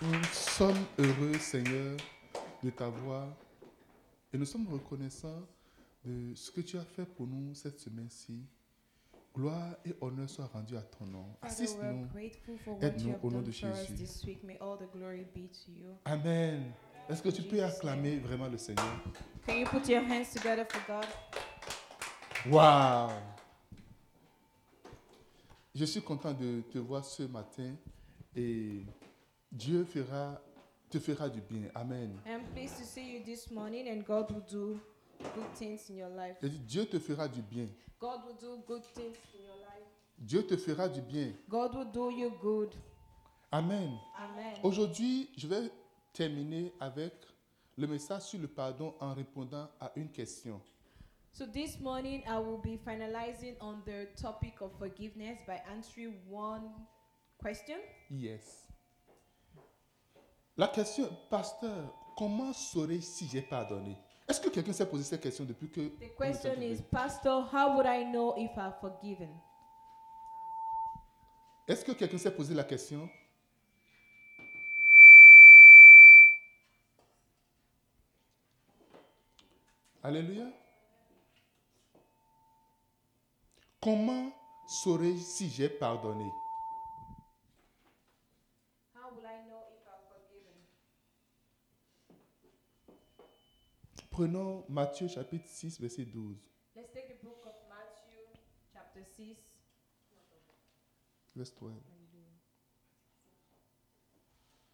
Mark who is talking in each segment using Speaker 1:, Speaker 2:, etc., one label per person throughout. Speaker 1: Nous sommes heureux, Seigneur, de t'avoir et nous sommes reconnaissants de ce que tu as fait pour nous cette semaine-ci. Gloire et honneur soient rendus à ton nom.
Speaker 2: Father, we're
Speaker 1: Assiste-nous.
Speaker 2: grateful for what
Speaker 1: Aide-nous
Speaker 2: you
Speaker 1: au
Speaker 2: have
Speaker 1: nom
Speaker 2: done
Speaker 1: de
Speaker 2: for us
Speaker 1: Jésus.
Speaker 2: this week. May all the glory be to you.
Speaker 1: Amen. Est-ce que tu peux acclamer vraiment le Seigneur?
Speaker 2: Can you put your hands together for God?
Speaker 1: Waouh! Je suis content de te voir ce matin et Dieu fera, te fera du bien. Amen.
Speaker 2: I am pleased to see you this morning, and God will do good things in your life.
Speaker 1: Je dis, Dieu te fera du bien.
Speaker 2: God will do good things in your life.
Speaker 1: Dieu te fera du bien.
Speaker 2: God will do you good.
Speaker 1: Amen.
Speaker 2: Amen.
Speaker 1: Aujourd'hui, je vais terminer avec le message sur le pardon en répondant à une question.
Speaker 2: So this morning I will be finalizing on the topic of forgiveness by answering one question.
Speaker 1: Yes. La question, pasteur, comment saurais-je si j'ai pardonné Est-ce que quelqu'un s'est posé cette question depuis que...
Speaker 2: The question is, Pastor, how would I know if I've forgiven?
Speaker 1: Est-ce que quelqu'un s'est posé la question Alléluia. Comment saurais-je si j'ai pardonné
Speaker 2: How will I know if I've forgiven?
Speaker 1: Prenons Matthieu chapitre 6, verset 12.
Speaker 2: Let's take the book of Matthew, chapter 6.
Speaker 1: Verse 12.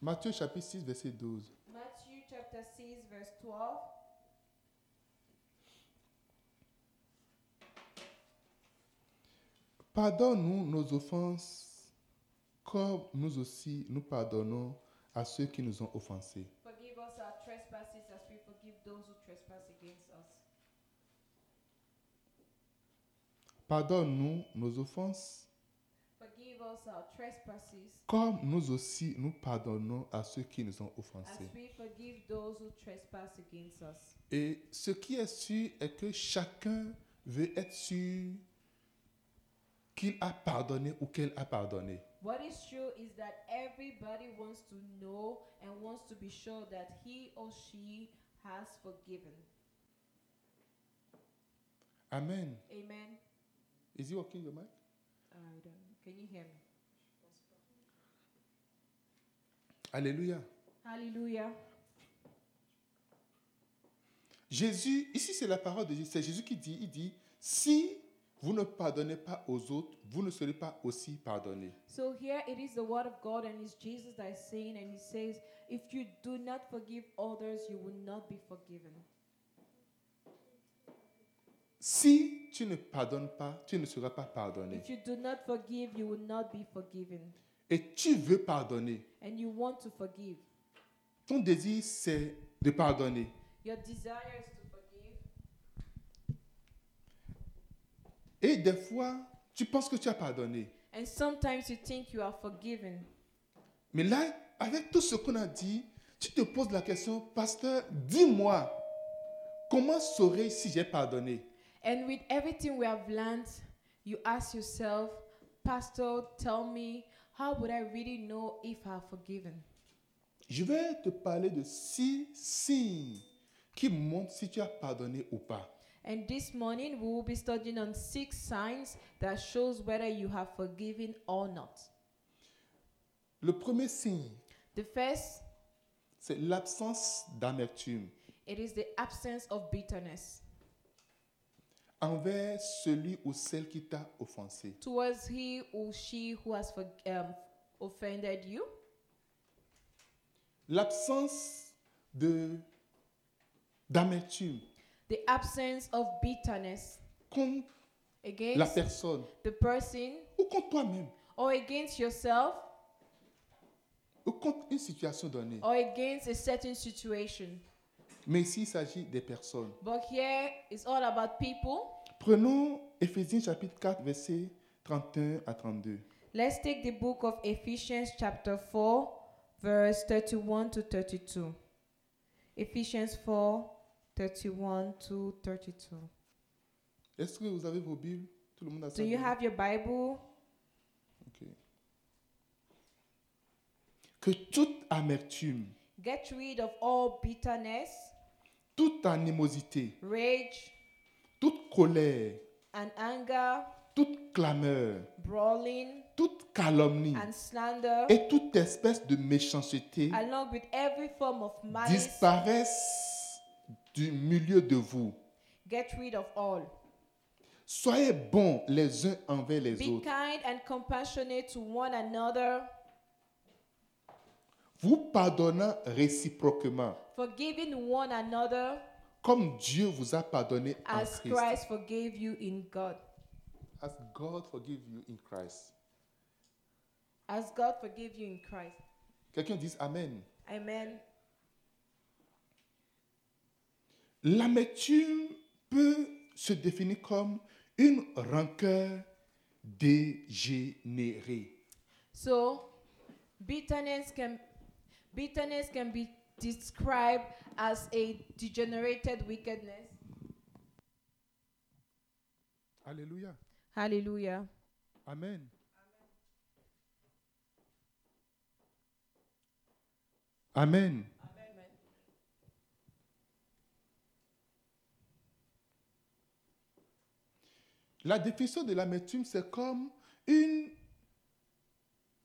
Speaker 1: Matthieu chapitre 6, verset 12.
Speaker 2: Matthew, chapter 6, verse 12.
Speaker 1: Pardonne-nous nos offenses, comme nous aussi nous pardonnons à ceux qui nous ont offensés.
Speaker 2: Forgive us our trespasses as we forgive those who trespass against us.
Speaker 1: Pardonne-nous nos offenses,
Speaker 2: Forgive us our trespasses
Speaker 1: comme nous aussi nous pardonnons à ceux qui nous ont
Speaker 2: as
Speaker 1: offensés.
Speaker 2: we forgive those who trespass against us.
Speaker 1: Et ce qui est sûr est que chacun veut être sûr qu'il a pardonné ou qu'elle a pardonné.
Speaker 2: What is true is that everybody wants to know and wants to be sure that he or she has forgiven.
Speaker 1: Amen.
Speaker 2: Amen.
Speaker 1: Is he working your mic?
Speaker 2: I don't- Can you hear me?
Speaker 1: Alléluia.
Speaker 2: Hallelujah.
Speaker 1: Jésus, ici c'est la parole de Jésus, c'est Jésus qui dit, il dit, si vous ne pardonnez pas aux autres, vous ne serez pas aussi pardonnés.
Speaker 2: So here it is the word of God, and it's Jesus that is saying, and he says, If you do not forgive others, you will not be forgiven.
Speaker 1: Si tu ne pardonnes pas, tu ne seras pas pardonné.
Speaker 2: If you do not forgive, you will not be forgiven.
Speaker 1: Et tu veux pardonner.
Speaker 2: And you want to forgive.
Speaker 1: Ton désir, c'est de pardonner.
Speaker 2: Your desire is to forgive.
Speaker 1: Et des fois, tu penses que tu as pardonné.
Speaker 2: And sometimes you think you are forgiven.
Speaker 1: Mais là, avec tout ce qu'on a dit, tu te poses la question, pasteur, dis-moi, comment saurais-je si j'ai pardonné
Speaker 2: And with everything we have learned, you ask yourself, Pastor, tell me, how would I really know if I have forgiven?
Speaker 1: Je vais te parler de six signes qui montrent si tu as pardonné ou pas.
Speaker 2: And this morning we will be studying on six signs that shows whether you have forgiven or not.
Speaker 1: Le premier signe,
Speaker 2: The first,
Speaker 1: c'est l'absence d'amertume
Speaker 2: it is the absence of bitterness
Speaker 1: envers celui ou celle qui t'a offensé.
Speaker 2: towards he or she who has for, um, offended you.
Speaker 1: L'absence de d'amertume
Speaker 2: The absence of bitterness
Speaker 1: contre la
Speaker 2: against
Speaker 1: personne
Speaker 2: the person
Speaker 1: ou contre toi-même
Speaker 2: or against yourself
Speaker 1: ou contre une situation donnée.
Speaker 2: or against a certain situation.
Speaker 1: Mais ici, il s'agit des personnes.
Speaker 2: But here it's all about people.
Speaker 1: Prenons Éphésiens chapitre 4, versets 31 à 32.
Speaker 2: Let's take the book of Ephesians, chapter 4, verse 31 to 32. Ephesians 4, 31 to 32.
Speaker 1: Est-ce que vous avez vos Bibles Tout le monde a
Speaker 2: Do
Speaker 1: ça
Speaker 2: you have your Bible?
Speaker 1: Ok. que toute amertume,
Speaker 2: Get rid of all bitterness,
Speaker 1: toute animosité,
Speaker 2: rage,
Speaker 1: toute colère,
Speaker 2: and anger,
Speaker 1: toute clameur,
Speaker 2: brawling,
Speaker 1: toute calomnie
Speaker 2: and slander,
Speaker 1: et toute espèce de méchanceté
Speaker 2: along with every form of malice.
Speaker 1: disparaissent du milieu de vous.
Speaker 2: Get rid of all.
Speaker 1: Soyez bons les uns envers les
Speaker 2: Be
Speaker 1: autres.
Speaker 2: kind and compassionate to one another,
Speaker 1: Vous pardonnant réciproquement,
Speaker 2: forgiving one another
Speaker 1: comme Dieu vous a pardonné en
Speaker 2: as
Speaker 1: Christ.
Speaker 2: Christ forgave you in God.
Speaker 1: As God forgive you in Christ.
Speaker 2: As God forgave you in Christ.
Speaker 1: Quelqu'un dit Amen.
Speaker 2: Amen.
Speaker 1: L'amertume peut se définir comme une rancœur dégénérée.
Speaker 2: So, bitterness can bitterness can be described as a degenerated wickedness.
Speaker 1: Alléluia.
Speaker 2: Hallelujah.
Speaker 1: Amen. Amen. La définition de l'amertume, c'est comme une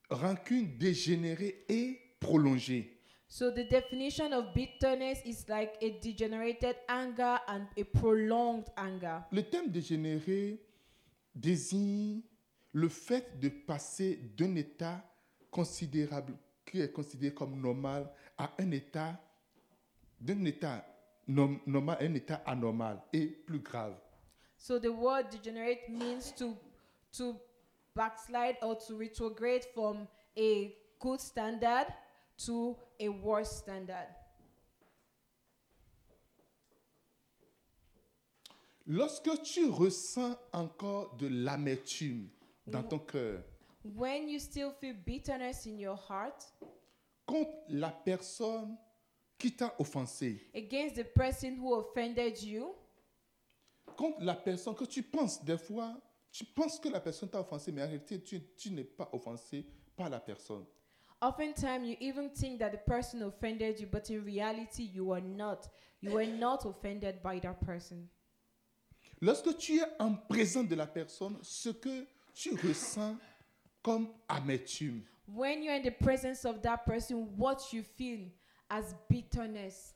Speaker 1: rancune dégénérée et prolongée.
Speaker 2: So the definition of bitterness is like a degenerated anger and a prolonged anger.
Speaker 1: Le terme dégénéré désigne le fait de passer d'un état considérable, qui est considéré comme normal, à un état, d'un état nom- normal à un état anormal et plus grave.
Speaker 2: So the word degenerate means to to backslide or to retrograde from a good standard to a worse standard.
Speaker 1: Lorsque tu ressens encore de l'amertume dans ton cœur
Speaker 2: When you still feel bitterness in your heart
Speaker 1: contre la personne qui t'a offensé,
Speaker 2: against the person who offended you,
Speaker 1: contre la personne que tu penses des fois, tu penses que la personne t'a offensé, mais en réalité, tu, tu n'es pas offensé par la personne.
Speaker 2: oftentimes you even think that the person offended you, but in reality you are not. You were not offended by that person.
Speaker 1: Lorsque tu es en présence de la personne, ce que tu ressens comme amertume,
Speaker 2: When you're in the presence of that person, what you feel as bitterness.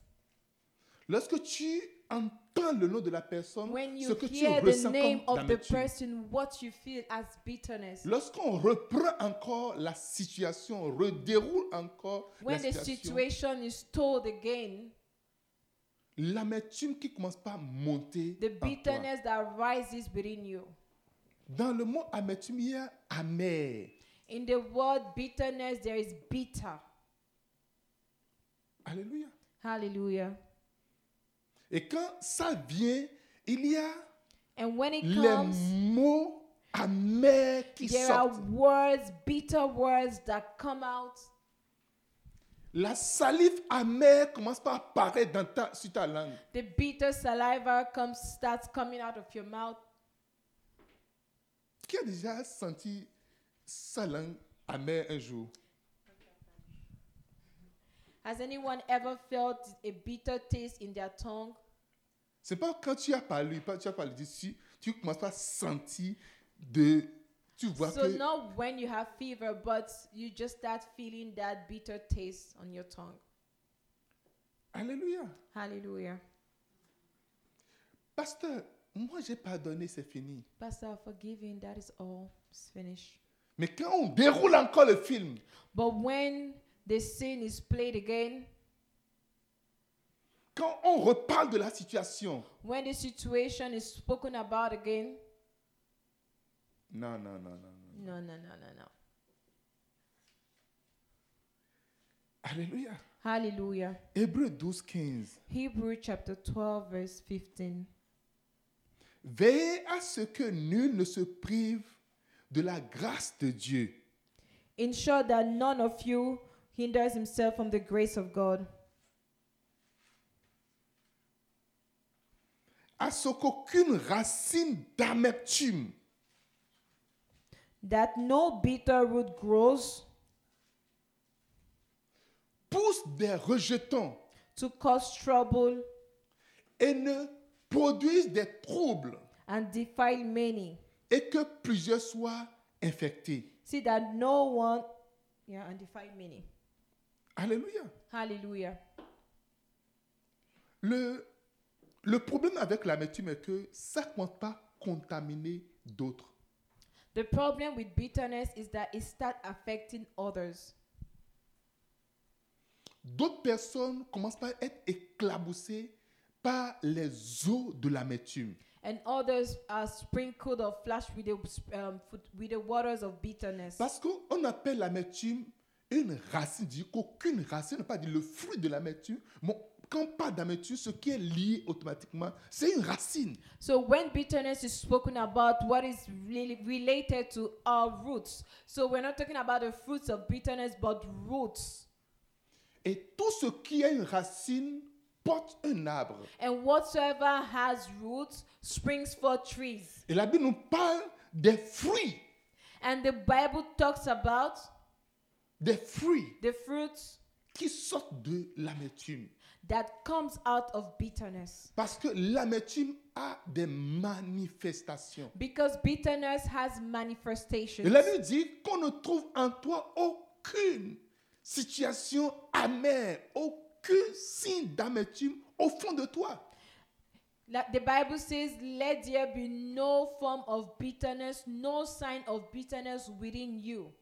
Speaker 1: lorsque tu entends le nom de la personne,
Speaker 2: When
Speaker 1: ce
Speaker 2: you
Speaker 1: que tu
Speaker 2: hear the
Speaker 1: ressens
Speaker 2: name
Speaker 1: comme
Speaker 2: of the
Speaker 1: d'amertume.
Speaker 2: person, what you feel as bitterness.
Speaker 1: Lorsqu'on reprend encore la situation, on redéroule encore
Speaker 2: When
Speaker 1: la
Speaker 2: the
Speaker 1: situation,
Speaker 2: situation is told again,
Speaker 1: l'amertume qui commence par monter
Speaker 2: the
Speaker 1: en toi.
Speaker 2: bitterness that rises within you.
Speaker 1: Dans le mot amertume, il y a amer.
Speaker 2: In the word bitterness, there is bitter.
Speaker 1: Alléluia.
Speaker 2: Hallelujah.
Speaker 1: Et quand ça vient, il y a
Speaker 2: And when it comes,
Speaker 1: les mots amers qui
Speaker 2: there are
Speaker 1: sortent.
Speaker 2: words, bitter words that come out.
Speaker 1: La salive amère commence par apparaître dans ta, sur ta langue.
Speaker 2: The bitter saliva comes starts coming out of your mouth.
Speaker 1: Qui a déjà senti sa langue amère un jour
Speaker 2: Has anyone ever felt a bitter taste in their tongue?
Speaker 1: C'est pas quand tu as parlé, pas- tu as parlé dessus, tu commences par sentir de, tu vois
Speaker 2: So
Speaker 1: que
Speaker 2: not when you have fever, but you just start feeling that bitter taste on your tongue.
Speaker 1: alléluia.
Speaker 2: Hallelujah.
Speaker 1: Pasteur, moi j'ai pardonné, c'est fini.
Speaker 2: Pastor, I'm forgiving, that is all. It's finished.
Speaker 1: Mais quand on déroule encore le film,
Speaker 2: But when the sin is played again,
Speaker 1: quand on reparle de la situation,
Speaker 2: when the situation is spoken about again,
Speaker 1: non, non, non, non, non.
Speaker 2: no, no, no, no, no.
Speaker 1: Alléluia.
Speaker 2: Hallelujah.
Speaker 1: Hébreu 12, 15.
Speaker 2: Hebrew chapter 12, verse 15.
Speaker 1: Veillez à ce que nul ne se prive de la grâce de Dieu.
Speaker 2: Ensure that none of you hinders himself from the grace of God,
Speaker 1: À ce qu'aucune racine d'amertume
Speaker 2: that no bitter root grows
Speaker 1: cause des rejetons
Speaker 2: to cause trouble
Speaker 1: et ne produisent des troubles
Speaker 2: and defile many.
Speaker 1: et que plusieurs soient infectés.
Speaker 2: See that no one, yeah, and defile many.
Speaker 1: Alléluia.
Speaker 2: Hallelujah.
Speaker 1: Le, le problème avec l'amertume est que ça ne compte pas contaminer d'autres.
Speaker 2: The problem with bitterness is that it starts affecting others.
Speaker 1: D'autres personnes commencent par être éclaboussées par les eaux de l'amertume.
Speaker 2: And others are sprinkled or flushed with the, sp- um, foot- with the waters of bitterness.
Speaker 1: Parce qu'on appelle l'amertume une racine. Je dis qu'aucune racine, on n'a pas dit le fruit de l'amertume. Bon, quand on parle d'amertume, ce qui est lié automatiquement, c'est une racine.
Speaker 2: So when bitterness is spoken about, what is really related to our roots. So we're not talking about the fruits of bitterness, but roots.
Speaker 1: Et tout ce qui a une racine porte un arbre.
Speaker 2: And whatsoever has roots springs forth trees.
Speaker 1: Et la Bible nous parle des fruits,
Speaker 2: And the Bible talks about
Speaker 1: des fruits
Speaker 2: the fruits
Speaker 1: qui sortent de l'amertume.
Speaker 2: that comes out of bitterness.
Speaker 1: Parce que l'amertume a des manifestations.
Speaker 2: Because bitterness has
Speaker 1: Et
Speaker 2: manifestations.
Speaker 1: la Bible dit qu'on ne trouve en toi aucune situation amère, aucun signe d'amertume au fond de toi.
Speaker 2: Like the Bible says, let there be no form of bitterness, no sign of bitterness within you.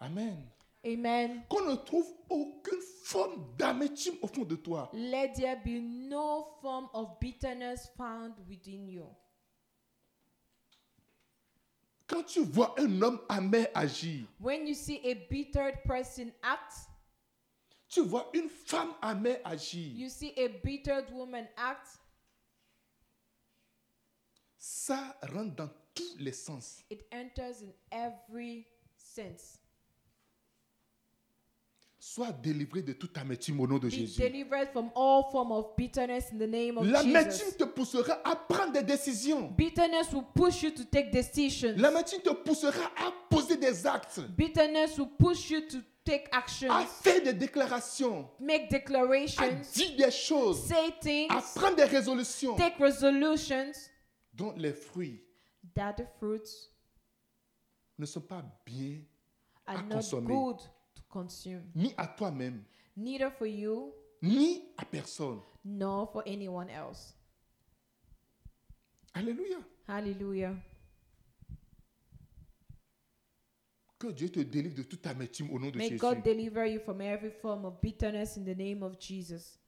Speaker 1: Amen.
Speaker 2: Amen.
Speaker 1: Qu'on ne trouve aucune forme d'amertume au fond de toi.
Speaker 2: Let there be no form of bitterness found within you.
Speaker 1: Quand tu vois un homme amer agir,
Speaker 2: When you see a bitter person act,
Speaker 1: tu vois une femme amère agir,
Speaker 2: you see a bitter woman act,
Speaker 1: ça rentre dans tous les sens.
Speaker 2: it enters in every sense.
Speaker 1: Sois délivré de toute amertume au nom de
Speaker 2: Be
Speaker 1: Jésus.
Speaker 2: delivered from all form of bitterness in the name of
Speaker 1: L'amertume
Speaker 2: Jesus.
Speaker 1: te poussera à prendre des décisions.
Speaker 2: Bitterness will push you to take decisions.
Speaker 1: L'amertume te poussera à poser des actes.
Speaker 2: Bitterness will push you to take
Speaker 1: à
Speaker 2: actions,
Speaker 1: faire des déclarations,
Speaker 2: make
Speaker 1: à
Speaker 2: declarations,
Speaker 1: dire des choses,
Speaker 2: say
Speaker 1: à
Speaker 2: things,
Speaker 1: prendre des résolutions
Speaker 2: take resolutions
Speaker 1: dont les fruits
Speaker 2: that the fruits
Speaker 1: ne sont pas bien à
Speaker 2: are not
Speaker 1: consommer.
Speaker 2: good to consume,
Speaker 1: ni à toi-même,
Speaker 2: neither for you
Speaker 1: ni à personne.
Speaker 2: nor for anyone else.
Speaker 1: Alléluia.
Speaker 2: Hallelujah.
Speaker 1: Que Dieu te délivre de toute amertume au nom de
Speaker 2: May
Speaker 1: Jésus.
Speaker 2: God deliver you from every form of bitterness in the name of Jesus.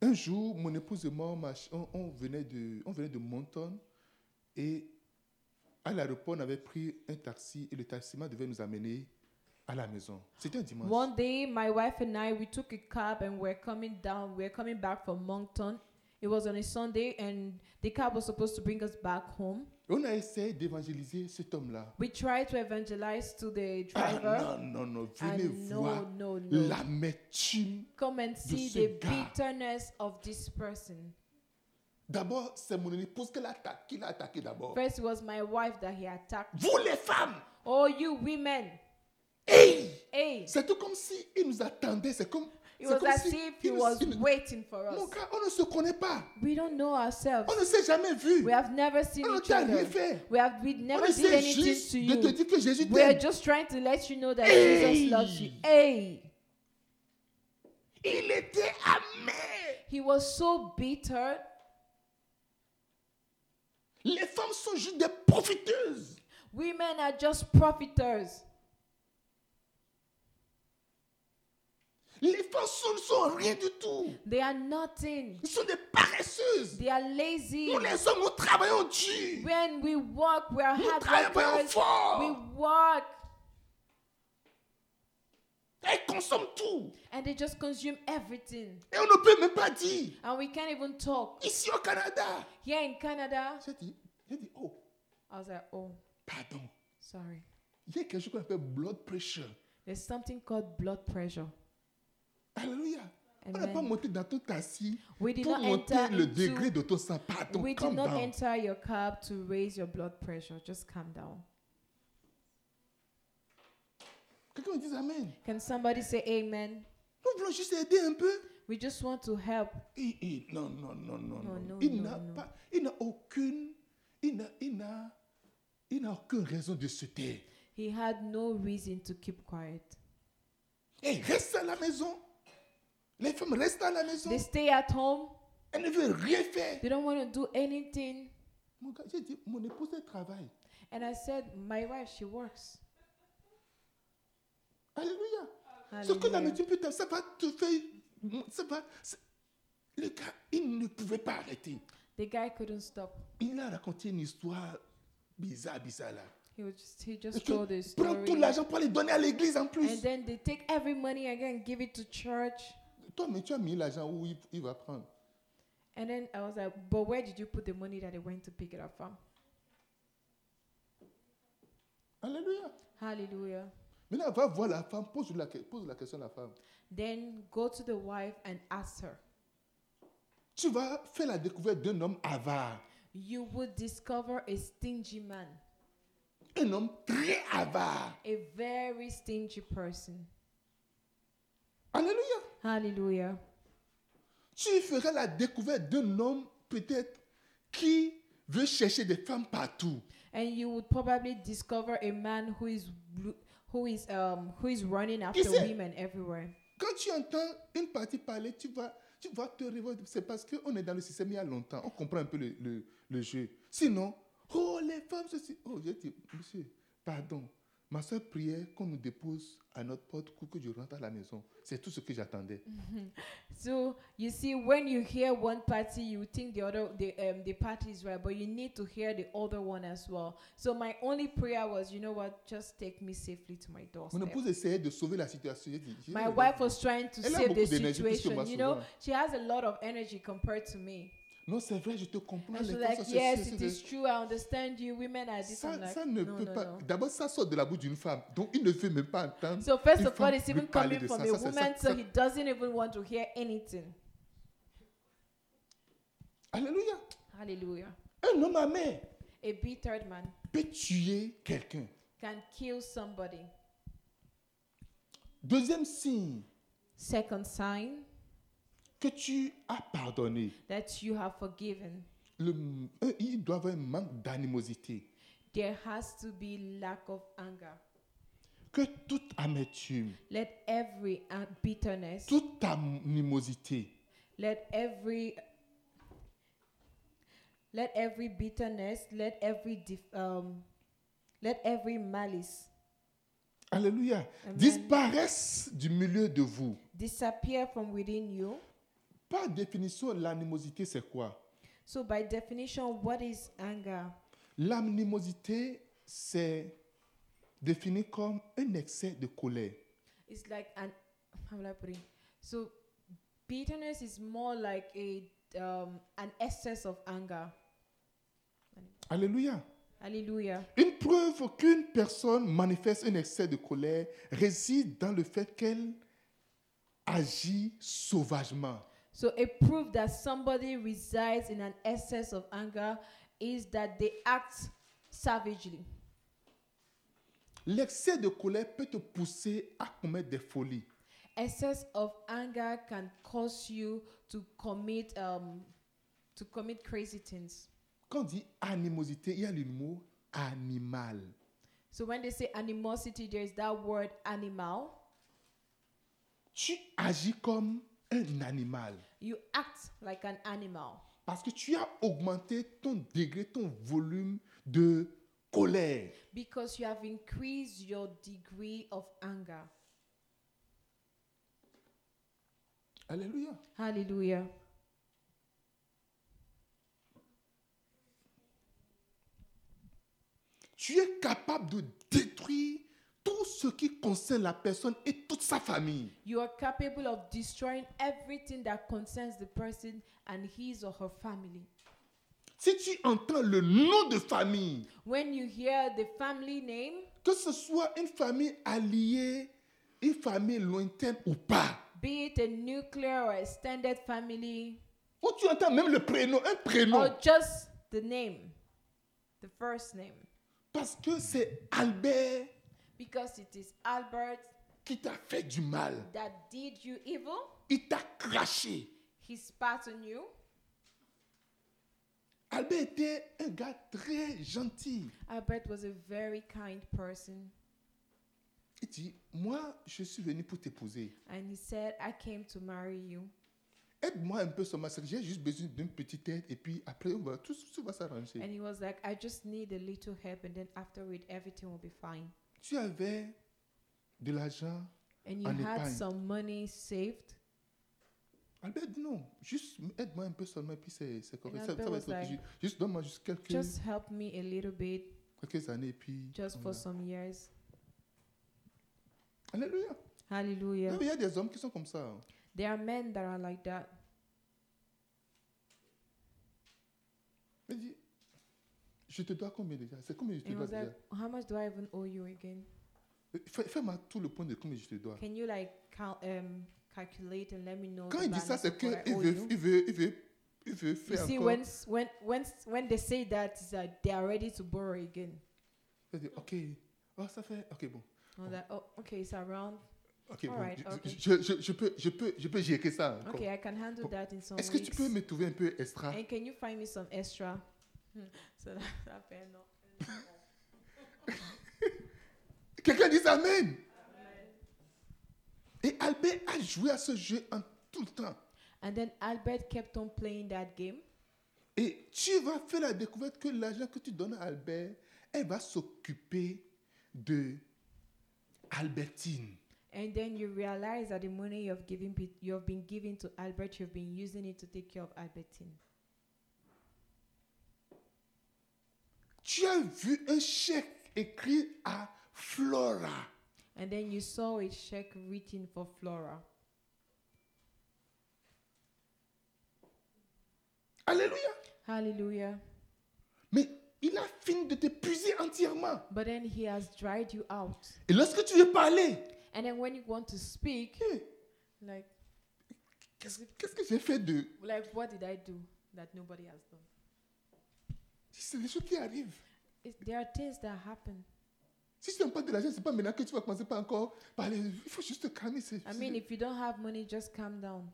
Speaker 1: Un jour, mon épouse et moi, on, march- on- on venait, de, on venait de Moncton et à l'aéroport, on avait pris un taxi et le taximan devait nous amener à la maison. C'était un dimanche.
Speaker 2: One day, my wife and I we took a cab and we're coming down. We're coming back from Moncton. It was on a Sunday, and the cab was supposed to bring us back home.
Speaker 1: Et on a essayé d'évangéliser cet homme-là.
Speaker 2: We tried to evangelize to the driver.
Speaker 1: Ah, non, non, non, venez
Speaker 2: and
Speaker 1: voir
Speaker 2: no, no, no.
Speaker 1: l'amertume
Speaker 2: Come and see
Speaker 1: ce
Speaker 2: the
Speaker 1: gars.
Speaker 2: bitterness of this person.
Speaker 1: D'abord, c'est mon épouse qui l'a attaqué, qui l'a attaqué d'abord.
Speaker 2: First, it was my wife that he attacked.
Speaker 1: Vous les femmes,
Speaker 2: Oh, you women.
Speaker 1: hey!
Speaker 2: Hey,
Speaker 1: c'est tout comme si il nous attendait. C'est comme, c'est
Speaker 2: it was
Speaker 1: comme
Speaker 2: as
Speaker 1: si
Speaker 2: if he
Speaker 1: il nous-
Speaker 2: was
Speaker 1: il nous-
Speaker 2: waiting for us.
Speaker 1: Mon gars, on ne se connaît pas,
Speaker 2: We don't know ourselves.
Speaker 1: on ne s'est jamais vu.
Speaker 2: We have never seen
Speaker 1: On ne
Speaker 2: each
Speaker 1: t'a
Speaker 2: other.
Speaker 1: rien fait.
Speaker 2: We have we
Speaker 1: On
Speaker 2: never did
Speaker 1: essaie
Speaker 2: anything
Speaker 1: juste
Speaker 2: to
Speaker 1: de te
Speaker 2: you.
Speaker 1: dire que Jésus
Speaker 2: We are
Speaker 1: t'aime.
Speaker 2: just trying to let you know that
Speaker 1: Hey!
Speaker 2: Jesus loves you. Hey,
Speaker 1: Il était amer.
Speaker 2: he was so bitter.
Speaker 1: Les femmes sont juste des profiteuses.
Speaker 2: Women are just profiters.
Speaker 1: Les femmes sont, sont rien du tout.
Speaker 2: They are nothing.
Speaker 1: Elles sont des paresseuses.
Speaker 2: They are lazy.
Speaker 1: Nous les hommes, nous travaillons dur.
Speaker 2: When we work, we are
Speaker 1: Nous
Speaker 2: hard
Speaker 1: travaillons
Speaker 2: workers. We
Speaker 1: fort.
Speaker 2: work,
Speaker 1: Elles consomment tout.
Speaker 2: and they just consume everything,
Speaker 1: Et on ne peut même pas dire.
Speaker 2: and we can't even talk.
Speaker 1: Ici au Canada.
Speaker 2: Here in Canada,
Speaker 1: J'ai dit, j'ai dit, oh,
Speaker 2: I was like, oh,
Speaker 1: pardon.
Speaker 2: sorry.
Speaker 1: Il y a quelque chose qu'on appelle blood pressure.
Speaker 2: There's something called blood pressure.
Speaker 1: Alléluia. On n'a pas
Speaker 2: Amen.
Speaker 1: monté dans ton taxi
Speaker 2: We did
Speaker 1: pour
Speaker 2: not
Speaker 1: monter
Speaker 2: enter
Speaker 1: le degré
Speaker 2: into,
Speaker 1: de ton sang. Pardon,
Speaker 2: we did
Speaker 1: calm
Speaker 2: not
Speaker 1: down.
Speaker 2: enter your cab to raise your blood pressure. Just calm down.
Speaker 1: Quelqu'un dit Amen.
Speaker 2: Can somebody say amen?
Speaker 1: Nous voulons juste aider un peu.
Speaker 2: We just want to help.
Speaker 1: Il- il- non, non, non, non,
Speaker 2: Non,
Speaker 1: non.
Speaker 2: non,
Speaker 1: il
Speaker 2: non,
Speaker 1: n'a
Speaker 2: non.
Speaker 1: pas, il n'a aucune, il n'a, il n'a, il n'a aucune raison de se taire.
Speaker 2: He had no reason to keep quiet.
Speaker 1: Et reste à la maison. Les femmes restent à la maison.
Speaker 2: They stay at home.
Speaker 1: Elles ne veulent rien faire.
Speaker 2: They don't want to do anything.
Speaker 1: Mon gars, j'ai dit, mon épouse elle travaille.
Speaker 2: And I said, my wife, she works.
Speaker 1: Alléluia. Ce que la
Speaker 2: Hallelujah.
Speaker 1: médecine peut faire, ça va te faire, ça va. c'est- Le gars, il ne pouvait pas arrêter.
Speaker 2: The guy couldn't stop.
Speaker 1: Il a raconté une histoire bizarre, bizarre là.
Speaker 2: He was just he
Speaker 1: Et
Speaker 2: just told
Speaker 1: que
Speaker 2: his
Speaker 1: Prends
Speaker 2: story.
Speaker 1: tout l'argent pour aller donner à l'église en plus.
Speaker 2: And then they take every money again, give it to church.
Speaker 1: Toi, mais tu as mis l'argent où il, il va prendre.
Speaker 2: And then I was like, but where did you put the money that they went to pick it up from?
Speaker 1: Alléluia.
Speaker 2: Hallelujah.
Speaker 1: Maintenant, va voir la femme, pose la, que- pose la question à la femme.
Speaker 2: Then go to the wife and ask her.
Speaker 1: Tu vas faire la découverte d'un homme avare.
Speaker 2: You would discover a stingy man,
Speaker 1: Un homme très avare.
Speaker 2: a very stingy person.
Speaker 1: Alléluia.
Speaker 2: Hallelujah.
Speaker 1: Tu feras la découverte d'un homme peut-être qui veut chercher des femmes partout.
Speaker 2: And you would probably discover a man who is lu- who is um who is running after
Speaker 1: said-
Speaker 2: women everywhere.
Speaker 1: Quand tu entends une partie parler, tu vas, tu vas te révolter. C'est parce qu'on est dans le système il y a longtemps. On comprend un peu le, le- le jeu. Sinon, oh les femmes, ceci. Oh, j'ai dit, monsieur, pardon. Ma soeur priait qu'on nous dépose à notre porte pour que je rentre à la maison. C'est tout ce que j'attendais.
Speaker 2: Mm. So you see, when you hear one party, you think the other the um, the party is right, but you need to hear the other one as well. So my only prayer was, you know what, just take me safely to my
Speaker 1: Mon
Speaker 2: doorstep.
Speaker 1: épouse essayait de sauver la situation. J'ai dit, j'ai
Speaker 2: My
Speaker 1: raison.
Speaker 2: wife was trying to
Speaker 1: Elle a
Speaker 2: save the
Speaker 1: beaucoup d'énergie plus que moi
Speaker 2: situation. You know,
Speaker 1: souvent.
Speaker 2: she has a lot of energy compared to me.
Speaker 1: non, c'est vrai, je te comprends.
Speaker 2: And
Speaker 1: les
Speaker 2: she's
Speaker 1: femmes
Speaker 2: like,
Speaker 1: sont ceci,
Speaker 2: yes,
Speaker 1: ceci,
Speaker 2: it
Speaker 1: ceci.
Speaker 2: is true. I understand you. Women are this.
Speaker 1: Ça,
Speaker 2: I'm like,
Speaker 1: ça ne
Speaker 2: no,
Speaker 1: peut
Speaker 2: no,
Speaker 1: pas.
Speaker 2: no.
Speaker 1: D'abord, ça sort de la bouche d'une femme. Donc, il ne veut même pas entendre.
Speaker 2: So first
Speaker 1: une
Speaker 2: of all,
Speaker 1: femme
Speaker 2: it's
Speaker 1: lui
Speaker 2: even
Speaker 1: parler
Speaker 2: coming
Speaker 1: de
Speaker 2: from
Speaker 1: ça.
Speaker 2: a
Speaker 1: Ça, c'est-
Speaker 2: woman,
Speaker 1: ça-
Speaker 2: so he doesn't even want to hear anything.
Speaker 1: Alléluia.
Speaker 2: Hallelujah.
Speaker 1: Un homme amer
Speaker 2: A bitter man
Speaker 1: peut tuer quelqu'un.
Speaker 2: can kill somebody.
Speaker 1: Deuxième signe
Speaker 2: Second sign
Speaker 1: que tu as pardonné.
Speaker 2: that you have forgiven.
Speaker 1: Le, euh, il doit y avoir un manque d'animosité.
Speaker 2: There has to be lack of anger.
Speaker 1: Que toute amertume,
Speaker 2: Let every uh, bitterness,
Speaker 1: toute animosité,
Speaker 2: let every let every bitterness, let every dif- um, let every malice
Speaker 1: Alléluia,
Speaker 2: Amen.
Speaker 1: disparaisse du milieu de vous.
Speaker 2: disappear from within you.
Speaker 1: Par définition, l'animosité, c'est quoi
Speaker 2: So by definition, what is anger?
Speaker 1: L'animosité, c'est défini comme un excès de colère.
Speaker 2: It's like an how will I put it? So bitterness is more like a um, an excess of anger.
Speaker 1: Alléluia.
Speaker 2: Hallelujah.
Speaker 1: Une preuve qu'une personne manifeste un excès de colère réside dans le fait qu'elle agit sauvagement.
Speaker 2: So a proof that somebody resides in an excess of anger is that they act savagely.
Speaker 1: L'excès de colère peut te pousser à commettre des folies.
Speaker 2: Excess of anger can cause you to commit um, to commit crazy things.
Speaker 1: Quand on dit animosité, il y a le mot animal.
Speaker 2: So when they say animosity, there is that word animal.
Speaker 1: Tu agis comme un animal
Speaker 2: You act like an animal
Speaker 1: parce que tu as augmenté ton degré, ton volume de colère.
Speaker 2: because you have increased your degree of anger.
Speaker 1: Alléluia.
Speaker 2: Hallelujah.
Speaker 1: Tu es capable de détruire tout ce qui concerne la personne et toute sa famille.
Speaker 2: You are capable of destroying everything that concerns the person and his or her family.
Speaker 1: Si tu entends le nom de famille,
Speaker 2: When you hear the family name,
Speaker 1: que ce soit une famille alliée, une famille lointaine ou pas,
Speaker 2: be it a nuclear or extended family,
Speaker 1: Oh, tu entends même le prénom, un prénom.
Speaker 2: or just the name, the first name,
Speaker 1: Parce que c'est Albert
Speaker 2: because it is Albert
Speaker 1: qui t'a fait du mal.
Speaker 2: that did you evil,
Speaker 1: Il t'a craché.
Speaker 2: he spat on you.
Speaker 1: Albert était un gars très gentil.
Speaker 2: Albert was a very kind person,
Speaker 1: Il dit, moi, je suis venu pour t'épouser.
Speaker 2: and he said, I came to marry you.
Speaker 1: Aide-moi un peu sur ma salle. J'ai juste besoin d'une petite aide. Et puis après, on va, tout, tout va s'arranger.
Speaker 2: And he was like, I just need a little help, and then afterward, everything will be fine.
Speaker 1: Tu avais de l'argent.
Speaker 2: And you
Speaker 1: En
Speaker 2: had
Speaker 1: Espagne.
Speaker 2: some money saved.
Speaker 1: Albert dit non, juste aide-moi un peu seulement, puis c'est c'est correct.
Speaker 2: And
Speaker 1: Ça,
Speaker 2: Albert
Speaker 1: ça va
Speaker 2: was
Speaker 1: être
Speaker 2: like,
Speaker 1: juste, juste donne-moi juste quelques,
Speaker 2: Just help me a little bit,
Speaker 1: quelques années, puis.
Speaker 2: just
Speaker 1: on
Speaker 2: for
Speaker 1: verra.
Speaker 2: some years.
Speaker 1: Alléluia.
Speaker 2: Hallelujah.
Speaker 1: Non, mais il y a des hommes qui sont comme ça. hein.
Speaker 2: There are men that are like that.
Speaker 1: Il dit, je te dois combien déjà C'est combien je te
Speaker 2: And I
Speaker 1: dois
Speaker 2: was
Speaker 1: déjà Euh,
Speaker 2: like, how much do I even owe you again?
Speaker 1: Fais- Fais-moi tout le point de combien je te dois.
Speaker 2: Can you like count, um, calculate and let me know?
Speaker 1: Quand
Speaker 2: the
Speaker 1: il dit ça,
Speaker 2: balance
Speaker 1: c'est
Speaker 2: of
Speaker 1: qu'il
Speaker 2: what I owe
Speaker 1: veut,
Speaker 2: you?
Speaker 1: il veut, il veut, il veut
Speaker 2: You
Speaker 1: faire
Speaker 2: see,
Speaker 1: encore.
Speaker 2: when, s- when, when, s- when they say that, it's like they are ready to borrow again.
Speaker 1: Il dit, ok, oh, ça fait, ok, bon.
Speaker 2: I was like, oh, okay, it's around.
Speaker 1: Ok, bon,
Speaker 2: Alright,
Speaker 1: je-
Speaker 2: ok.
Speaker 1: Je, je, je peux, je peux, je peux gérer ça. encore.
Speaker 2: Okay, I can handle that in some
Speaker 1: Est-ce que tu
Speaker 2: weeks.
Speaker 1: peux me trouver un peu extra
Speaker 2: And can you find me some extra? so that, that fair enough.
Speaker 1: Quelqu'un dit Amen. Et Albert a joué à ce jeu en tout le temps.
Speaker 2: And then Albert kept on playing that game.
Speaker 1: Et tu vas faire la découverte que l'argent que tu donnes à Albert, elle va s'occuper de Albertine.
Speaker 2: And then you realize that the money you've given, be- you've been giving to Albert, you've been using it to take care of Albertine.
Speaker 1: Tu as vu un chèque écrit à Flora.
Speaker 2: And then you saw a check written for Flora.
Speaker 1: Alléluia.
Speaker 2: Hallelujah.
Speaker 1: Mais il a fini de t'épuiser entièrement.
Speaker 2: But then he has dried you out.
Speaker 1: Et lorsque tu veux parler,
Speaker 2: And then when you want to speak,
Speaker 1: eh,
Speaker 2: like,
Speaker 1: qu'est-ce qu'est-ce que j'ai fait de...
Speaker 2: like what did I do that nobody has done?
Speaker 1: C'est des choses qui arrivent.
Speaker 2: It's, there are things that happen.
Speaker 1: Si tu n'as pas de l'argent, ce n'est pas maintenant que tu vas commencer par encore parler. Il faut juste te calmer. C'est,
Speaker 2: I
Speaker 1: c'est
Speaker 2: mean, if you don't have money, just calm down.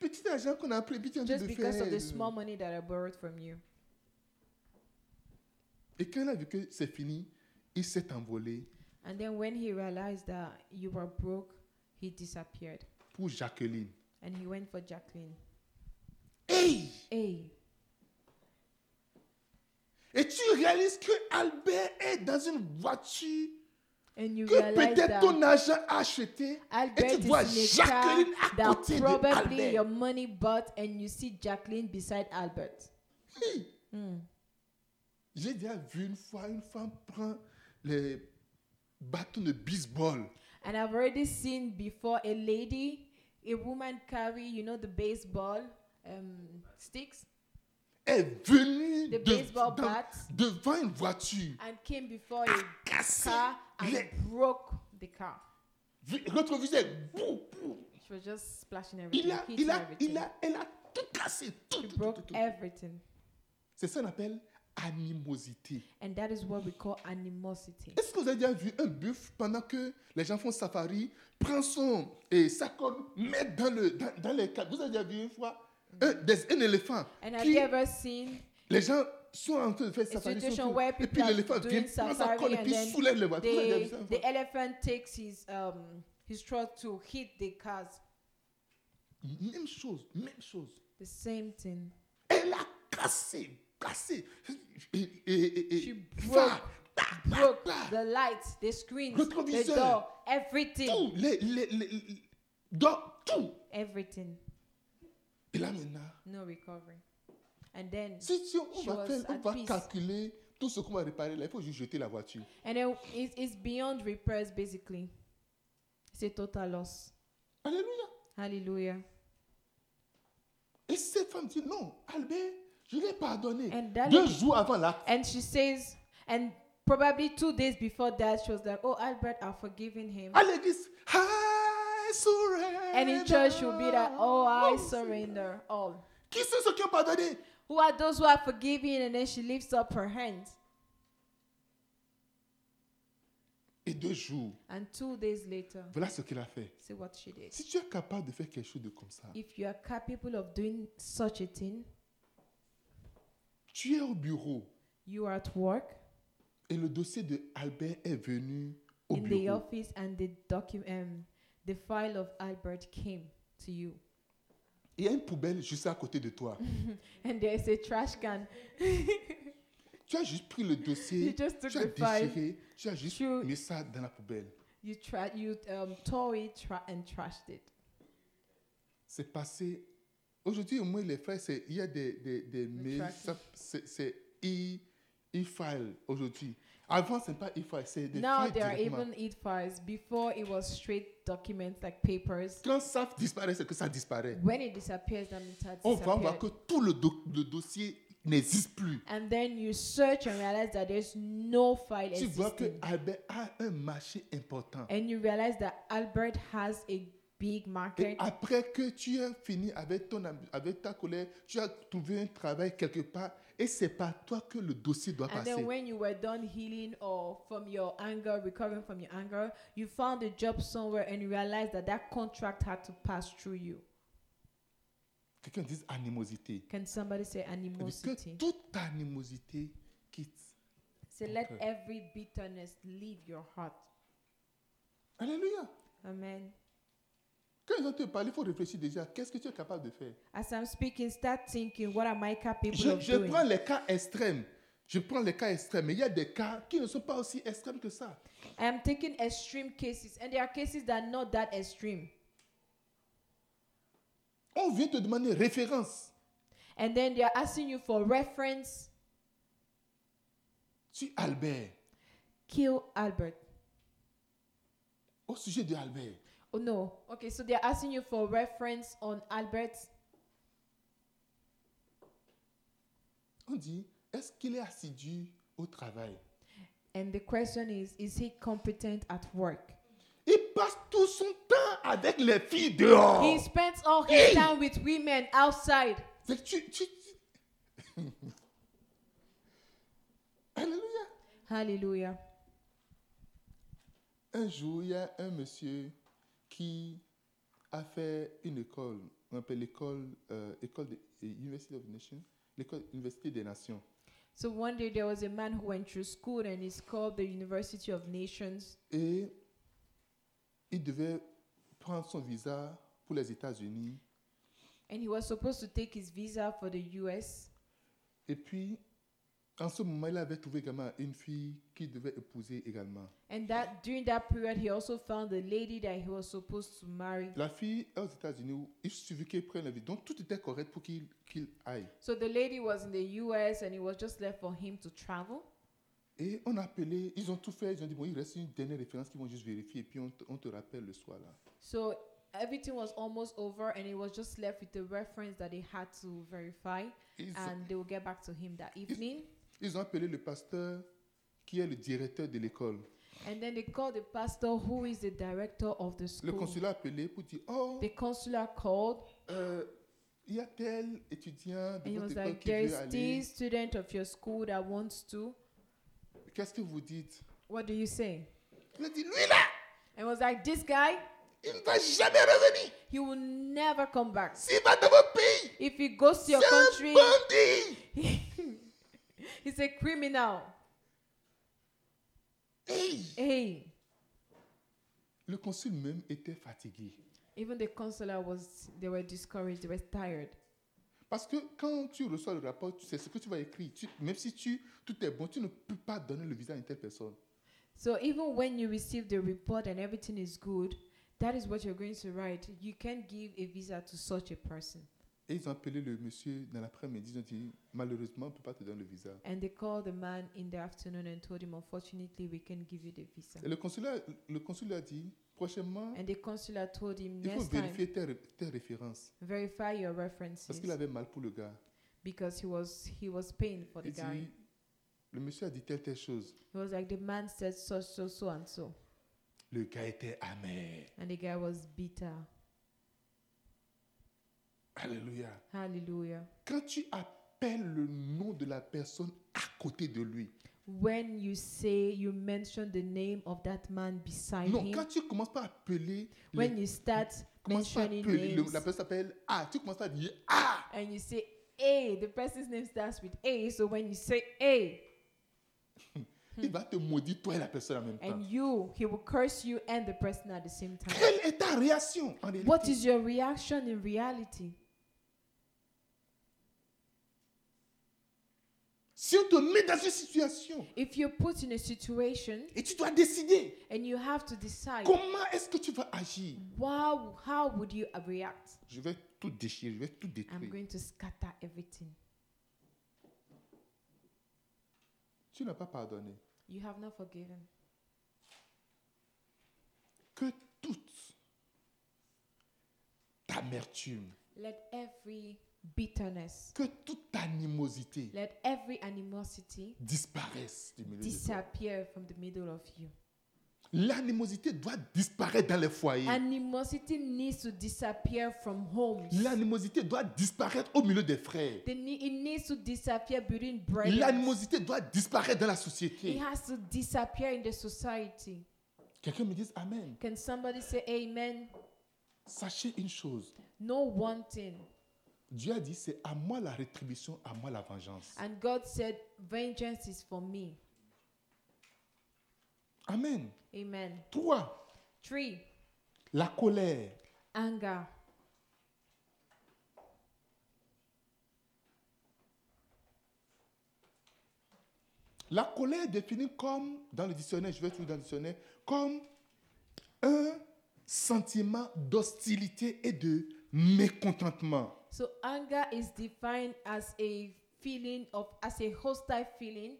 Speaker 1: le petit argent qu'on a pris, puis tu es en train
Speaker 2: Just
Speaker 1: de
Speaker 2: because of
Speaker 1: faire.
Speaker 2: the small money that I borrowed from you.
Speaker 1: Et quand il a vu que c'est fini, il s'est envolé
Speaker 2: And then when he realized that you were broke, he disappeared.
Speaker 1: pour Jacqueline.
Speaker 2: And he went for Jacqueline.
Speaker 1: Hey!
Speaker 2: Hey.
Speaker 1: Et tu réalises que Albert est dans une voiture
Speaker 2: And you
Speaker 1: que
Speaker 2: realize
Speaker 1: peut-être ton
Speaker 2: that
Speaker 1: argent a acheté.
Speaker 2: Albert
Speaker 1: Et tu vois
Speaker 2: is in a car
Speaker 1: Jacqueline à
Speaker 2: that
Speaker 1: côté de
Speaker 2: probably
Speaker 1: Albert.
Speaker 2: your money bought and you see Jacqueline beside Albert.
Speaker 1: Hi!
Speaker 2: Hmm.
Speaker 1: J'ai déjà vu une fois une femme prendre les bâtons de baseball.
Speaker 2: And I've already seen before a lady, a woman carry, you know, the baseball um, sticks
Speaker 1: Elle est venue de-
Speaker 2: The baseball
Speaker 1: dans-
Speaker 2: bat.
Speaker 1: devant une voiture.
Speaker 2: and came before a
Speaker 1: Cassée.
Speaker 2: car and
Speaker 1: Les-
Speaker 2: broke the car.
Speaker 1: vi- Retroviseur. bou, bou.
Speaker 2: She was just splashing everything,
Speaker 1: Il a,
Speaker 2: hitting
Speaker 1: il a,
Speaker 2: everything.
Speaker 1: il a, elle a tout cassé. tout,
Speaker 2: she
Speaker 1: tout, tout,
Speaker 2: broke
Speaker 1: tout, tout.
Speaker 2: everything.
Speaker 1: C'est ça qu'on appelle animosité.
Speaker 2: And that is what we call animosity.
Speaker 1: Est-ce que vous avez déjà vu un bœuf pendant que les gens font safari, prend son et sa corde, met dans, le, dans, dans les cadres Vous avez déjà vu une fois un, des- un éléphant
Speaker 2: And have
Speaker 1: qui-
Speaker 2: you ever seen
Speaker 1: Les gens sont en train de faire
Speaker 2: a
Speaker 1: safari, sont
Speaker 2: situation
Speaker 1: en train-
Speaker 2: where
Speaker 1: et puis
Speaker 2: people
Speaker 1: l'éléphant
Speaker 2: are
Speaker 1: vient,
Speaker 2: doing
Speaker 1: prend sa
Speaker 2: safari
Speaker 1: corde et
Speaker 2: and
Speaker 1: puis
Speaker 2: then
Speaker 1: soulève les voitures. Vous avez déjà vu
Speaker 2: the,
Speaker 1: ça une fois
Speaker 2: the elephant takes his um his truck to hit the cars?
Speaker 1: Même chose, même chose.
Speaker 2: The same thing.
Speaker 1: Elle a cassé, cassé. Et, et, et, et-
Speaker 2: She
Speaker 1: va,
Speaker 2: broke-
Speaker 1: bah, bah,
Speaker 2: Broke
Speaker 1: bah.
Speaker 2: the lights, the screens, the
Speaker 1: Retroviseur.
Speaker 2: door, everything,
Speaker 1: Tout, les, les, les- les- dans tout.
Speaker 2: everything.
Speaker 1: Et là maintenant,
Speaker 2: No recovery. And then
Speaker 1: Si, si on
Speaker 2: She
Speaker 1: va,
Speaker 2: was
Speaker 1: faire, on
Speaker 2: at
Speaker 1: va
Speaker 2: peace.
Speaker 1: calculer tout ce qu'on va réparer là, il faut juste jeter la voiture.
Speaker 2: and then it, it's beyond repairs basically. It's a total loss.
Speaker 1: Alléluia.
Speaker 2: Hallelujah.
Speaker 1: Et cette femme dit non, Albert, je l'ai pardonné.
Speaker 2: And that
Speaker 1: Deux
Speaker 2: lady-
Speaker 1: jours avant là,
Speaker 2: And she says, and probably two days before that, she was like, Oh, Albert, I've forgiven him.
Speaker 1: à l'église, ah, I surrender.
Speaker 2: And in church, you'll be that, oh, I surrender all.
Speaker 1: Qui sont ceux qui ont pardonné
Speaker 2: Who are those who are forgiving? And then she lifts up her hands.
Speaker 1: Et deux jours,
Speaker 2: And two days later,
Speaker 1: voilà ce qu'il a fait.
Speaker 2: see what she did.
Speaker 1: Si tu es capable de faire quelque chose de comme ça,
Speaker 2: If you are capable of doing such a thing,
Speaker 1: tu es au bureau
Speaker 2: you are at work
Speaker 1: et le dossier de Albert est venu au
Speaker 2: in the
Speaker 1: bureau.
Speaker 2: office, and the document, um, the file of Albert came to you,
Speaker 1: Il y a une poubelle juste à côté de toi.
Speaker 2: and there is a trash can.
Speaker 1: tu as juste pris le dossier,
Speaker 2: You
Speaker 1: tu as
Speaker 2: just took the file.
Speaker 1: déchiré, tu as juste
Speaker 2: You-
Speaker 1: mis ça dans la poubelle.
Speaker 2: You tra- you um, tore it tra- and trashed it.
Speaker 1: C'est passé. Aujourd'hui, au moins, les frères, c'est- il y a des, des, des mails.
Speaker 2: Retracted.
Speaker 1: ça- C'est c'est e- e-file aujourd'hui. Avant, ce n'est pas e-file, c'est des
Speaker 2: Now
Speaker 1: files
Speaker 2: there are
Speaker 1: directement.
Speaker 2: even it files. Before it was straight documents like papers.
Speaker 1: Quand ça disparaît, c'est que ça disparaît.
Speaker 2: When it disappears, that means it has
Speaker 1: On va voir
Speaker 2: disappeared.
Speaker 1: que tout le, doc- le dossier n'existe plus.
Speaker 2: And then you search and realize that there's no file
Speaker 1: Tu vois que
Speaker 2: existing.
Speaker 1: Albert a un marché important.
Speaker 2: And you realize that Albert has a big market.
Speaker 1: Et après que tu as fini avec, ton, am- avec ta colère, tu as trouvé un travail quelque part et c'est par toi que le dossier doit
Speaker 2: And
Speaker 1: passer.
Speaker 2: then when you were done healing or from your anger, recovering from your anger, you found a job somewhere and you realized that that contract had to pass through you.
Speaker 1: Quelqu'un dit animosité.
Speaker 2: Can somebody say
Speaker 1: Ça veut dire
Speaker 2: animosity?
Speaker 1: Que toute animosité quitte.
Speaker 2: Say, let
Speaker 1: Okay.
Speaker 2: every bitterness leave your heart.
Speaker 1: Alléluia.
Speaker 2: Amen.
Speaker 1: Quand ils vont te parler, il faut réfléchir déjà. Qu'est-ce que tu es capable de faire
Speaker 2: As I'm speaking, start thinking, what am I capable
Speaker 1: je,
Speaker 2: of
Speaker 1: je
Speaker 2: doing?
Speaker 1: prends les cas extrêmes. Je prends les cas extrêmes. Mais il y a des cas qui ne sont pas aussi extrêmes que ça.
Speaker 2: I'm taking extreme cases, and there are cases that are not that extreme.
Speaker 1: On vient te demander référence.
Speaker 2: And then they are asking you for reference.
Speaker 1: sur Albert,
Speaker 2: Kill Albert.
Speaker 1: au sujet de Albert.
Speaker 2: Oh no. Okay, so they're asking you for reference on Albert.
Speaker 1: On dit, est-ce qu'il est assidu au travail
Speaker 2: And the question is, is he competent at work?
Speaker 1: Il passe tout son temps avec les filles dehors.
Speaker 2: He spends all his time with women outside.
Speaker 1: C'est que tu- tu- tu- Alléluia.
Speaker 2: Hallelujah.
Speaker 1: Un jour, il y a un monsieur qui a fait une école, on appelle l'école euh, école de, euh, University of Nations, l'école Université des Nations.
Speaker 2: So one day there was a man who went through school and it's called the University of Nations.
Speaker 1: Et il devait prendre son visa pour les États-Unis.
Speaker 2: And he was supposed to take his visa for the US.
Speaker 1: Et puis, en ce moment, il avait trouvé également une fille qu'il devait épouser également.
Speaker 2: And that during that period he also found the lady that he was supposed to marry.
Speaker 1: La fille est aux États-Unis où il suffit qu'elle prenne la vie. Donc, tout était correct pour qu'il qu'il aille.
Speaker 2: So the lady was in the US and it was just left for him to travel.
Speaker 1: Et on a appelé, ils ont tout fait, ils ont dit, bon, il reste une dernière référence qu'ils vont juste vérifier, et puis on te, on te rappelle le soir là.
Speaker 2: So everything was almost over and it was just left with the reference that he had to verify.
Speaker 1: Ils, ont,
Speaker 2: and they will get back to him that evening.
Speaker 1: ils ont appelé le pasteur qui est le directeur de l'école.
Speaker 2: And then they called the pastor, who is the director of the
Speaker 1: Le
Speaker 2: school.
Speaker 1: consulat a appelé pour dire, oh,
Speaker 2: The consular called
Speaker 1: euh, il y a tel étudiant de
Speaker 2: and he
Speaker 1: votre école
Speaker 2: was like,
Speaker 1: qui
Speaker 2: There is
Speaker 1: veut aller.
Speaker 2: this student of your school that wants to.
Speaker 1: Qu'est-ce que vous dites
Speaker 2: What do you say?
Speaker 1: Il a dit, lui là,
Speaker 2: And was like, This guy,
Speaker 1: il ne va jamais revenir.
Speaker 2: he will never come back.
Speaker 1: S'il va dans votre pays,
Speaker 2: If he goes to your
Speaker 1: c'est un
Speaker 2: country,
Speaker 1: bandit.
Speaker 2: he's a criminal.
Speaker 1: Hey!
Speaker 2: Hey,
Speaker 1: Le consul même était fatigué.
Speaker 2: even the consular was, they were discouraged, they were tired.
Speaker 1: Parce que quand tu reçois le rapport, tu- c'est ce que tu vas écrire. Tu- même si tu, tout est bon, tu ne peux pas donner le visa à une telle personne.
Speaker 2: So even when you receive the report and everything is good, that is what you're going to write. You can't give a visa to such a person.
Speaker 1: Et ils ont appelé le monsieur dans l'après-midi. Ils ont dit Malheureusement, on ne peut pas te donner le visa.
Speaker 2: And they called the man in the afternoon and told him, unfortunately, we can't give you the visa.
Speaker 1: Et le consulat, le consul lui a dit Prochainement,
Speaker 2: And the consular told him,
Speaker 1: il faut
Speaker 2: next time,
Speaker 1: vérifier tes, ré- tes références.
Speaker 2: verify your references
Speaker 1: Parce qu'il avait mal pour le gars.
Speaker 2: because he was he was paying for the
Speaker 1: Il
Speaker 2: guy.
Speaker 1: dit Le monsieur a dit telle, telle chose.
Speaker 2: He was like, the man said so so so and so.
Speaker 1: Le gars était amer.
Speaker 2: And the guy was bitter.
Speaker 1: Alléluia.
Speaker 2: Hallelujah.
Speaker 1: Quand tu appelles le nom de la personne à côté de lui,
Speaker 2: When you say you mention the name of that man beside
Speaker 1: non,
Speaker 2: him,
Speaker 1: quand tu commences pas à appeler, les-
Speaker 2: when you start
Speaker 1: commences pas à
Speaker 2: mentioning
Speaker 1: appeler le-
Speaker 2: names
Speaker 1: la personne s'appelle A, tu commences pas à dire A.
Speaker 2: and you say A, the person's name starts with A. So when you say A
Speaker 1: Il va te maudire toi et la personne en même temps.
Speaker 2: Hmm. and you, he will curse you and the person at the same time.
Speaker 1: Quelle est ta réaction en réalité
Speaker 2: What is your reaction in reality?
Speaker 1: Si on te met dans une situation
Speaker 2: If you're put in a situation
Speaker 1: et tu dois décider
Speaker 2: and you have to decide,
Speaker 1: comment est-ce que tu vas agir,
Speaker 2: wow, how would you uh, react?
Speaker 1: je vais tout déchirer, je vais tout
Speaker 2: I'm
Speaker 1: détruire.
Speaker 2: going to scatter everything.
Speaker 1: Tu n'as pas pardonné.
Speaker 2: You have not forgiven.
Speaker 1: Que toute ta amertume,
Speaker 2: Let every bitterness,
Speaker 1: que toute ta animosité
Speaker 2: let every animosity
Speaker 1: disparaisse du milieu de toi.
Speaker 2: disappear from the middle of you.
Speaker 1: L'animosité doit disparaître dans les foyers.
Speaker 2: Animosity needs to disappear from homes.
Speaker 1: L'animosité doit disparaître au milieu des frères.
Speaker 2: The ne- it needs to disappear between brothers.
Speaker 1: L'animosité doit disparaître dans la
Speaker 2: It
Speaker 1: société.
Speaker 2: has to disappear in the society.
Speaker 1: Quelqu'un me dit Amen.
Speaker 2: Can somebody say amen?
Speaker 1: Sachez une chose.
Speaker 2: No one thing.
Speaker 1: Dieu a dit, c'est à moi la rétribution, à moi la vengeance.
Speaker 2: And God said, Vengeance is for me.
Speaker 1: Amen.
Speaker 2: Amen.
Speaker 1: Trois,
Speaker 2: Three,
Speaker 1: la colère.
Speaker 2: anger.
Speaker 1: La colère est définie comme, dans le dictionnaire, je vais toujours dans le dictionnaire, comme un sentiment d'hostilité et de mécontentement.
Speaker 2: So anger is defined as a feeling of as a hostile feeling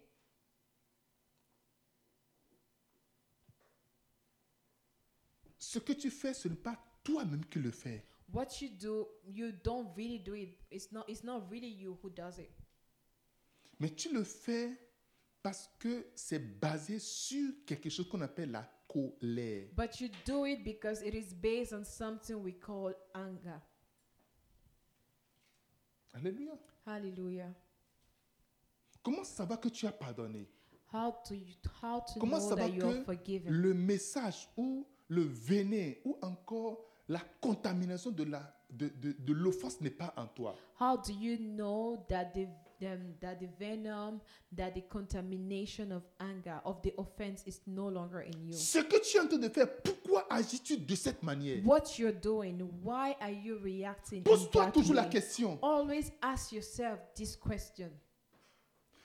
Speaker 1: Ce que tu fais, ce n'est pas toi-même qui le fais.
Speaker 2: what you do you don't really do it it's not it's not really you who does it
Speaker 1: Mais tu le fais parce que c'est basé sur quelque chose qu'on appelle la colère.
Speaker 2: but you do it because it is based on something we call anger
Speaker 1: Alléluia.
Speaker 2: hallelujah
Speaker 1: Comment savoir que tu as pardonné
Speaker 2: how to you how to
Speaker 1: Comment
Speaker 2: know
Speaker 1: savoir
Speaker 2: that you are
Speaker 1: que
Speaker 2: forgiven
Speaker 1: le message ou le venin ou encore la contamination de la de, de- de l'offense n'est pas en toi
Speaker 2: how do you know that the them, that the venom that the contamination of anger of the offense is no longer in you
Speaker 1: Ce que tu es en train de faire, pourquoi agis-tu de cette manière
Speaker 2: what you're doing why are you reacting in
Speaker 1: Pose-toi
Speaker 2: that
Speaker 1: toujours la
Speaker 2: way?
Speaker 1: question.
Speaker 2: always ask yourself this question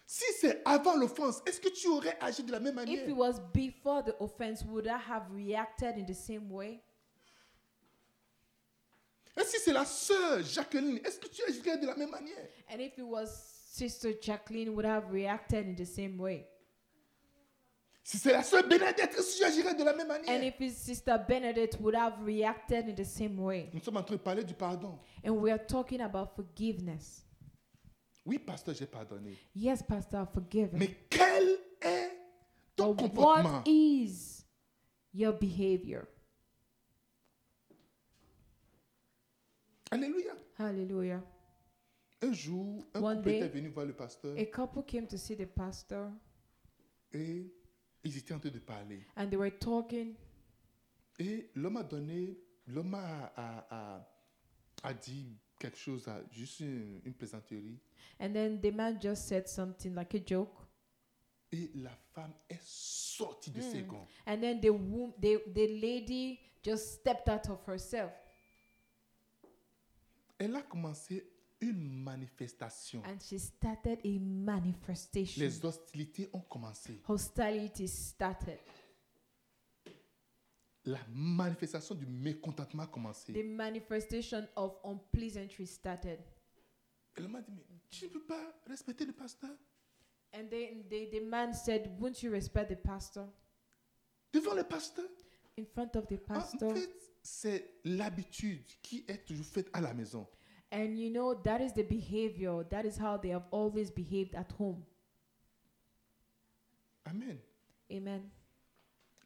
Speaker 1: Si c'est avant l'offense, est-ce que tu aurais agi de la même
Speaker 2: if
Speaker 1: manière
Speaker 2: it was before the offense would i have reacted in the same way
Speaker 1: Et si c'est la sœur Jacqueline, est-ce que tu agirais de la même manière
Speaker 2: and if it was sister jacqueline would I have reacted in the same way
Speaker 1: Si c'est la sœur Bénédicte, est-ce que tu agirais de la même
Speaker 2: and
Speaker 1: manière
Speaker 2: if it's sister benedict would I have reacted in the same way
Speaker 1: Nous sommes en train de parler du pardon.
Speaker 2: and we are talking about forgiveness
Speaker 1: Oui, pasteur, j'ai pardonné.
Speaker 2: yes pastor I've forgiven
Speaker 1: Mais quel est ton
Speaker 2: But
Speaker 1: comportement
Speaker 2: what is your behavior
Speaker 1: Alléluia.
Speaker 2: hallelujah
Speaker 1: Un jour, un
Speaker 2: One
Speaker 1: couple
Speaker 2: day,
Speaker 1: était venu voir le pasteur
Speaker 2: a couple came to see the pastor
Speaker 1: et ils étaient en train de parler.
Speaker 2: and they were talking
Speaker 1: Et l'homme a donné, l'homme a, a- a- a dit quelque chose, à, juste une, une plaisanterie.
Speaker 2: and then the man just said something like a joke
Speaker 1: Et la femme est sortie de ses
Speaker 2: Mm.
Speaker 1: gonds.
Speaker 2: And then the womb, the, the lady just stepped out of herself
Speaker 1: Elle a commencé une manifestation.
Speaker 2: and she started a manifestation.
Speaker 1: Les hostilités ont commencé.
Speaker 2: Hostility started.
Speaker 1: La manifestation du mécontentement a commencé.
Speaker 2: The manifestation of unpleasantry started.
Speaker 1: Elle m'a dit, mais tu ne peux pas respecter le pasteur
Speaker 2: And then the, the man said, Won't you respect the pastor?
Speaker 1: Devant le pasteur Ah,
Speaker 2: In front of the
Speaker 1: En
Speaker 2: pastor.
Speaker 1: fait, c'est l'habitude qui est toujours faite à la maison.
Speaker 2: And you know, that is the behavior. That is how they have always behaved at home.
Speaker 1: Amen.
Speaker 2: Amen.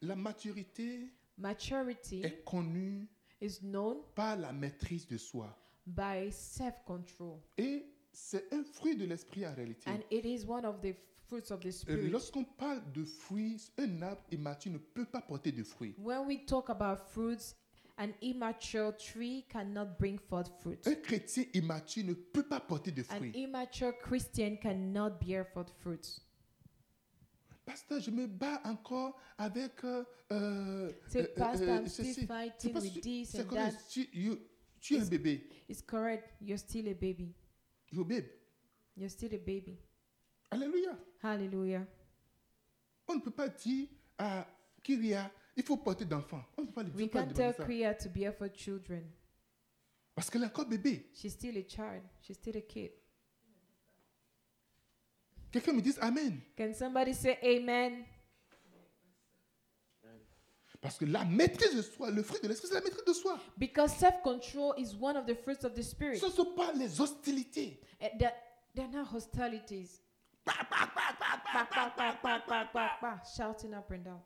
Speaker 1: La maturité
Speaker 2: Maturity
Speaker 1: est connue
Speaker 2: is known
Speaker 1: par la maîtrise de soi.
Speaker 2: by self control,
Speaker 1: Et c'est un fruit de l'esprit en réalité.
Speaker 2: and it is one of the fruits of the
Speaker 1: Et
Speaker 2: Spirit.
Speaker 1: Lorsqu'on parle de fruits, un arbre immature ne peut pas porter de fruits.
Speaker 2: When we talk about fruits, an immature tree cannot bring forth fruit.
Speaker 1: Un chrétien immature ne peut pas porter de
Speaker 2: An
Speaker 1: fruits.
Speaker 2: immature Christian cannot bear forth fruits.
Speaker 1: Pasteur, je me bats encore avec. euh, euh,
Speaker 2: Say,
Speaker 1: euh,
Speaker 2: Pastor,
Speaker 1: euh,
Speaker 2: I'm
Speaker 1: ceci.
Speaker 2: still
Speaker 1: C'est
Speaker 2: fighting
Speaker 1: parce
Speaker 2: with
Speaker 1: que-
Speaker 2: this
Speaker 1: c'est
Speaker 2: and
Speaker 1: comme
Speaker 2: that.
Speaker 1: si you- tu es un
Speaker 2: It's-
Speaker 1: bébé.
Speaker 2: It's correct. You're still a baby.
Speaker 1: You're a babe.
Speaker 2: You're still a baby.
Speaker 1: Alléluia.
Speaker 2: Hallelujah.
Speaker 1: On ne peut pas dire à Kyria, il faut porter d'enfant. On ne peut pas lui dire
Speaker 2: We can't tell
Speaker 1: ça.
Speaker 2: Kriya to bear for children.
Speaker 1: Parce qu'elle est encore bébé.
Speaker 2: She's still a child. She's still a kid.
Speaker 1: Quelqu'un me dise Amen.
Speaker 2: Can somebody say amen?
Speaker 1: Parce que la maîtrise de soi, le fruit de l'esprit, c'est la maîtrise de soi.
Speaker 2: Because self control is one of the fruits of the Spirit.
Speaker 1: Ce ne sont pas les hostilités.
Speaker 2: Eh, that they're not hostilities. Bah, bah, bah, bah, bah, bah, bah, Shouting up and down.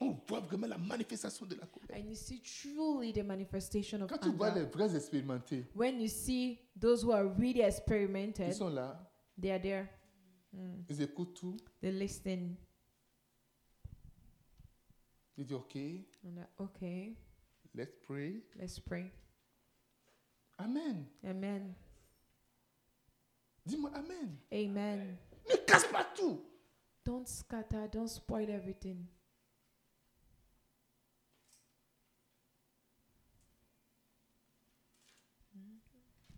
Speaker 1: On voit vraiment la manifestation de la colère.
Speaker 2: And you see truly the manifestation of
Speaker 1: Quand tu vois les
Speaker 2: anger.
Speaker 1: vrais expérimentés,
Speaker 2: When you see those who are really
Speaker 1: ils
Speaker 2: experimented,
Speaker 1: sont là,
Speaker 2: they are there. Mm.
Speaker 1: ils écoutent tout,
Speaker 2: They listen.
Speaker 1: ils disent OK,
Speaker 2: And they're, okay,
Speaker 1: let's pray.
Speaker 2: let's pray.
Speaker 1: Amen.
Speaker 2: Amen.
Speaker 1: Dis-moi Amen.
Speaker 2: Amen.
Speaker 1: Ne casse pas tout.
Speaker 2: Don't scatter, don't spoil everything.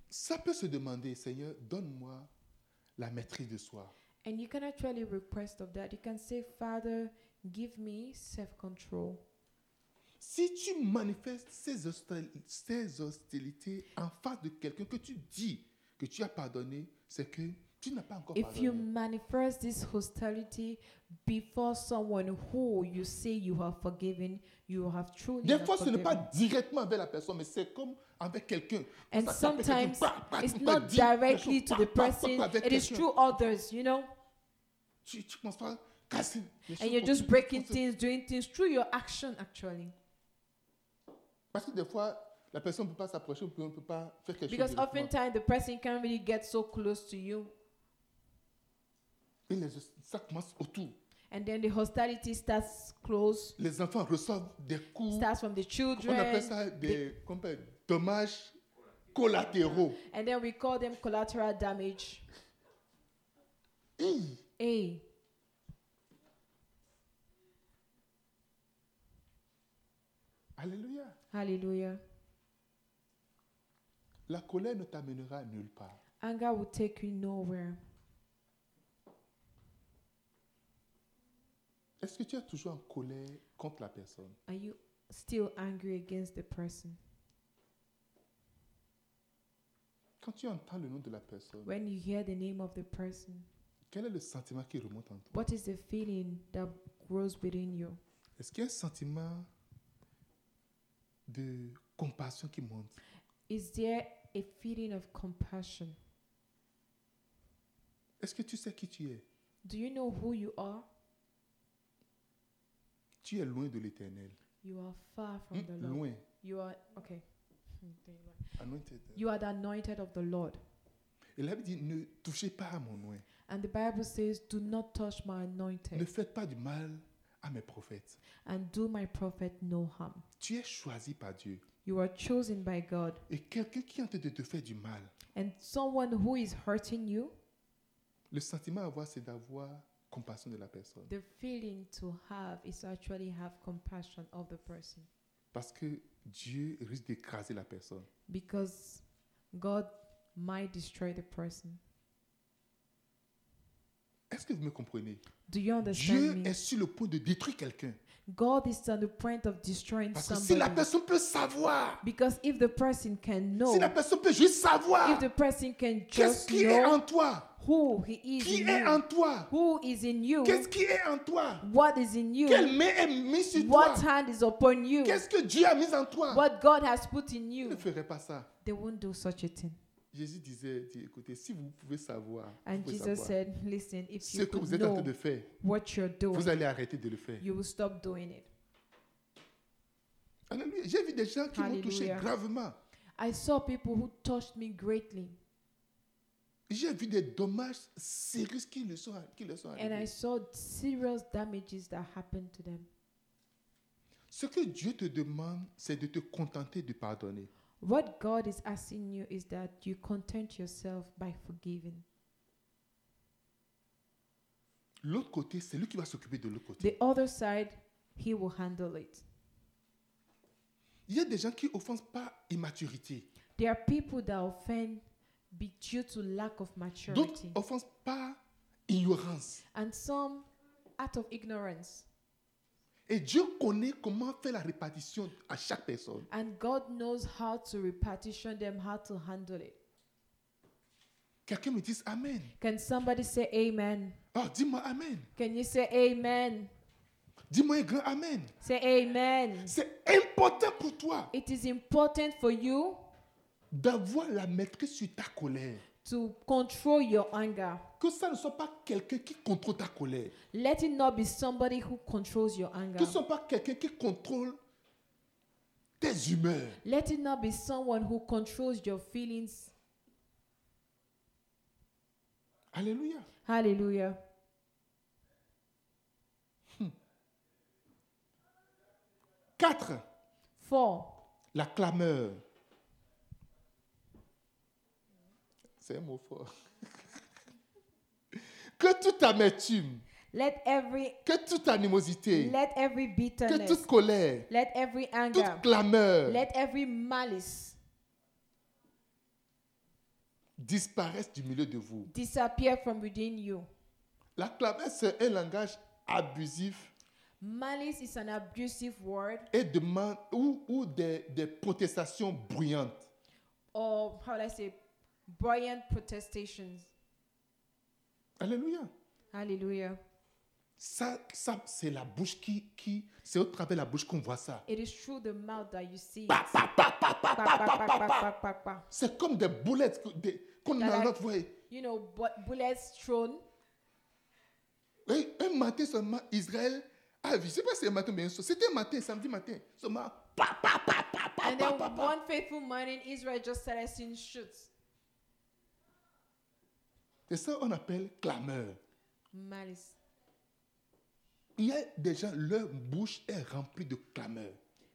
Speaker 1: Ça peut se demander, Seigneur, donne-moi la maîtrise de soi.
Speaker 2: And you can actually request of that. You can say, Father, give me self control.
Speaker 1: Si tu manifestes ces, hostil- ces hostilités en face de quelqu'un que tu dis que tu as pardonné, c'est que tu n'as pas encore
Speaker 2: If
Speaker 1: pardonné.
Speaker 2: you manifest this hostility before someone who you say you have forgiven, you have truly.
Speaker 1: Des
Speaker 2: not
Speaker 1: fois, ce n'est pas
Speaker 2: forgiven.
Speaker 1: directement avec la personne, mais c'est comme avec quelqu'un. Ça tape
Speaker 2: And
Speaker 1: quelqu'un,
Speaker 2: sometimes
Speaker 1: bah, bah,
Speaker 2: it's
Speaker 1: tu m'as
Speaker 2: not
Speaker 1: dit,
Speaker 2: directly
Speaker 1: quelque
Speaker 2: to
Speaker 1: chose, bah,
Speaker 2: the
Speaker 1: bah, bah,
Speaker 2: person,
Speaker 1: bah, avec
Speaker 2: it is
Speaker 1: quelqu'un.
Speaker 2: through others, you know?
Speaker 1: Tu, tu commences à casser. les choses
Speaker 2: And you're
Speaker 1: comme
Speaker 2: just
Speaker 1: tu-
Speaker 2: breaking
Speaker 1: comme tu-
Speaker 2: things, doing things through your action, actually.
Speaker 1: Parce que des fois, la personne ne peut pas s'approcher, on ne peut pas faire quelque
Speaker 2: Because
Speaker 1: chose. directement.
Speaker 2: oftentimes the person can't really get so close to you.
Speaker 1: Et les- ça commence autour.
Speaker 2: And then the hostility starts close,
Speaker 1: Les enfants reçoivent des coups.
Speaker 2: starts from the
Speaker 1: On appelle
Speaker 2: children.
Speaker 1: ça des qu'on appelle dommages collatéraux.
Speaker 2: And then we call them collateral damage.
Speaker 1: Hi.
Speaker 2: Hey,
Speaker 1: Alléluia.
Speaker 2: hallelujah.
Speaker 1: La colère ne t'amènera nulle part.
Speaker 2: Anger will take you nowhere.
Speaker 1: Est-ce que tu es toujours en colère contre la personne
Speaker 2: Are you still angry against the person?
Speaker 1: Quand tu entends le nom de la personne,
Speaker 2: When you hear the name of the person,
Speaker 1: quel est le sentiment qui remonte en toi
Speaker 2: what is the feeling that grows within you?
Speaker 1: Est-ce qu'il y a un sentiment de compassion qui monte
Speaker 2: Is there a feeling of compassion?
Speaker 1: Est-ce que tu sais qui tu es
Speaker 2: Do you know who you are?
Speaker 1: Tu es loin de l'éternel.
Speaker 2: You are far from
Speaker 1: Hmm,
Speaker 2: the Lord.
Speaker 1: Loin.
Speaker 2: You are, okay.
Speaker 1: Anointed.
Speaker 2: You are the anointed of the Lord.
Speaker 1: Et la Bible dit ne touchez pas à mon loin.
Speaker 2: And the Bible says, Do not touch my
Speaker 1: Ne
Speaker 2: anointed
Speaker 1: faites pas du mal à mes prophètes.
Speaker 2: and do my prophet no harm.
Speaker 1: Tu es choisi par Dieu.
Speaker 2: You are chosen by God.
Speaker 1: Et quelqu'un qui est en train de te faire du mal,
Speaker 2: And someone who is hurting you,
Speaker 1: le sentiment à avoir, c'est d'avoir compassion de la personne.
Speaker 2: the feeling to have is to actually have compassion of the person.
Speaker 1: Parce que Dieu risque d'écraser la personne.
Speaker 2: Because God might destroy the person.
Speaker 1: Est-ce que vous me comprenez
Speaker 2: Do you
Speaker 1: Dieu
Speaker 2: understand me?
Speaker 1: est sur le point de détruire quelqu'un.
Speaker 2: God is on the point of destroying
Speaker 1: Parce que si la
Speaker 2: somebody.
Speaker 1: personne peut savoir,
Speaker 2: Because if the person can know,
Speaker 1: si la personne peut juste savoir,
Speaker 2: if the person can
Speaker 1: qu'est-ce
Speaker 2: just
Speaker 1: qui est en
Speaker 2: know
Speaker 1: toi
Speaker 2: who he is,
Speaker 1: Qui
Speaker 2: in
Speaker 1: est
Speaker 2: you,
Speaker 1: en toi
Speaker 2: who is in you,
Speaker 1: Qu'est-ce qui est en toi
Speaker 2: what is in you,
Speaker 1: Quelle main est mise sur toi
Speaker 2: what hand is upon you,
Speaker 1: Qu'est-ce que Dieu a mis en toi
Speaker 2: what God has put in
Speaker 1: Je ne
Speaker 2: you,
Speaker 1: ferai pas ça.
Speaker 2: they won't do such a thing.
Speaker 1: Jésus disait, dit, écoutez, si vous pouvez savoir, vous
Speaker 2: And
Speaker 1: pouvez
Speaker 2: Jesus
Speaker 1: savoir
Speaker 2: said, Listen, if
Speaker 1: ce
Speaker 2: you
Speaker 1: que vous
Speaker 2: could
Speaker 1: êtes en train
Speaker 2: know
Speaker 1: de faire,
Speaker 2: what you're doing,
Speaker 1: vous allez arrêter de le faire.
Speaker 2: you will stop doing it.
Speaker 1: Alléluia. J'ai vu des gens qui m'ont touché
Speaker 2: Alléluia.
Speaker 1: gravement.
Speaker 2: I saw people who touched me greatly,
Speaker 1: J'ai vu des dommages sérieux qui le sont, qui leur sont
Speaker 2: and I
Speaker 1: arrivés.
Speaker 2: saw serious damages that happened to them.
Speaker 1: Ce que Dieu te demande, c'est de te contenter de pardonner.
Speaker 2: What God is asking you is that you content yourself by forgiving.
Speaker 1: L'autre côté, c'est lui qui va s'occuper de l'autre côté.
Speaker 2: The other side, He will handle it.
Speaker 1: Il y a des gens qui offensent par immaturité.
Speaker 2: There are people that offend be due to lack of
Speaker 1: D'autres
Speaker 2: maturity,
Speaker 1: offensent par ignorance.
Speaker 2: and some out of ignorance.
Speaker 1: Et Dieu connaît comment faire la répartition à chaque personne.
Speaker 2: And God knows how to repartition them, how to handle it.
Speaker 1: Quelqu'un me dit Amen.
Speaker 2: Can somebody say amen?
Speaker 1: Oh, dis-moi Amen.
Speaker 2: Can you say amen?
Speaker 1: Dis-moi un grand Amen.
Speaker 2: Say amen.
Speaker 1: C'est important pour toi
Speaker 2: It is important for you
Speaker 1: d'avoir la maîtrise sur ta colère.
Speaker 2: to control your anger.
Speaker 1: Que ça ne soit pas quelqu'un qui contrôle ta colère.
Speaker 2: Let it not be somebody who controls your
Speaker 1: Que
Speaker 2: anger.
Speaker 1: ce ne soit pas quelqu'un qui contrôle tes humeurs.
Speaker 2: Let it not be someone who controls your feelings.
Speaker 1: Alléluia.
Speaker 2: Hallelujah.
Speaker 1: Quatre,
Speaker 2: Four.
Speaker 1: la clameur. C'est un mot fort. que toute amertume,
Speaker 2: Let every
Speaker 1: que toute animosité,
Speaker 2: let every
Speaker 1: que
Speaker 2: bitterness,
Speaker 1: toute colère,
Speaker 2: let every anger,
Speaker 1: toute clameur
Speaker 2: let every malice
Speaker 1: disparaissent du milieu de vous.
Speaker 2: disappear from within you.
Speaker 1: La clameur, c'est un langage abusif
Speaker 2: Malice is an abusive word,
Speaker 1: et demande ou, ou des, des protestations bruyantes.
Speaker 2: or how would I say, buoyant protestations.
Speaker 1: Alléluia.
Speaker 2: Hallelujah.
Speaker 1: Ça, ça c'est la bouche qui, qui c'est au travers de la bouche qu'on voit ça.
Speaker 2: It is through the mouth that you see. it.
Speaker 1: Pa, pa, pa, pa, pa,
Speaker 2: Pa,
Speaker 1: pa,
Speaker 2: pa,
Speaker 1: pa, pa,
Speaker 2: pa, pa,
Speaker 1: pa.
Speaker 2: pa, pa, pa.
Speaker 1: C'est comme des boulettes que- des- qu'on
Speaker 2: That
Speaker 1: a
Speaker 2: I-
Speaker 1: notre voie.
Speaker 2: You know, bu- bullets thrown.
Speaker 1: Et un matin seulement, Israël a vu. Je sais pas si c'est un matin, mais un soir. c'était un matin, samedi matin. Seulement, pa, pa, pa, pa, pa,
Speaker 2: And then
Speaker 1: pa, pa, pa.
Speaker 2: one faithful morning, Israel just started seeing shoots.
Speaker 1: Et ça, on appelle clameur.
Speaker 2: Malice.
Speaker 1: Il y a des gens, leur bouche est remplie de clameur.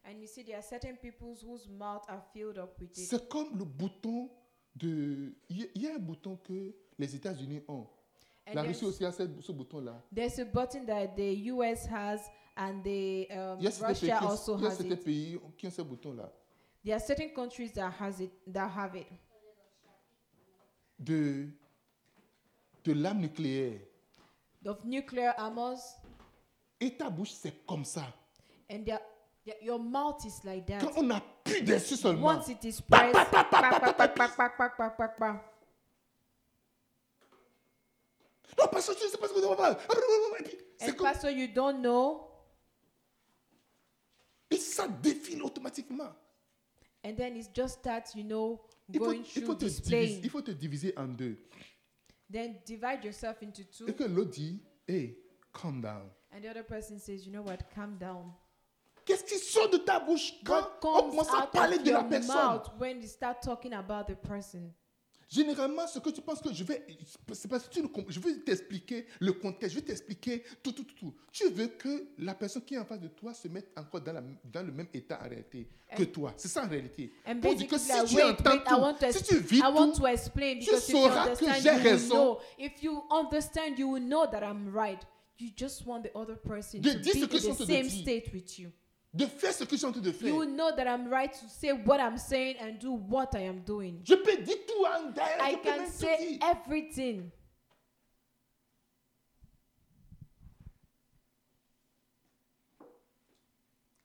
Speaker 2: And you see, there are certain peoples whose mouth are filled up with it.
Speaker 1: C'est comme le bouton de. Il y a- il y a un bouton que les États-Unis ont.
Speaker 2: And
Speaker 1: La
Speaker 2: there's,
Speaker 1: Russie aussi a ce, ce bouton-là.
Speaker 2: there's a button that the U.S. has and the um,
Speaker 1: Il y a certains pays,
Speaker 2: Russia
Speaker 1: qui ont-
Speaker 2: also
Speaker 1: il y a
Speaker 2: has
Speaker 1: certains
Speaker 2: it.
Speaker 1: pays qui ont ce bouton-là.
Speaker 2: There are certain countries that has it that have it.
Speaker 1: De, de l'âme nucléaire.
Speaker 2: Of nuclear armors,
Speaker 1: Et ta bouche, c'est comme ça.
Speaker 2: and their, their- your mouth is like that.
Speaker 1: Quand on appuie dessus seulement,
Speaker 2: Once it is
Speaker 1: Pa,
Speaker 2: pressed,
Speaker 1: pa, pa, pa, pa, pa,
Speaker 2: pa, pa, pa,
Speaker 1: pa.
Speaker 2: pa, pa, pa, pa, pa.
Speaker 1: non, parce que tu ne sais pas ce que tu vas faire. Et puis, C'est
Speaker 2: and
Speaker 1: comme,
Speaker 2: pastor, you don't know,
Speaker 1: et ça défile automatiquement.
Speaker 2: and then it just starts, you know,
Speaker 1: Il faut,
Speaker 2: going
Speaker 1: il,
Speaker 2: through
Speaker 1: faut te diviser,
Speaker 2: displaying.
Speaker 1: il faut te diviser en deux.
Speaker 2: Then divide yourself into
Speaker 1: Et
Speaker 2: two,
Speaker 1: que l'autre dit, hey, calm down.
Speaker 2: and the other person says, you know what, calm down.
Speaker 1: Qu'est-ce qui sort de ta bouche quand
Speaker 2: What
Speaker 1: on
Speaker 2: comes
Speaker 1: commence à
Speaker 2: out
Speaker 1: parler
Speaker 2: of
Speaker 1: de la
Speaker 2: your
Speaker 1: personne
Speaker 2: mouth when you start talking about the person?
Speaker 1: Généralement, ce que tu penses que je vais. C'est parce que tu ne comprends- je vais t'expliquer le contexte, je vais t'expliquer tout, tout, tout, tout. Tu veux que la personne qui est en face de toi se mette encore dans, la- dans le même état en réalité que toi. C'est ça en réalité.
Speaker 2: And
Speaker 1: Pour dire
Speaker 2: Eh, basically,
Speaker 1: que
Speaker 2: like,
Speaker 1: si tu
Speaker 2: wait,
Speaker 1: entends
Speaker 2: wait, I want to,
Speaker 1: tout, si
Speaker 2: ex-
Speaker 1: tu vis
Speaker 2: I want
Speaker 1: tout,
Speaker 2: to explain
Speaker 1: tu
Speaker 2: because if you
Speaker 1: sauras que j'ai
Speaker 2: understand, you will
Speaker 1: raison.
Speaker 2: know. If you understand, you will know that I'm right. You just want the other person
Speaker 1: De
Speaker 2: to
Speaker 1: dire
Speaker 2: be
Speaker 1: ce
Speaker 2: in
Speaker 1: que je suis en
Speaker 2: the
Speaker 1: train de
Speaker 2: same
Speaker 1: dire.
Speaker 2: state with you.
Speaker 1: de faire ce que je suis en train de
Speaker 2: You
Speaker 1: faire.
Speaker 2: will know that I'm right to say what I'm saying and do what I am doing.
Speaker 1: Je peux dire tout en derrière,
Speaker 2: I
Speaker 1: je peux
Speaker 2: can
Speaker 1: même tout
Speaker 2: say
Speaker 1: dire.
Speaker 2: everything.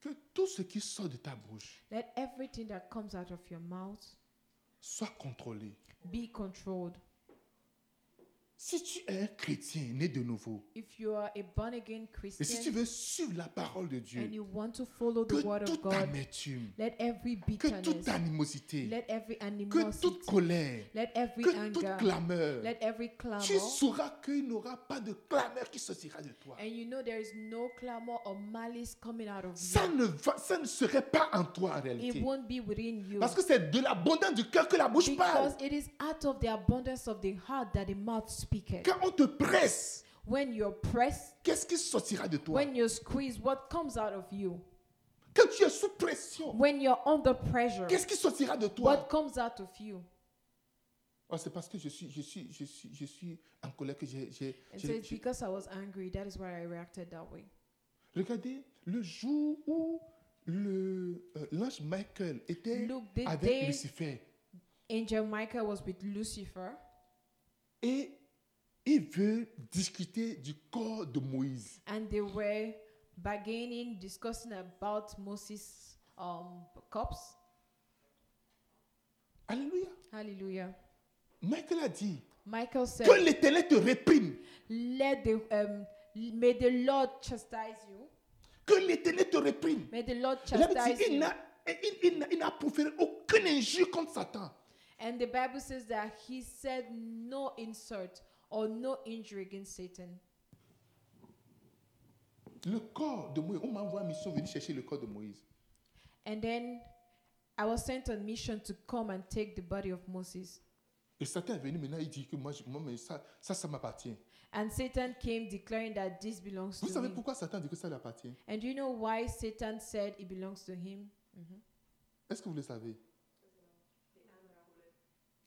Speaker 1: Que tout ce qui sort de ta bouche
Speaker 2: Let everything that comes out of your mouth
Speaker 1: soit contrôlé.
Speaker 2: be controlled.
Speaker 1: Si tu es un chrétien né de nouveau,
Speaker 2: If you are a born again
Speaker 1: et si tu
Speaker 2: Christian
Speaker 1: veux suivre la parole de
Speaker 2: and
Speaker 1: Dieu,
Speaker 2: you want to follow the
Speaker 1: que
Speaker 2: word of
Speaker 1: toute
Speaker 2: God,
Speaker 1: amertume,
Speaker 2: let every
Speaker 1: que
Speaker 2: bitterness,
Speaker 1: toute animosité,
Speaker 2: let every
Speaker 1: que
Speaker 2: animosity,
Speaker 1: toute colère,
Speaker 2: let every
Speaker 1: que toute
Speaker 2: anger,
Speaker 1: clameur,
Speaker 2: let every clamor,
Speaker 1: tu sauras qu'il n'y aura pas de clameur qui sortira de toi.
Speaker 2: and you know there is no clamor or malice coming out of
Speaker 1: Ça
Speaker 2: you.
Speaker 1: ne, va- ça ne serait pas en toi en
Speaker 2: It
Speaker 1: réalité.
Speaker 2: won't be within you.
Speaker 1: Parce que c'est de l'abondance du cœur que la bouche parle.
Speaker 2: Because it is out of the abundance of the heart that the mouth speaketh.
Speaker 1: Quand on te presse,
Speaker 2: When you're pressed,
Speaker 1: qu'est-ce qui sortira de toi
Speaker 2: when you're squeezed, what comes out of you?
Speaker 1: Quand tu es sous pression,
Speaker 2: When you're under pressure,
Speaker 1: qu'est-ce qui sortira de toi
Speaker 2: what comes out of you?
Speaker 1: Oh, C'est parce que je suis, je, suis, je, suis, je suis en colère que j'ai... j'ai-
Speaker 2: And so
Speaker 1: j'ai-
Speaker 2: it's
Speaker 1: j'ai-
Speaker 2: because I was angry. That is why I reacted that way.
Speaker 1: Regardez, le jour où le, euh, l'ange Michael était
Speaker 2: Look, the
Speaker 1: avec
Speaker 2: day
Speaker 1: Lucifer
Speaker 2: Angel Michael was with Lucifer,
Speaker 1: et il veut discuter du corps de Moïse.
Speaker 2: and they were bargaining, discussing about Moses' um, cups.
Speaker 1: Alléluia.
Speaker 2: Hallelujah.
Speaker 1: Michael a dit
Speaker 2: Michael
Speaker 1: que
Speaker 2: said,
Speaker 1: l'Éternel te réprime,
Speaker 2: "Let the um, may the Lord chastise you.
Speaker 1: que l'Éternel te réprime.
Speaker 2: May the Lord
Speaker 1: La Bible
Speaker 2: chastise
Speaker 1: dit, il
Speaker 2: you."
Speaker 1: n'a il- il n'a- il n'a proféré aucune injure contre Satan.
Speaker 2: And the Bible says that he said no insult or no injury against Satan.
Speaker 1: Le corps de Moïse, on m'envoie en mission venir chercher le corps de Moïse.
Speaker 2: And then I was sent on mission to come and take the body of Moses.
Speaker 1: Et Satan est venu maintenant, il dit que moi, je- moi, mais ça, ça, ça m'appartient.
Speaker 2: And Satan came declaring that this belongs
Speaker 1: Vous
Speaker 2: to
Speaker 1: savez
Speaker 2: me.
Speaker 1: pourquoi Satan dit que ça lui appartient
Speaker 2: And do you know why Satan said it belongs to him?
Speaker 1: Est-ce que vous le savez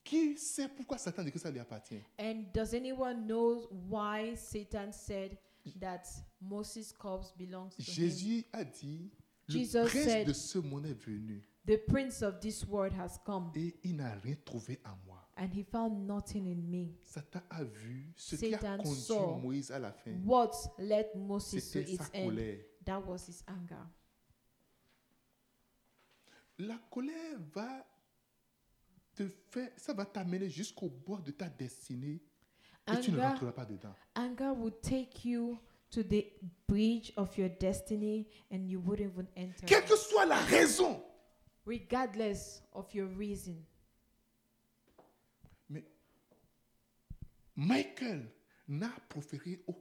Speaker 1: Qui sait pourquoi Satan dit que ça lui appartient
Speaker 2: And does anyone know why Satan said that Moses' corpse belongs to him?
Speaker 1: Jésus a dit, le
Speaker 2: Jesus
Speaker 1: prince
Speaker 2: said-
Speaker 1: de ce monde est venu
Speaker 2: The prince of this world has come,
Speaker 1: et il n'a rien trouvé en moi.
Speaker 2: and he found nothing in me.
Speaker 1: Satan a vu ce qui a
Speaker 2: Satan
Speaker 1: conduit
Speaker 2: saw
Speaker 1: Moïse à la fin.
Speaker 2: What led Moses to
Speaker 1: C'était
Speaker 2: its
Speaker 1: sa
Speaker 2: end?
Speaker 1: colère.
Speaker 2: That was his anger.
Speaker 1: La colère va te faire, ça va t'amener jusqu'au bord de ta destinée et tu ne
Speaker 2: Anger-
Speaker 1: rentreras pas dedans.
Speaker 2: Anger would take you to the bridge of your destiny and you wouldn't even enter.
Speaker 1: Quelle que soit la raison.
Speaker 2: Regardless of your reason.
Speaker 1: Mais Michael n'a proféré au-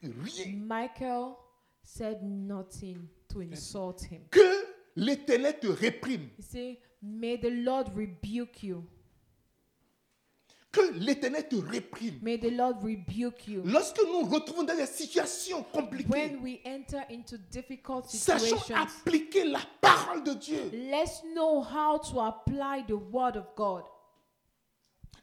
Speaker 1: rien
Speaker 2: Michael said nothing to insult him.
Speaker 1: que l'Éternel te réprime,
Speaker 2: He said, May the Lord rebuke you.
Speaker 1: que l'Éternel te réprime.
Speaker 2: May the Lord rebuke you.
Speaker 1: Lorsque nous nous retrouvons dans des situations compliquées,
Speaker 2: When we enter into difficult
Speaker 1: sachons
Speaker 2: situations,
Speaker 1: appliquer la parole de Dieu.
Speaker 2: let's know how to apply the word of God.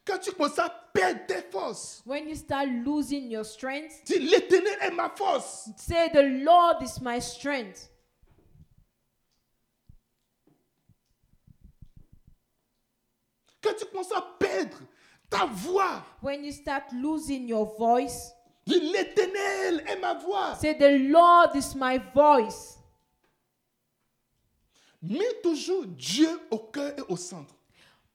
Speaker 1: Quand tu commences à perdre tes forces,
Speaker 2: When you start losing your strength,
Speaker 1: dis l'éternel est ma force.
Speaker 2: say, The Lord is my strength.
Speaker 1: Quand tu commences à perdre ta voix,
Speaker 2: When you start losing your voice,
Speaker 1: dis l'éternel est ma voix.
Speaker 2: say, The Lord is my voice.
Speaker 1: Mets toujours Dieu au cœur et au centre.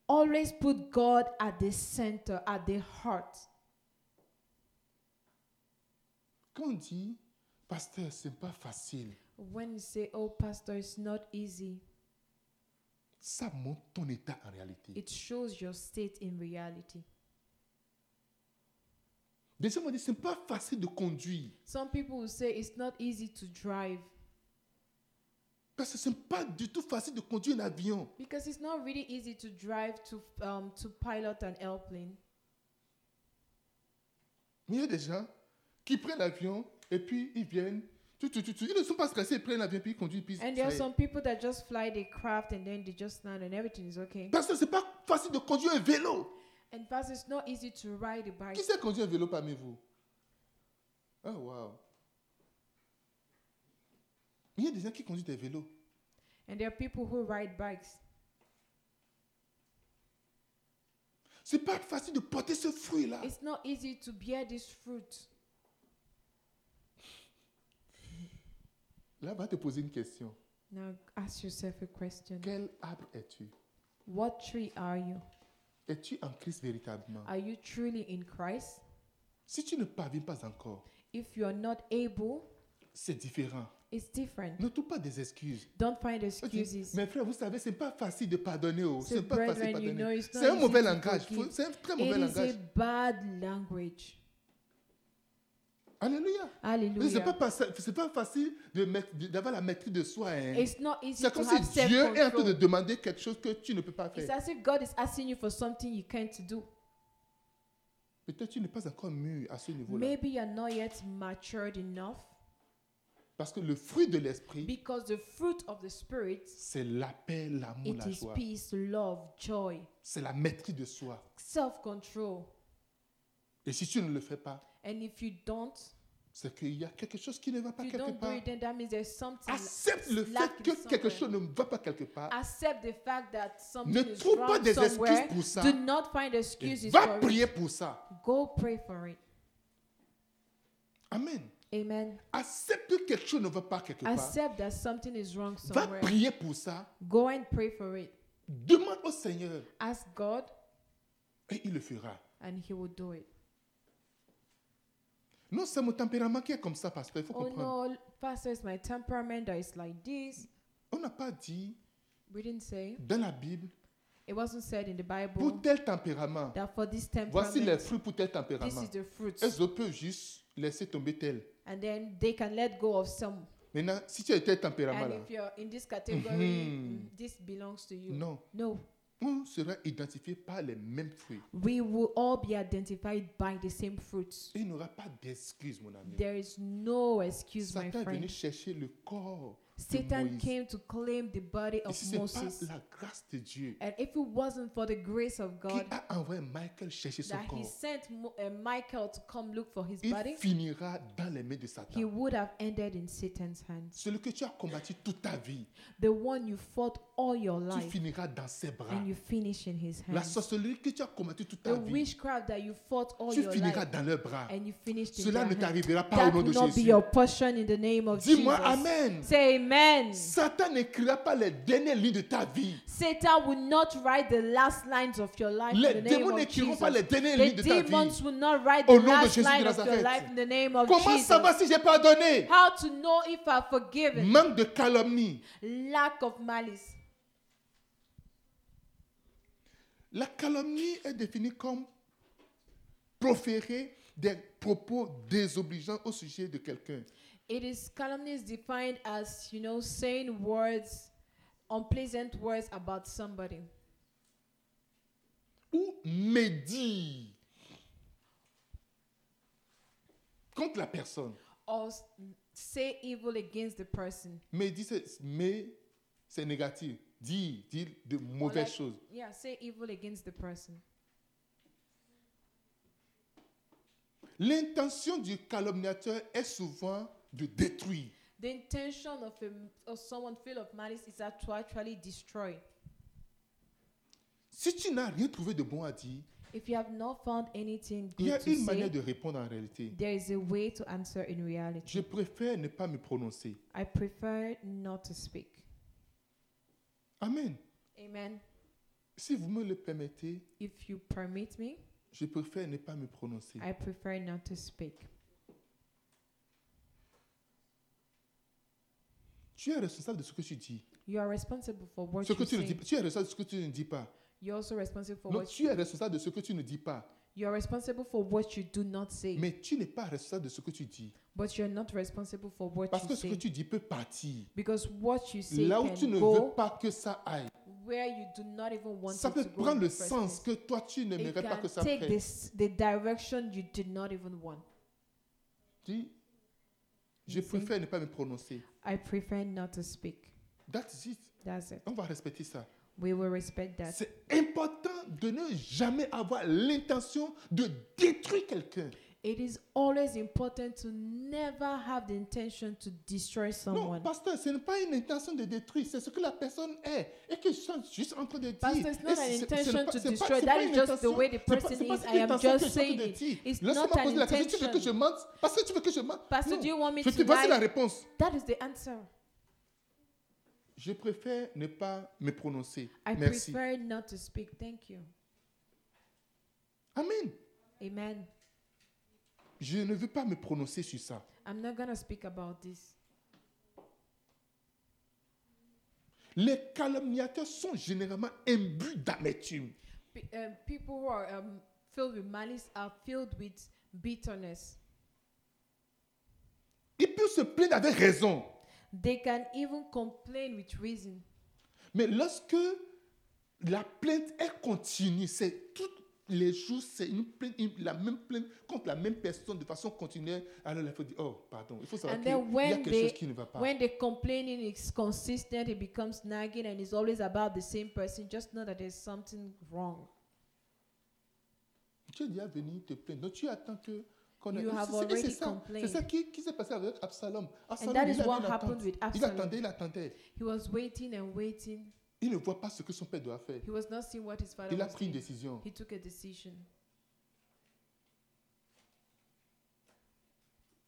Speaker 2: Always put God at the center, at the heart.
Speaker 1: Quand on dit, pasteur, c'est pas facile,
Speaker 2: When you say, Oh, Pastor, it's not easy,
Speaker 1: ça montre ton état en réalité.
Speaker 2: it shows your state in reality.
Speaker 1: Des gens vont dire, c'est pas facile de conduire.
Speaker 2: Some people will say it's not easy to drive
Speaker 1: Parce que c'est pas du tout facile de conduire un avion.
Speaker 2: because it's not really easy to drive to, um, to pilot an airplane.
Speaker 1: Mais il y a des gens qui prennent l'avion et puis ils viennent. Tout, tout, tout, tout. Ils ne sont pas stressés, ils prennent l'avion, puis ils conduisent, puis
Speaker 2: And there are
Speaker 1: ça y est.
Speaker 2: some people that just fly their craft and then they just land and everything is okay.
Speaker 1: Parce que c'est pas facile de conduire un vélo.
Speaker 2: And Pastor, it's not easy to ride a bike.
Speaker 1: Qui sait conduire un vélo parmi vous Oh, wow. Il y a des gens qui conduisent des vélos.
Speaker 2: And there are people who ride bikes.
Speaker 1: C'est pas facile de porter ce fruit-là.
Speaker 2: It's not easy to bear this fruit.
Speaker 1: Là, on va te poser une question.
Speaker 2: Now ask yourself a question.
Speaker 1: Quel arbre es-tu
Speaker 2: What tree are you?
Speaker 1: Es-tu en Christ véritablement
Speaker 2: Are you truly in Christ?
Speaker 1: Si tu ne parviens pas encore,
Speaker 2: If you're not able,
Speaker 1: c'est différent.
Speaker 2: it's different.
Speaker 1: Ne trouve pas des excuses.
Speaker 2: Don't find
Speaker 1: Toi, tu dis,
Speaker 2: excuses.
Speaker 1: Mes frères, vous savez, c'est pas facile de pardonner. oh.
Speaker 2: So
Speaker 1: C'est pas facile de
Speaker 2: brethren, you know,
Speaker 1: pardonner.
Speaker 2: it's not
Speaker 1: C'est un
Speaker 2: easy
Speaker 1: mauvais
Speaker 2: to
Speaker 1: langage.
Speaker 2: forgive.
Speaker 1: Faut- C'est un très mauvais
Speaker 2: It is a
Speaker 1: langage.
Speaker 2: bad language.
Speaker 1: Alléluia. C'est pas,
Speaker 2: Hallelujah.
Speaker 1: pas- c'est pas facile de mettre- de- d'avoir la maîtrise de soi. hein.
Speaker 2: It's not easy
Speaker 1: C'est
Speaker 2: to
Speaker 1: comme si
Speaker 2: have
Speaker 1: Dieu est en train de
Speaker 2: self-control.
Speaker 1: demander quelque chose que tu ne peux pas
Speaker 2: It's
Speaker 1: faire.
Speaker 2: as if God is asking you for something you can't do.
Speaker 1: Peut-être tu n'es pas encore mûr à ce niveau-là.
Speaker 2: Maybe you're not yet matured enough
Speaker 1: Parce que le fruit de l'esprit,
Speaker 2: because the fruit of the Spirit,
Speaker 1: c'est la paix, l'amour,
Speaker 2: it
Speaker 1: la
Speaker 2: is
Speaker 1: joie.
Speaker 2: peace, love, joy,
Speaker 1: C'est la maîtrise de soi.
Speaker 2: self-control.
Speaker 1: Et si tu ne le fais pas,
Speaker 2: And if you don't,
Speaker 1: c'est qu'il y a quelque chose qui ne va pas
Speaker 2: if you
Speaker 1: quelque
Speaker 2: don't do
Speaker 1: part.
Speaker 2: it, then that means there's something.
Speaker 1: Accepte le fait
Speaker 2: lacking
Speaker 1: que quelque
Speaker 2: somewhere.
Speaker 1: chose ne va pas quelque part.
Speaker 2: Accept the fact that something
Speaker 1: Ne
Speaker 2: is
Speaker 1: trouve
Speaker 2: wrong
Speaker 1: pas des
Speaker 2: somewhere.
Speaker 1: excuses pour ça.
Speaker 2: Do not find
Speaker 1: Et
Speaker 2: excuses
Speaker 1: va
Speaker 2: for it.
Speaker 1: prier pour ça.
Speaker 2: Go pray for it.
Speaker 1: Amen.
Speaker 2: Amen.
Speaker 1: Accepte que quelque chose ne va pas quelque part.
Speaker 2: Accept that something is wrong
Speaker 1: Va
Speaker 2: somewhere.
Speaker 1: prier pour ça.
Speaker 2: Go and pray for it.
Speaker 1: Demande au Seigneur
Speaker 2: Ask God,
Speaker 1: et il le fera.
Speaker 2: and He will do it.
Speaker 1: Non, c'est mon tempérament qui est comme ça, pasteur. Il faut
Speaker 2: Oh
Speaker 1: comprendre.
Speaker 2: no, Pastor, it's my temperament that is like this.
Speaker 1: On n'a pas dit
Speaker 2: We didn't say
Speaker 1: dans la Bible
Speaker 2: it wasn't said in the Bible
Speaker 1: pour tel tempérament.
Speaker 2: Oh. that for this
Speaker 1: Voici les
Speaker 2: temperament,
Speaker 1: fruits pour tel
Speaker 2: this
Speaker 1: tempérament.
Speaker 2: is the fruit,
Speaker 1: Est-ce qu'on peut juste laisser tomber tel
Speaker 2: and then they can let go of some.
Speaker 1: Maintenant, si tu as tel tempérament
Speaker 2: And
Speaker 1: là,
Speaker 2: if you're in this category,
Speaker 1: Mhm.
Speaker 2: mm, this belongs to you.
Speaker 1: non,
Speaker 2: No,
Speaker 1: on sera identifié par les mêmes fruits.
Speaker 2: we will all be identified by the same fruits.
Speaker 1: Il n'y aura pas d'excuse, mon ami.
Speaker 2: There is no excuse, my
Speaker 1: Satan est venu
Speaker 2: friend.
Speaker 1: chercher le corps de
Speaker 2: Satan
Speaker 1: Moïse.
Speaker 2: came to claim the body
Speaker 1: Et
Speaker 2: of
Speaker 1: si ce n'est pas
Speaker 2: Moses.
Speaker 1: la grâce de Dieu
Speaker 2: And if it wasn't for the grace of
Speaker 1: qui
Speaker 2: God
Speaker 1: a envoyé Michael chercher son
Speaker 2: that he
Speaker 1: corps,
Speaker 2: sent Mo- uh, Michael to come look for his
Speaker 1: il
Speaker 2: body,
Speaker 1: finira dans les mains de
Speaker 2: he
Speaker 1: Satan.
Speaker 2: would have ended in Satan's hands.
Speaker 1: Celui que tu as combattu toute ta vie,
Speaker 2: The one you fought all your
Speaker 1: tu
Speaker 2: life
Speaker 1: finiras dans ses bras.
Speaker 2: and you finish in his
Speaker 1: La
Speaker 2: hands.
Speaker 1: sorcellerie que tu as combattue toute ta
Speaker 2: The
Speaker 1: vie,
Speaker 2: witchcraft that you fought all
Speaker 1: tu
Speaker 2: your
Speaker 1: finiras
Speaker 2: life
Speaker 1: dans leurs bras.
Speaker 2: and you finished in
Speaker 1: Cela
Speaker 2: their
Speaker 1: ne
Speaker 2: hands.
Speaker 1: t'arrivera pas au
Speaker 2: That
Speaker 1: nom de
Speaker 2: will not be
Speaker 1: Jésus.
Speaker 2: your portion in the name of Jesus.
Speaker 1: Dis-moi Amen.
Speaker 2: Say amen.
Speaker 1: Satan n'écrira pas les dernières lignes de ta vie.
Speaker 2: Satan will not write the last lines of your life
Speaker 1: Les
Speaker 2: in the name
Speaker 1: démons
Speaker 2: of
Speaker 1: n'écriront pas les
Speaker 2: Jesus.
Speaker 1: dernières lignes de
Speaker 2: The
Speaker 1: ta vie.
Speaker 2: demons will not write
Speaker 1: Au
Speaker 2: the
Speaker 1: nom de
Speaker 2: last
Speaker 1: Jésus de
Speaker 2: line of your
Speaker 1: Nazareth.
Speaker 2: life in the name of
Speaker 1: Comment
Speaker 2: Jesus.
Speaker 1: savoir si j'ai pardonné
Speaker 2: How to know if I've forgiven?
Speaker 1: Manque de calomnie.
Speaker 2: Lack of malice.
Speaker 1: La calomnie est définie comme proférer des propos désobligeants au sujet de quelqu'un.
Speaker 2: It is calumny is defined as you know saying words, unpleasant words about somebody,
Speaker 1: Ou médire contre la personne.
Speaker 2: or s- say evil against the person.
Speaker 1: Médire, c'est- mais c'est négatif. Dire, dire de
Speaker 2: Or
Speaker 1: mauvaises
Speaker 2: like-
Speaker 1: choses.
Speaker 2: Yeah, say evil against the person.
Speaker 1: L'intention du calomniateur est souvent de détruire.
Speaker 2: The intention of a, of someone full of malice is that to actually destroy.
Speaker 1: Si tu n'as rien trouvé de bon à dire,
Speaker 2: If you have not found anything
Speaker 1: il y
Speaker 2: good
Speaker 1: a
Speaker 2: to
Speaker 1: une manière
Speaker 2: say,
Speaker 1: de répondre en réalité.
Speaker 2: there is a way to answer in reality.
Speaker 1: Je préfère ne pas me prononcer.
Speaker 2: I prefer not to speak.
Speaker 1: Amen.
Speaker 2: Amen.
Speaker 1: Si vous me le permettez,
Speaker 2: If you permit me,
Speaker 1: je préfère ne pas me prononcer.
Speaker 2: I prefer not to speak.
Speaker 1: Tu es responsable de ce que tu dis.
Speaker 2: You are responsible for what
Speaker 1: Ce
Speaker 2: you
Speaker 1: que tu, ne
Speaker 2: say.
Speaker 1: dis pas- tu es responsable de ce que tu ne dis pas.
Speaker 2: You're also responsible for
Speaker 1: Non,
Speaker 2: what
Speaker 1: tu es responsable de ce que tu ne dis pas.
Speaker 2: you're responsible for what you do not say,
Speaker 1: Mais tu n'es pas responsable de ce que tu dis.
Speaker 2: but you're not responsible for what
Speaker 1: Parce
Speaker 2: you
Speaker 1: que ce
Speaker 2: say.
Speaker 1: que tu dis peut partir.
Speaker 2: because what you say
Speaker 1: Là où tu
Speaker 2: can
Speaker 1: ne
Speaker 2: go
Speaker 1: veux pas que ça aille.
Speaker 2: where you do not even want
Speaker 1: Ça
Speaker 2: it to
Speaker 1: peut
Speaker 2: go. in
Speaker 1: prendre
Speaker 2: the
Speaker 1: le
Speaker 2: first
Speaker 1: sens
Speaker 2: place.
Speaker 1: que toi, tu
Speaker 2: It
Speaker 1: n'aimerais pas
Speaker 2: can
Speaker 1: que ça
Speaker 2: take
Speaker 1: prenne.
Speaker 2: this, the direction you did not even want.
Speaker 1: Dis, je
Speaker 2: You see?
Speaker 1: préfère ne pas me prononcer.
Speaker 2: I prefer not to speak.
Speaker 1: That's it.
Speaker 2: That's it.
Speaker 1: On va respecter ça.
Speaker 2: We will respect that.
Speaker 1: C'est important de ne jamais avoir l'intention de détruire quelqu'un.
Speaker 2: It is always important to never have the intention to destroy
Speaker 1: Non,
Speaker 2: someone.
Speaker 1: pasteur, ce n'est pas une intention de détruire, c'est ce que la personne est et que je suis juste en train de dire.
Speaker 2: Pastor, it's not
Speaker 1: Et c'est-
Speaker 2: an
Speaker 1: c'est
Speaker 2: intention
Speaker 1: pas-
Speaker 2: to
Speaker 1: c'est pas-
Speaker 2: destroy.
Speaker 1: c'est
Speaker 2: That
Speaker 1: pas
Speaker 2: is
Speaker 1: une
Speaker 2: just the
Speaker 1: intention.
Speaker 2: way the
Speaker 1: C'est pas-
Speaker 2: person
Speaker 1: c'est pas
Speaker 2: is.
Speaker 1: une
Speaker 2: I am
Speaker 1: intention que je suis
Speaker 2: just
Speaker 1: en train de
Speaker 2: saying it.
Speaker 1: dire.
Speaker 2: It's
Speaker 1: Laisse-moi
Speaker 2: not an
Speaker 1: poser la question. Tu veux que je
Speaker 2: intention.
Speaker 1: mente Parce que tu veux que je mente
Speaker 2: Pastor,
Speaker 1: Non.
Speaker 2: do you want me
Speaker 1: Je
Speaker 2: to
Speaker 1: te voici
Speaker 2: lie?
Speaker 1: la réponse.
Speaker 2: That is the answer.
Speaker 1: Je préfère ne pas me prononcer.
Speaker 2: I
Speaker 1: Merci.
Speaker 2: prefer not to speak. Thank you.
Speaker 1: Amen.
Speaker 2: Amen.
Speaker 1: Je ne veux pas me prononcer sur ça.
Speaker 2: I'm not going to speak about this.
Speaker 1: Les calomniateurs sont généralement imbus d'amertume.
Speaker 2: Pe- um, people who are um, filled with malice are filled with bitterness.
Speaker 1: Ils peuvent se plaindre avec raison.
Speaker 2: They can even complain with reason.
Speaker 1: Mais lorsque la plainte est continue, c'est tous les jours, c'est une plainte, une- la même plainte contre la même personne de façon continuelle, alors il faut dire, oh, pardon, il faut savoir
Speaker 2: And
Speaker 1: qu'il y a
Speaker 2: then when
Speaker 1: quelque chose
Speaker 2: they
Speaker 1: qui ne va pas.
Speaker 2: when the complaining is consistent, it becomes nagging and it's always about the same person. Just know that there's something wrong.
Speaker 1: Tu es déjà venu te plaindre. Donc tu attends que... qu'on
Speaker 2: You
Speaker 1: et
Speaker 2: have
Speaker 1: c'est- et
Speaker 2: already
Speaker 1: c'est ça, c'est
Speaker 2: complained.
Speaker 1: ça qui, qui s'est passé avec Absalom. Absalom
Speaker 2: that
Speaker 1: il
Speaker 2: is
Speaker 1: avait
Speaker 2: what
Speaker 1: une
Speaker 2: happened
Speaker 1: attente.
Speaker 2: with
Speaker 1: Il
Speaker 2: Absalom.
Speaker 1: attendait, il attendait.
Speaker 2: He was waiting and waiting.
Speaker 1: Il ne voit pas ce que son père doit faire.
Speaker 2: He was not seeing what his father
Speaker 1: Il a
Speaker 2: was
Speaker 1: pris une
Speaker 2: doing.
Speaker 1: décision.
Speaker 2: He took a decision.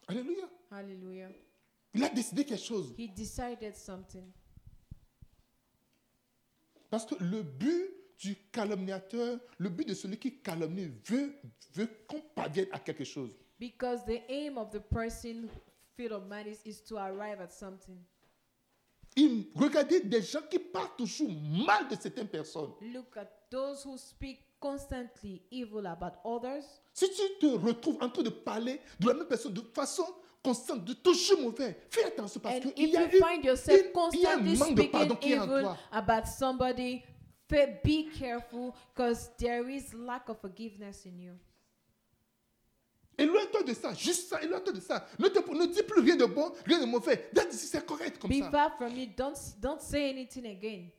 Speaker 1: Alléluia.
Speaker 2: Hallelujah.
Speaker 1: Il a décidé quelque chose.
Speaker 2: He decided something.
Speaker 1: Parce que le but du calomniateur, le but de celui qui calomnie veut, veut qu'on parvienne à quelque chose.
Speaker 2: Because the aim of the person filled of malice is to arrive at something.
Speaker 1: Il, regardez des gens qui parlent toujours mal de certaines personnes.
Speaker 2: Look at those who speak constantly evil about others.
Speaker 1: Si tu te retrouves en train de parler de la même personne de façon constante, de toujours mauvais, fais attention parce
Speaker 2: and
Speaker 1: qu'il
Speaker 2: if
Speaker 1: y a
Speaker 2: you
Speaker 1: eu-
Speaker 2: find yourself
Speaker 1: il- il y a un
Speaker 2: constantly
Speaker 1: manque de pardon
Speaker 2: speaking
Speaker 1: qui est en
Speaker 2: evil
Speaker 1: toi.
Speaker 2: about somebody, fe- be careful because there is lack of forgiveness in you.
Speaker 1: Éloigne-toi de ça, juste ça, éloigne-toi de ça. Ne, te- ne dis plus rien de bon, rien de mauvais. Dès d'ici, c'est correct comme
Speaker 2: Be
Speaker 1: ça.
Speaker 2: far from it. Don't s- don't say anything again.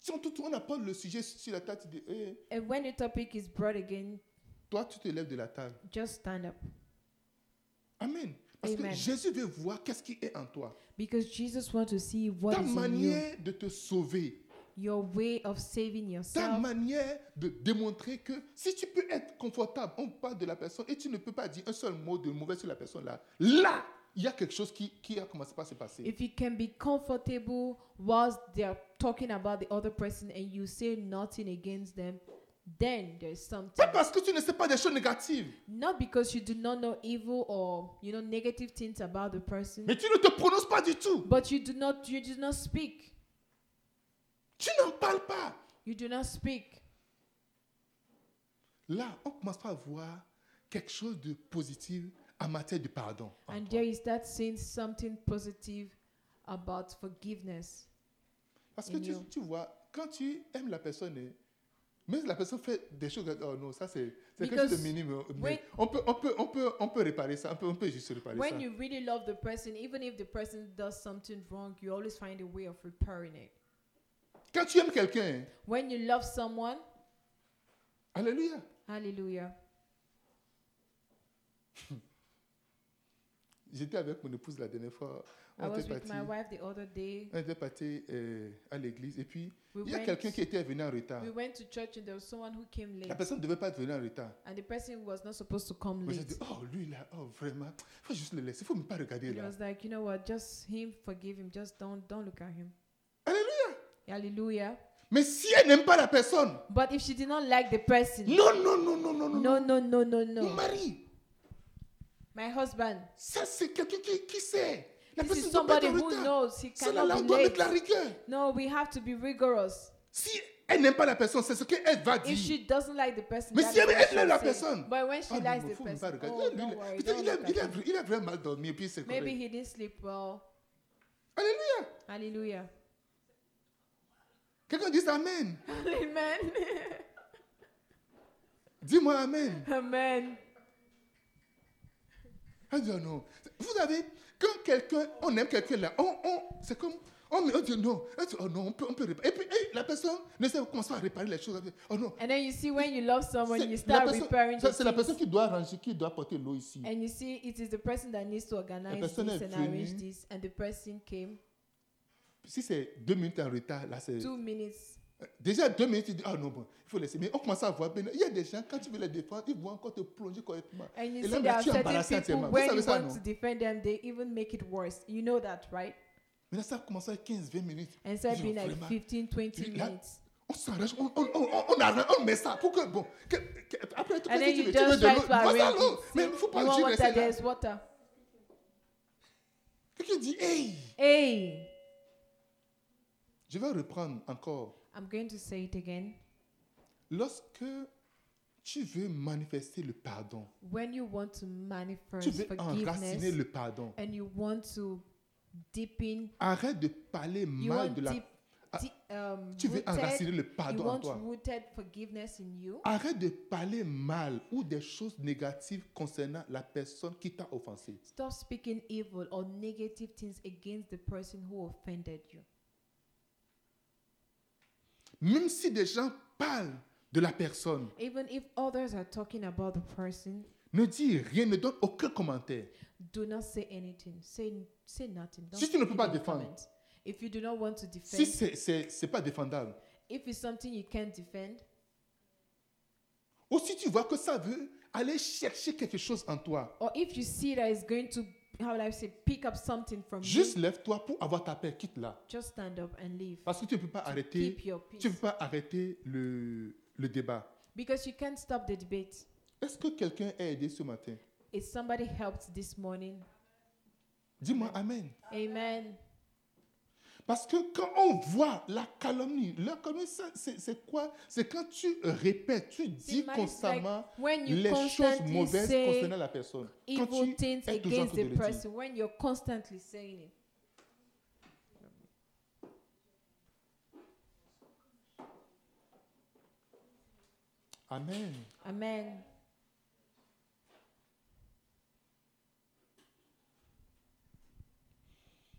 Speaker 1: Si on, te- on apporte le sujet sur la table, tu dis, Eh,
Speaker 2: And when the topic is brought again,
Speaker 1: toi, tu te lèves de la table.
Speaker 2: just stand up
Speaker 1: Amen. Parce que
Speaker 2: Amen.
Speaker 1: Jésus veut voir qu'est-ce qui est en toi.
Speaker 2: because Jesus wants to see what
Speaker 1: ta
Speaker 2: is in you.
Speaker 1: manière de te sauver,
Speaker 2: Your way of saving
Speaker 1: ta
Speaker 2: yourself.
Speaker 1: manière de démontrer que si tu peux être confortable, on parle de la personne et tu ne peux pas dire un seul mot de mauvais sur la personne là, là, il y a quelque chose qui, qui a commencé à se passer.
Speaker 2: If you can be comfortable whilst they are talking about the other person and you say nothing against them, then there's something.
Speaker 1: Pas parce que tu ne sais pas des choses négatives,
Speaker 2: Not because you do not know evil or you know negative things about the person,
Speaker 1: mais tu ne te prononces pas du tout.
Speaker 2: but you do not you do not speak.
Speaker 1: Tu n'en parles pas.
Speaker 2: You do not speak.
Speaker 1: Là, on commence pas à voir quelque chose de positif en matière de pardon. en
Speaker 2: And
Speaker 1: toi.
Speaker 2: there is that saying something positive about forgiveness.
Speaker 1: Parce que tu,
Speaker 2: Amen.
Speaker 1: tu vois, quand tu aimes la personne, eh, même si la personne fait des choses, oh non, ça c'est c'est quelque chose de
Speaker 2: Because
Speaker 1: minime. euh,
Speaker 2: when-
Speaker 1: Mais on peut, on, peut, on, peut, on peut réparer ça, on peut, on peut juste réparer ça.
Speaker 2: When you really love the person, even if the person does something wrong, you always find a way of repairing it.
Speaker 1: Quand tu aimes quelqu'un,
Speaker 2: When you love someone,
Speaker 1: alléluia,
Speaker 2: hallelujah.
Speaker 1: j'étais avec mon épouse la dernière fois,
Speaker 2: I
Speaker 1: on
Speaker 2: was
Speaker 1: était
Speaker 2: with
Speaker 1: parti,
Speaker 2: my wife the other day.
Speaker 1: on était parti euh, à l'église et puis
Speaker 2: We
Speaker 1: il y a
Speaker 2: went,
Speaker 1: quelqu'un qui était venu en retard.
Speaker 2: we went to church and there was someone who came late.
Speaker 1: La personne ne devait pas venir en retard.
Speaker 2: And the person was not supposed to come
Speaker 1: Mais j'ai
Speaker 2: late.
Speaker 1: dit, oh lui là, oh vraiment, il faut juste le laisser, il faut même pas regarder
Speaker 2: And I
Speaker 1: là.
Speaker 2: was like, you know what? Just him, forgive him. Just don't don't look at him.
Speaker 1: Alléluia.
Speaker 2: Hallelujah.
Speaker 1: Mais si elle n'aime pas la personne,
Speaker 2: But if she did not like the person,
Speaker 1: non, non, non, non, non, non,
Speaker 2: no, no, no, no,
Speaker 1: mon
Speaker 2: no.
Speaker 1: mari,
Speaker 2: My husband.
Speaker 1: Ça, c'est quelqu'un qui, qui sait. La
Speaker 2: This is
Speaker 1: personne doit
Speaker 2: somebody
Speaker 1: être en
Speaker 2: who
Speaker 1: retard.
Speaker 2: knows he
Speaker 1: Celle-là, là,
Speaker 2: cannot
Speaker 1: on
Speaker 2: be
Speaker 1: doit mettre
Speaker 2: late.
Speaker 1: la rigueur.
Speaker 2: No, we have to be rigorous.
Speaker 1: Si elle n'aime pas la personne, c'est ce qu'elle va dire.
Speaker 2: If she doesn't like the person,
Speaker 1: Mais
Speaker 2: that's
Speaker 1: si elle
Speaker 2: what
Speaker 1: aime
Speaker 2: she'll
Speaker 1: la
Speaker 2: say.
Speaker 1: personne,
Speaker 2: but when she
Speaker 1: Ah, non,
Speaker 2: likes
Speaker 1: mais
Speaker 2: the
Speaker 1: faut même pas regarder.
Speaker 2: person, oh,
Speaker 1: Lui,
Speaker 2: don't
Speaker 1: il-
Speaker 2: worry,
Speaker 1: peut-être
Speaker 2: don't
Speaker 1: il a-
Speaker 2: look
Speaker 1: il a-
Speaker 2: at him.
Speaker 1: il a vraiment mal dormi et puis c'est
Speaker 2: Maybe
Speaker 1: correct.
Speaker 2: he didn't sleep well.
Speaker 1: Alléluia.
Speaker 2: Hallelujah.
Speaker 1: Quelqu'un dit Amen.
Speaker 2: Amen.
Speaker 1: Dis-moi Amen.
Speaker 2: Amen.
Speaker 1: Elle dit Ah non. Vous savez, quand quelqu'un, on aime quelqu'un là, on, on- c'est comme, on, on dit non. Elle dit, oh non, on peut, on peut réparer. Et puis eh, la personne ne sait commence pas à réparer les choses. Elle dit, Oh non.
Speaker 2: And then you see when you love someone, you
Speaker 1: C'est la
Speaker 2: start
Speaker 1: personne,
Speaker 2: repairing the
Speaker 1: ça, c'est la
Speaker 2: things.
Speaker 1: personne qui doit ranger, qui doit porter l'eau ici.
Speaker 2: And you see, it is the person that needs to organize
Speaker 1: personne
Speaker 2: this
Speaker 1: est
Speaker 2: and arrange
Speaker 1: venue.
Speaker 2: this, and the person came
Speaker 1: Si c'est deux minutes en retard, là, c'est.
Speaker 2: two minutes.
Speaker 1: Déjà deux minutes, tu dis, ah non, bon, il faut laisser. Mais on commence à voir. ben, Il y a des gens, quand tu veux les défendre, ils vont encore te plonger correctement.
Speaker 2: And you
Speaker 1: Et là,
Speaker 2: see,
Speaker 1: mais
Speaker 2: there are
Speaker 1: tu es
Speaker 2: certain
Speaker 1: embarrassé
Speaker 2: people
Speaker 1: actuellement. Vous
Speaker 2: when
Speaker 1: savez
Speaker 2: you
Speaker 1: ça,
Speaker 2: want
Speaker 1: non?
Speaker 2: to defend them, they even make it worse. You know that, right?
Speaker 1: Mais là, ça a commencé à 15, 20 minutes.
Speaker 2: And so
Speaker 1: Ils
Speaker 2: it's
Speaker 1: ont
Speaker 2: been like
Speaker 1: vraiment-
Speaker 2: 15, 20
Speaker 1: Là-
Speaker 2: minutes.
Speaker 1: on s'arrange, on, on, on, on- on arrange, on met ça pour que, bon, que- que- après, tu
Speaker 2: And
Speaker 1: peux
Speaker 2: then
Speaker 1: dire,
Speaker 2: you
Speaker 1: tu veux
Speaker 2: just
Speaker 1: de
Speaker 2: try
Speaker 1: l'eau,
Speaker 2: to
Speaker 1: voilà
Speaker 2: arrange
Speaker 1: l'eau,
Speaker 2: it.
Speaker 1: mais il ne faut
Speaker 2: You
Speaker 1: pas
Speaker 2: want
Speaker 1: juste
Speaker 2: water,
Speaker 1: rester là.
Speaker 2: there's water.
Speaker 1: Quelqu'un dit, hey,
Speaker 2: Hey,
Speaker 1: je vais reprendre encore.
Speaker 2: I'm going to say it again.
Speaker 1: Lorsque tu veux manifester le pardon,
Speaker 2: When you want
Speaker 1: tu
Speaker 2: to manifest
Speaker 1: veux enraciner
Speaker 2: forgiveness
Speaker 1: le pardon,
Speaker 2: and you want to deepen,
Speaker 1: arrête de parler
Speaker 2: you
Speaker 1: mal
Speaker 2: want
Speaker 1: de la...
Speaker 2: deep,
Speaker 1: Ah,
Speaker 2: deep, um,
Speaker 1: Tu veux
Speaker 2: rooted-
Speaker 1: enraciner le
Speaker 2: you
Speaker 1: pardon en
Speaker 2: want
Speaker 1: toi.
Speaker 2: rooted forgiveness in you.
Speaker 1: Arrête de parler mal ou des choses négatives concernant la personne qui t'a offensé.
Speaker 2: Stop speaking evil or negative things against the person who offended you.
Speaker 1: Même si des gens parlent de la personne,
Speaker 2: Even if others are talking about the person,
Speaker 1: ne dis rien, ne donne aucun commentaire.
Speaker 2: do not say anything. Say say nothing. Don't
Speaker 1: Si tu ne
Speaker 2: make
Speaker 1: peux pas
Speaker 2: any
Speaker 1: défendre.
Speaker 2: comment. If you do not want to defend,
Speaker 1: Si ce n'est pas défendable,
Speaker 2: if it's something you can't defend,
Speaker 1: ou si tu vois que ça veut aller chercher quelque chose en toi,
Speaker 2: or if you see that it's going to, how will I say, pick up something from
Speaker 1: juste
Speaker 2: you,
Speaker 1: lève-toi pour avoir ta paix, quitte-la.
Speaker 2: just stand up and leave.
Speaker 1: Parce que tu ne peux pas arrêter,
Speaker 2: Keep your
Speaker 1: tu
Speaker 2: peace.
Speaker 1: peux pas arrêter le, le débat.
Speaker 2: Because you can't stop the debate.
Speaker 1: Est-ce que quelqu'un est aidé ce matin
Speaker 2: Is somebody helped this morning?
Speaker 1: Dis-moi Amen.
Speaker 2: Amen.
Speaker 1: Parce que quand on voit la calomnie, la calomnie, ça, c'est c'est quoi C'est quand tu répètes, tu dis
Speaker 2: See, man, it's like
Speaker 1: constamment
Speaker 2: when you
Speaker 1: les choses
Speaker 2: constantly
Speaker 1: mauvaises
Speaker 2: say
Speaker 1: concernant la personne. Quand
Speaker 2: evil
Speaker 1: tu
Speaker 2: things
Speaker 1: es toujours en train
Speaker 2: against the
Speaker 1: de le dire.
Speaker 2: person, when you're constantly saying it.
Speaker 1: Amen.
Speaker 2: Amen.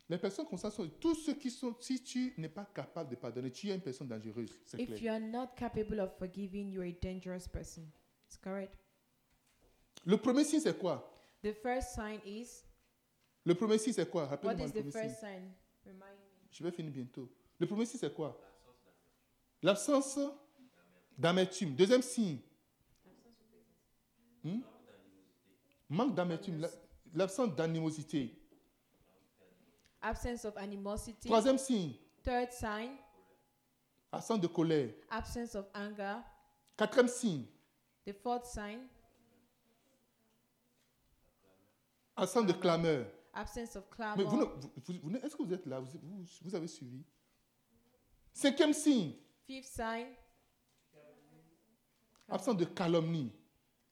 Speaker 1: Les personnes comme ça sont tous ceux qui sont. Si tu n'es pas capable de pardonner, tu es une personne dangereuse. C'est
Speaker 2: If
Speaker 1: clair.
Speaker 2: you are not capable of forgiving, you're a dangerous person. It's correct.
Speaker 1: Le premier signe c'est quoi
Speaker 2: The first sign is
Speaker 1: Le premier signe c'est quoi
Speaker 2: what
Speaker 1: Rappelle-moi le
Speaker 2: is the
Speaker 1: premier signe.
Speaker 2: first sign? Remind me.
Speaker 1: Je vais finir bientôt. Le premier signe c'est quoi L'absence d'amertume. Deuxième signe. Hmm? Manque d'amertume. La- L'absence d'animosité.
Speaker 2: Absence of animosity.
Speaker 1: Troisième signe.
Speaker 2: Third sign,
Speaker 1: Absence de colère.
Speaker 2: absence of anger.
Speaker 1: Quatrième signe.
Speaker 2: The fourth sign,
Speaker 1: Absence de clameur.
Speaker 2: absence of
Speaker 1: Mais
Speaker 2: clamor.
Speaker 1: vous, ne- vous- vous- vous ne- est-ce que vous êtes là vous, vous- vous avez suivi Cinquième signe.
Speaker 2: Fifth sign,
Speaker 1: Absence de calomnie.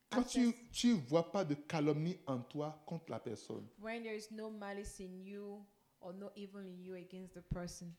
Speaker 1: Quand tu
Speaker 2: Absence.
Speaker 1: tu vois pas de calomnie en toi contre la personne,
Speaker 2: when there is no malice in you or no evil in you against the person.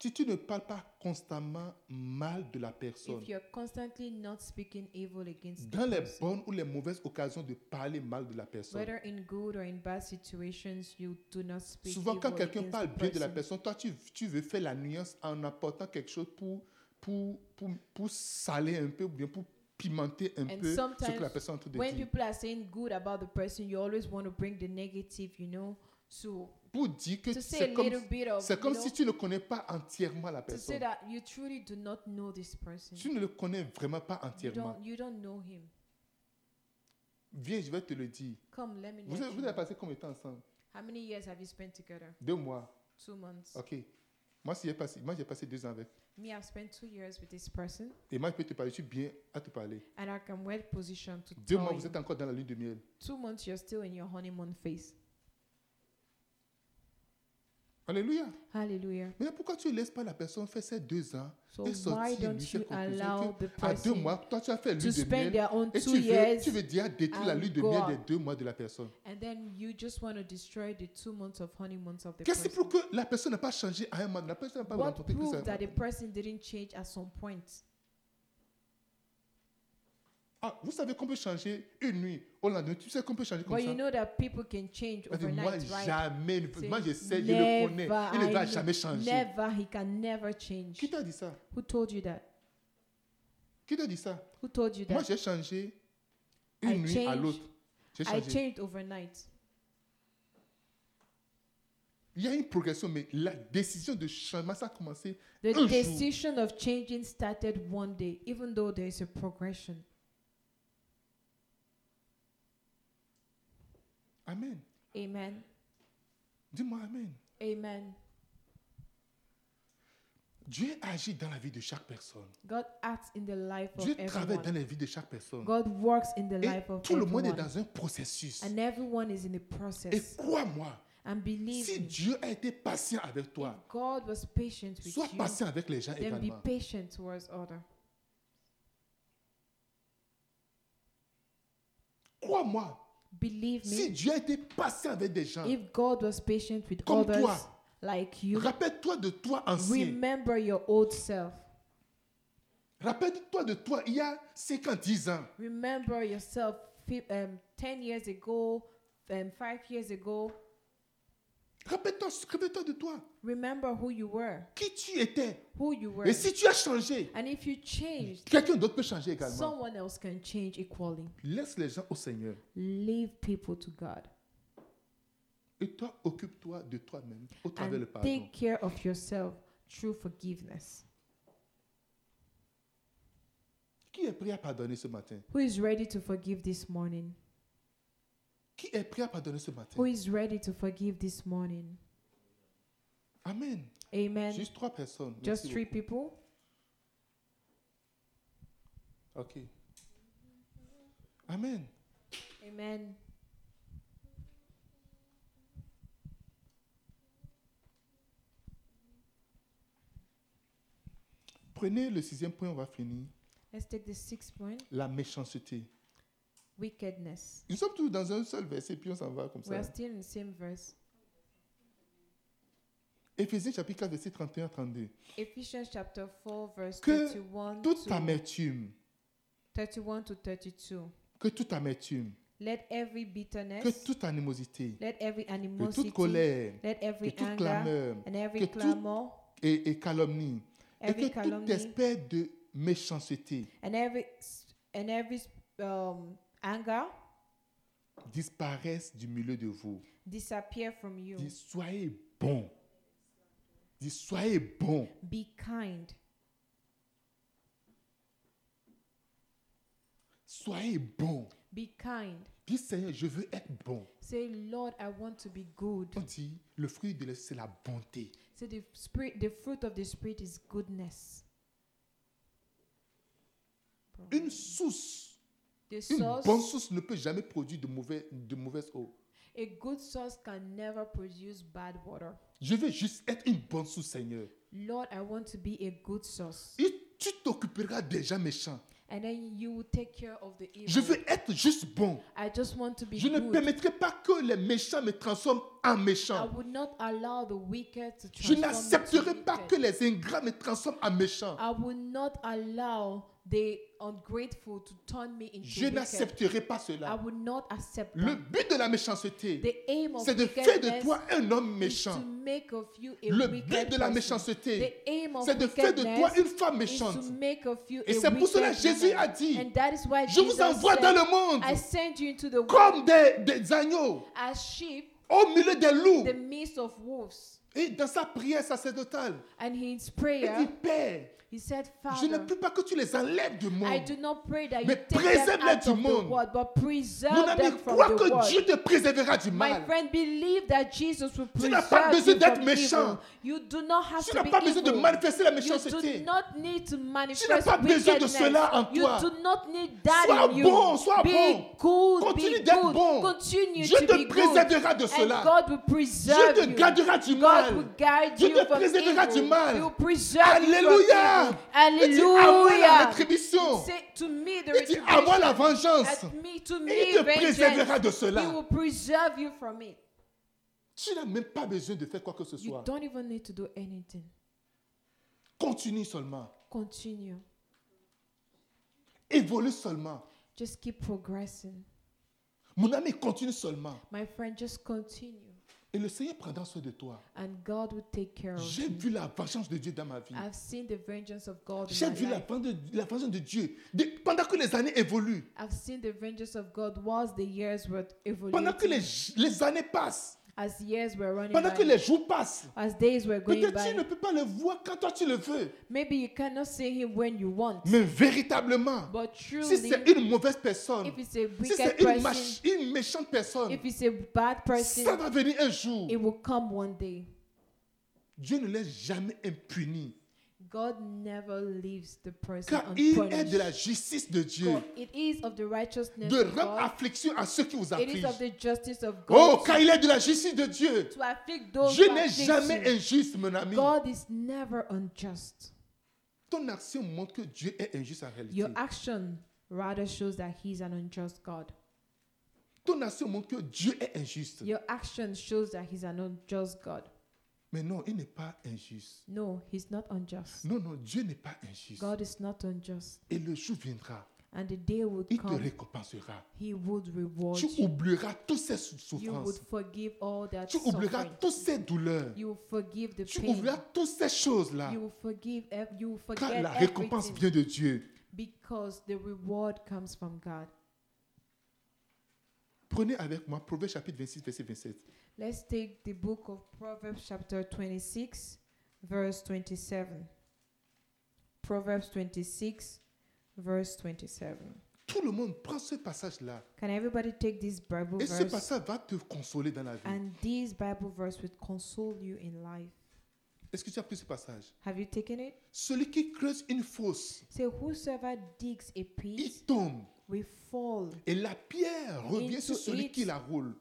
Speaker 1: si tu ne parles pas constamment mal de la personne,
Speaker 2: If you're constantly not speaking evil against
Speaker 1: dans
Speaker 2: the
Speaker 1: les
Speaker 2: person,
Speaker 1: bonnes ou les mauvaises occasions de parler mal de la personne,
Speaker 2: whether in good or in bad situations, you do not speak
Speaker 1: souvent
Speaker 2: evil
Speaker 1: quand quelqu'un
Speaker 2: against
Speaker 1: parle
Speaker 2: the
Speaker 1: bien de la
Speaker 2: person.
Speaker 1: personne, toi tu, tu veux faire la nuance en apportant quelque chose pour, pour, pour, pour saler un peu ou bien pour pimenter un
Speaker 2: And
Speaker 1: peu ce que
Speaker 2: sometimes
Speaker 1: la personne est en train de
Speaker 2: when
Speaker 1: dire.
Speaker 2: people are saying good about the person, you always want to bring the negative, you know, to
Speaker 1: Pour dire que
Speaker 2: to say
Speaker 1: c'est
Speaker 2: a
Speaker 1: comme,
Speaker 2: little bit of,
Speaker 1: c'est comme
Speaker 2: you know,
Speaker 1: si tu ne connais pas entièrement la
Speaker 2: to say
Speaker 1: personne.
Speaker 2: that you truly do not know this person.
Speaker 1: Tu ne le connais vraiment pas
Speaker 2: You
Speaker 1: entièrement.
Speaker 2: don't, you don't know him.
Speaker 1: Viens, je vais te le dire.
Speaker 2: Come, let me
Speaker 1: Vous
Speaker 2: let
Speaker 1: avez,
Speaker 2: you
Speaker 1: vous avez
Speaker 2: know.
Speaker 1: passé combien de temps ensemble
Speaker 2: How many years have you spent together?
Speaker 1: Deux mois.
Speaker 2: Two months.
Speaker 1: Ok. Moi, si j'ai passé, moi, j'ai passé deux ans avec.
Speaker 2: Me, I've spent two years with this person,
Speaker 1: Et moi, je peux te parler. Je suis bien à te parler.
Speaker 2: and I am well positioned to
Speaker 1: Deux
Speaker 2: tell
Speaker 1: mois,
Speaker 2: you.
Speaker 1: vous êtes encore dans la lune de miel.
Speaker 2: Two months, you're still in your honeymoon phase.
Speaker 1: Alléluia.
Speaker 2: Hallelujah.
Speaker 1: Mais pourquoi tu ne laisses pas la personne faire ces deux ans
Speaker 2: So
Speaker 1: et
Speaker 2: why
Speaker 1: sortir lui
Speaker 2: don't
Speaker 1: ses
Speaker 2: you
Speaker 1: conclusions
Speaker 2: allow the
Speaker 1: que à deux
Speaker 2: person
Speaker 1: mois, toi, tu as fait la
Speaker 2: to
Speaker 1: lune de
Speaker 2: spend
Speaker 1: miel
Speaker 2: their own
Speaker 1: et
Speaker 2: two
Speaker 1: tu veux,
Speaker 2: years
Speaker 1: tu veux dire détruire la
Speaker 2: and
Speaker 1: lune de
Speaker 2: go
Speaker 1: miel
Speaker 2: out.
Speaker 1: des deux mois de la personne.
Speaker 2: And then you just want to destroy the two months of honeymoons of the
Speaker 1: Qu'est-ce
Speaker 2: person.
Speaker 1: pour que la personne n'a pas changé à un mois La personne n'a pas
Speaker 2: What
Speaker 1: rencontré plus
Speaker 2: proved
Speaker 1: à
Speaker 2: that the person didn't change at some point?
Speaker 1: Ah, vous savez qu'on peut changer une nuit au lendemain. Tu sais qu'on peut changer comme
Speaker 2: But
Speaker 1: ça.
Speaker 2: you know that people can change
Speaker 1: Elle dit, moi,
Speaker 2: overnight, right?
Speaker 1: jamais.
Speaker 2: Say,
Speaker 1: Moi, je sais, je le connais.
Speaker 2: never,
Speaker 1: Il ne va
Speaker 2: I
Speaker 1: jamais changer.
Speaker 2: Never, he can never change.
Speaker 1: Qui t'a dit ça
Speaker 2: Who told you that?
Speaker 1: Qui t'a dit ça
Speaker 2: Who told you
Speaker 1: Moi,
Speaker 2: that?
Speaker 1: j'ai changé une
Speaker 2: I
Speaker 1: nuit à
Speaker 2: change.
Speaker 1: l'autre. J'ai
Speaker 2: I
Speaker 1: changé.
Speaker 2: changed overnight.
Speaker 1: Il y a une progression, mais la décision de changement, ça a commencé.
Speaker 2: The
Speaker 1: Un jour.
Speaker 2: decision of changing started one day, even though there is a progression.
Speaker 1: Amen.
Speaker 2: Amen.
Speaker 1: Dis-moi Amen.
Speaker 2: Amen.
Speaker 1: Dieu agit dans la vie de chaque personne.
Speaker 2: God acts in the life of
Speaker 1: Dieu travaille dans
Speaker 2: everyone.
Speaker 1: la vie de chaque personne.
Speaker 2: God works in the
Speaker 1: Et
Speaker 2: life of
Speaker 1: tout le monde est
Speaker 2: everyone.
Speaker 1: dans un processus.
Speaker 2: And everyone is in a
Speaker 1: Et
Speaker 2: process.
Speaker 1: crois-moi,
Speaker 2: And believe
Speaker 1: si
Speaker 2: me,
Speaker 1: Dieu a été patient avec
Speaker 2: if
Speaker 1: toi,
Speaker 2: God was patient with
Speaker 1: sois
Speaker 2: you,
Speaker 1: patient avec les gens
Speaker 2: then be
Speaker 1: également.
Speaker 2: patient towards other.
Speaker 1: Crois-moi,
Speaker 2: Believe me,
Speaker 1: si Dieu a été patient avec des gens,
Speaker 2: if God was patient with
Speaker 1: Comme
Speaker 2: others
Speaker 1: toi.
Speaker 2: like you,
Speaker 1: rappelle-toi de toi ancien.
Speaker 2: remember your old self.
Speaker 1: Rappelle-toi de toi il y a 50, 10 ans.
Speaker 2: Remember yourself fi- um, 10 years ago, um, 5 years ago.
Speaker 1: Rappelle-toi rappelle-toi de toi,
Speaker 2: Remember who you were,
Speaker 1: qui tu étais.
Speaker 2: who you were.
Speaker 1: Et si tu as changé,
Speaker 2: And if you changed,
Speaker 1: quelqu'un d'autre peut changer également.
Speaker 2: someone else can change equally.
Speaker 1: Laisse les gens au Seigneur.
Speaker 2: Leave people to God
Speaker 1: Et toi, occupe-toi de toi-même au travers
Speaker 2: and
Speaker 1: le pardon.
Speaker 2: take care of yourself through forgiveness.
Speaker 1: Qui est prêt à pardonner ce matin?
Speaker 2: Who is ready to forgive this morning?
Speaker 1: Qui est prêt à pardonner ce matin?
Speaker 2: Who is ready to forgive this morning?
Speaker 1: Amen.
Speaker 2: Amen.
Speaker 1: Juste trois personnes. Merci
Speaker 2: Just three people.
Speaker 1: beaucoup. Ok. Amen.
Speaker 2: Amen.
Speaker 1: Prenez le sixième point, on va finir.
Speaker 2: Let's take the sixth point
Speaker 1: La méchanceté.
Speaker 2: wickedness.
Speaker 1: Nous sommes tous dans un seul verset, puis on s'en va comme
Speaker 2: We
Speaker 1: ça.
Speaker 2: are still in the same verse.
Speaker 1: Éphésiens chapitre 4, verset 31 32.
Speaker 2: Ephesians chapter 4, verse
Speaker 1: Que
Speaker 2: 31
Speaker 1: Toute
Speaker 2: to,
Speaker 1: amertume,
Speaker 2: 31 to 32.
Speaker 1: que toute amertume,
Speaker 2: Let every
Speaker 1: que
Speaker 2: bitterness,
Speaker 1: toute animosité,
Speaker 2: let every
Speaker 1: que toute
Speaker 2: animosity,
Speaker 1: colère,
Speaker 2: let
Speaker 1: que
Speaker 2: every
Speaker 1: toute
Speaker 2: anger,
Speaker 1: clameur
Speaker 2: and every
Speaker 1: que tout-
Speaker 2: clamor,
Speaker 1: et, et calomnie, et
Speaker 2: every
Speaker 1: que toute
Speaker 2: calumny,
Speaker 1: espèce de méchanceté
Speaker 2: and every s- and every um, anger
Speaker 1: disparaissent du milieu de vous.
Speaker 2: disappear from you.
Speaker 1: Dis, soyez bon. Dis, soyez bon.
Speaker 2: Be kind.
Speaker 1: Soyez bon.
Speaker 2: Be kind.
Speaker 1: Dis, Seigneur, je veux être bon.
Speaker 2: Say, Lord, I want to be good.
Speaker 1: On dit, le fruit de l'esprit, c'est la bonté.
Speaker 2: Say the spirit, the fruit of the spirit is goodness.
Speaker 1: Une source,
Speaker 2: The
Speaker 1: une bonne
Speaker 2: source,
Speaker 1: source ne peut jamais produire de, mauvais, de mauvaise eau.
Speaker 2: a good source can never produce bad water.
Speaker 1: Je veux juste être une bonne source, Seigneur.
Speaker 2: Lord, I want to be a good source.
Speaker 1: Et tu t'occuperas des gens méchants.
Speaker 2: And then you will take care of the evil.
Speaker 1: Je veux être juste bon.
Speaker 2: I just want to be
Speaker 1: Je ne
Speaker 2: good.
Speaker 1: permettrai pas que les méchants me transforment en
Speaker 2: I
Speaker 1: méchant.
Speaker 2: would not allow the wicked to
Speaker 1: Je
Speaker 2: transform me to
Speaker 1: n'accepterai pas
Speaker 2: wicked.
Speaker 1: que les ingrats me transforment en méchant.
Speaker 2: I will not allow the ungrateful to turn me into
Speaker 1: Je
Speaker 2: wicked.
Speaker 1: n'accepterai pas
Speaker 2: I
Speaker 1: cela.
Speaker 2: would not accept
Speaker 1: Le
Speaker 2: that.
Speaker 1: but de la méchanceté,
Speaker 2: The aim of
Speaker 1: c'est de
Speaker 2: wickedness
Speaker 1: faire de toi un homme
Speaker 2: is to
Speaker 1: méchant.
Speaker 2: make of you a
Speaker 1: Le
Speaker 2: wicked
Speaker 1: but de la
Speaker 2: person.
Speaker 1: méchanceté,
Speaker 2: The aim of
Speaker 1: c'est de faire de toi une
Speaker 2: wickedness
Speaker 1: femme
Speaker 2: is to
Speaker 1: méchante.
Speaker 2: make of you
Speaker 1: Et
Speaker 2: a
Speaker 1: c'est pour cela que
Speaker 2: wicked
Speaker 1: Jésus a
Speaker 2: woman.
Speaker 1: dit,
Speaker 2: And that is why
Speaker 1: Je vous
Speaker 2: Jesus
Speaker 1: envoie
Speaker 2: said,
Speaker 1: dans le monde
Speaker 2: I send you into the world
Speaker 1: comme des, des agneaux
Speaker 2: as sheep
Speaker 1: au milieu des
Speaker 2: in the
Speaker 1: loups.
Speaker 2: midst of wolves.
Speaker 1: Et dans sa prière sacerdotale,
Speaker 2: And in his
Speaker 1: il
Speaker 2: prayer,
Speaker 1: dit Père,
Speaker 2: he said,
Speaker 1: je ne
Speaker 2: Father,
Speaker 1: peux pas que tu les enlèves du
Speaker 2: I
Speaker 1: monde.
Speaker 2: do not pray that you
Speaker 1: Mais
Speaker 2: take them
Speaker 1: préserve-les
Speaker 2: out
Speaker 1: du
Speaker 2: of the
Speaker 1: monde.
Speaker 2: world, but
Speaker 1: Mon
Speaker 2: preserve
Speaker 1: ami,
Speaker 2: them from
Speaker 1: crois
Speaker 2: the
Speaker 1: que Dieu
Speaker 2: world.
Speaker 1: te préservera du
Speaker 2: My
Speaker 1: mal.
Speaker 2: friend, believe that Jesus will
Speaker 1: Tu
Speaker 2: preserve
Speaker 1: n'as pas
Speaker 2: you
Speaker 1: besoin d'être
Speaker 2: from
Speaker 1: méchant.
Speaker 2: evil. You do not have
Speaker 1: Tu
Speaker 2: to
Speaker 1: n'as
Speaker 2: be
Speaker 1: pas besoin de
Speaker 2: evil.
Speaker 1: manifester la
Speaker 2: You do
Speaker 1: méchanceté.
Speaker 2: not need to manifest
Speaker 1: pas besoin de
Speaker 2: wickedness.
Speaker 1: cela en
Speaker 2: You
Speaker 1: toi.
Speaker 2: do not need that
Speaker 1: Sois
Speaker 2: in you.
Speaker 1: bon, sois
Speaker 2: be
Speaker 1: bon.
Speaker 2: good,
Speaker 1: Continue
Speaker 2: be
Speaker 1: d'être
Speaker 2: good.
Speaker 1: bon.
Speaker 2: Continue
Speaker 1: Dieu
Speaker 2: to
Speaker 1: te
Speaker 2: be
Speaker 1: préservera de
Speaker 2: good.
Speaker 1: cela.
Speaker 2: And God will preserve
Speaker 1: Dieu te
Speaker 2: you.
Speaker 1: gardera du
Speaker 2: God will
Speaker 1: mal.
Speaker 2: guide
Speaker 1: Dieu
Speaker 2: you
Speaker 1: te
Speaker 2: from
Speaker 1: préservera
Speaker 2: evil.
Speaker 1: du mal.
Speaker 2: He will preserve you from
Speaker 1: Alléluia.
Speaker 2: evil.
Speaker 1: Il dit, à moi la
Speaker 2: Hallelujah.
Speaker 1: rétribution.
Speaker 2: Say to me the
Speaker 1: Il dit, à moi la
Speaker 2: retribution.
Speaker 1: vengeance.
Speaker 2: At me, to
Speaker 1: Et
Speaker 2: me
Speaker 1: il te préservera
Speaker 2: vengeance.
Speaker 1: de
Speaker 2: He
Speaker 1: cela.
Speaker 2: will preserve you from it.
Speaker 1: Tu n'as même pas besoin de faire quoi que ce
Speaker 2: You
Speaker 1: soit.
Speaker 2: don't even need to do anything.
Speaker 1: Continue seulement.
Speaker 2: Continue.
Speaker 1: Évolue seulement.
Speaker 2: Just keep progressing.
Speaker 1: Mon ami, continue seulement.
Speaker 2: My friend, just continue.
Speaker 1: Et le Seigneur prendra soin de toi.
Speaker 2: And God will take care of
Speaker 1: J'ai
Speaker 2: you.
Speaker 1: vu la vengeance de Dieu dans ma vie.
Speaker 2: I've seen the vengeance of God
Speaker 1: J'ai
Speaker 2: in
Speaker 1: vu
Speaker 2: my
Speaker 1: la
Speaker 2: life.
Speaker 1: vengeance de, la vengeance de Dieu De- pendant que les années évoluent,
Speaker 2: I've seen the vengeance of God whilst the years were
Speaker 1: pendant que
Speaker 2: evolving,
Speaker 1: les, les années passent,
Speaker 2: as years were running
Speaker 1: pendant que
Speaker 2: by,
Speaker 1: les jours passent.
Speaker 2: as days were going
Speaker 1: Peut-être tu ne
Speaker 2: by.
Speaker 1: peux pas le voir quand toi tu le veux.
Speaker 2: Maybe you cannot see Him when you want,
Speaker 1: Mais véritablement,
Speaker 2: but
Speaker 1: si
Speaker 2: truly,
Speaker 1: c'est une mauvaise personne,
Speaker 2: if it's a
Speaker 1: si c'est
Speaker 2: wicked
Speaker 1: une,
Speaker 2: person,
Speaker 1: mach- une méchante personne,
Speaker 2: if it's a bad
Speaker 1: ça
Speaker 2: person,
Speaker 1: va venir un jour.
Speaker 2: it will come one day.
Speaker 1: Dieu ne laisse jamais impuni.
Speaker 2: God never leaves the person
Speaker 1: Car il est
Speaker 2: unpunished.
Speaker 1: de la justice de Dieu
Speaker 2: God- It is of the righteousness
Speaker 1: de
Speaker 2: of
Speaker 1: rendre
Speaker 2: God.
Speaker 1: affliction à ceux qui vous
Speaker 2: It is of
Speaker 1: affligent.
Speaker 2: the justice of God
Speaker 1: Oh, car il est de la justice de Dieu.
Speaker 2: to afflict those
Speaker 1: Je
Speaker 2: who
Speaker 1: n'ai
Speaker 2: afflict
Speaker 1: jamais
Speaker 2: you.
Speaker 1: injuste, mon ami.
Speaker 2: God is never unjust.
Speaker 1: Ton action montre que Dieu est injuste en réalité.
Speaker 2: Your action rather shows that He's an unjust God.
Speaker 1: Ton action montre que Dieu est injuste.
Speaker 2: Your action shows that He's an unjust God.
Speaker 1: Mais non, il n'est pas injuste.
Speaker 2: No, He's not unjust.
Speaker 1: Non, non, Dieu n'est pas injuste.
Speaker 2: God is not unjust.
Speaker 1: Et le jour viendra,
Speaker 2: And the day would
Speaker 1: il te
Speaker 2: come,
Speaker 1: récompensera.
Speaker 2: He would reward
Speaker 1: Tu
Speaker 2: you.
Speaker 1: oublieras toutes ces sou-
Speaker 2: You would
Speaker 1: souffrances.
Speaker 2: forgive all that
Speaker 1: Tu oublieras
Speaker 2: suffering.
Speaker 1: toutes ces douleurs.
Speaker 2: You will forgive the
Speaker 1: Tu
Speaker 2: pain.
Speaker 1: oublieras toutes ces choses-là.
Speaker 2: You will forgive. ev- You will
Speaker 1: Car
Speaker 2: forget
Speaker 1: la récompense
Speaker 2: everything
Speaker 1: vient de Dieu.
Speaker 2: because the reward comes from God.
Speaker 1: Prenez avec moi Proverbe chapitre 26, verset 27.
Speaker 2: Let's take the book of Proverbs, chapter 26, verse 27. Proverbs 26, verse 27.
Speaker 1: Tout le monde prend ce passage-là.
Speaker 2: Can everybody take this Bible
Speaker 1: Et ce
Speaker 2: verse?
Speaker 1: passage va te consoler dans la vie.
Speaker 2: And this Bible verse will console you in life.
Speaker 1: Est-ce que tu as pris ce passage
Speaker 2: Have you taken it?
Speaker 1: Celui qui creuse une fosse,
Speaker 2: Say, Whosoever digs a pit
Speaker 1: il tombe.
Speaker 2: will fall.
Speaker 1: Et la pierre revient
Speaker 2: Into
Speaker 1: sur celui
Speaker 2: it.
Speaker 1: qui la roule.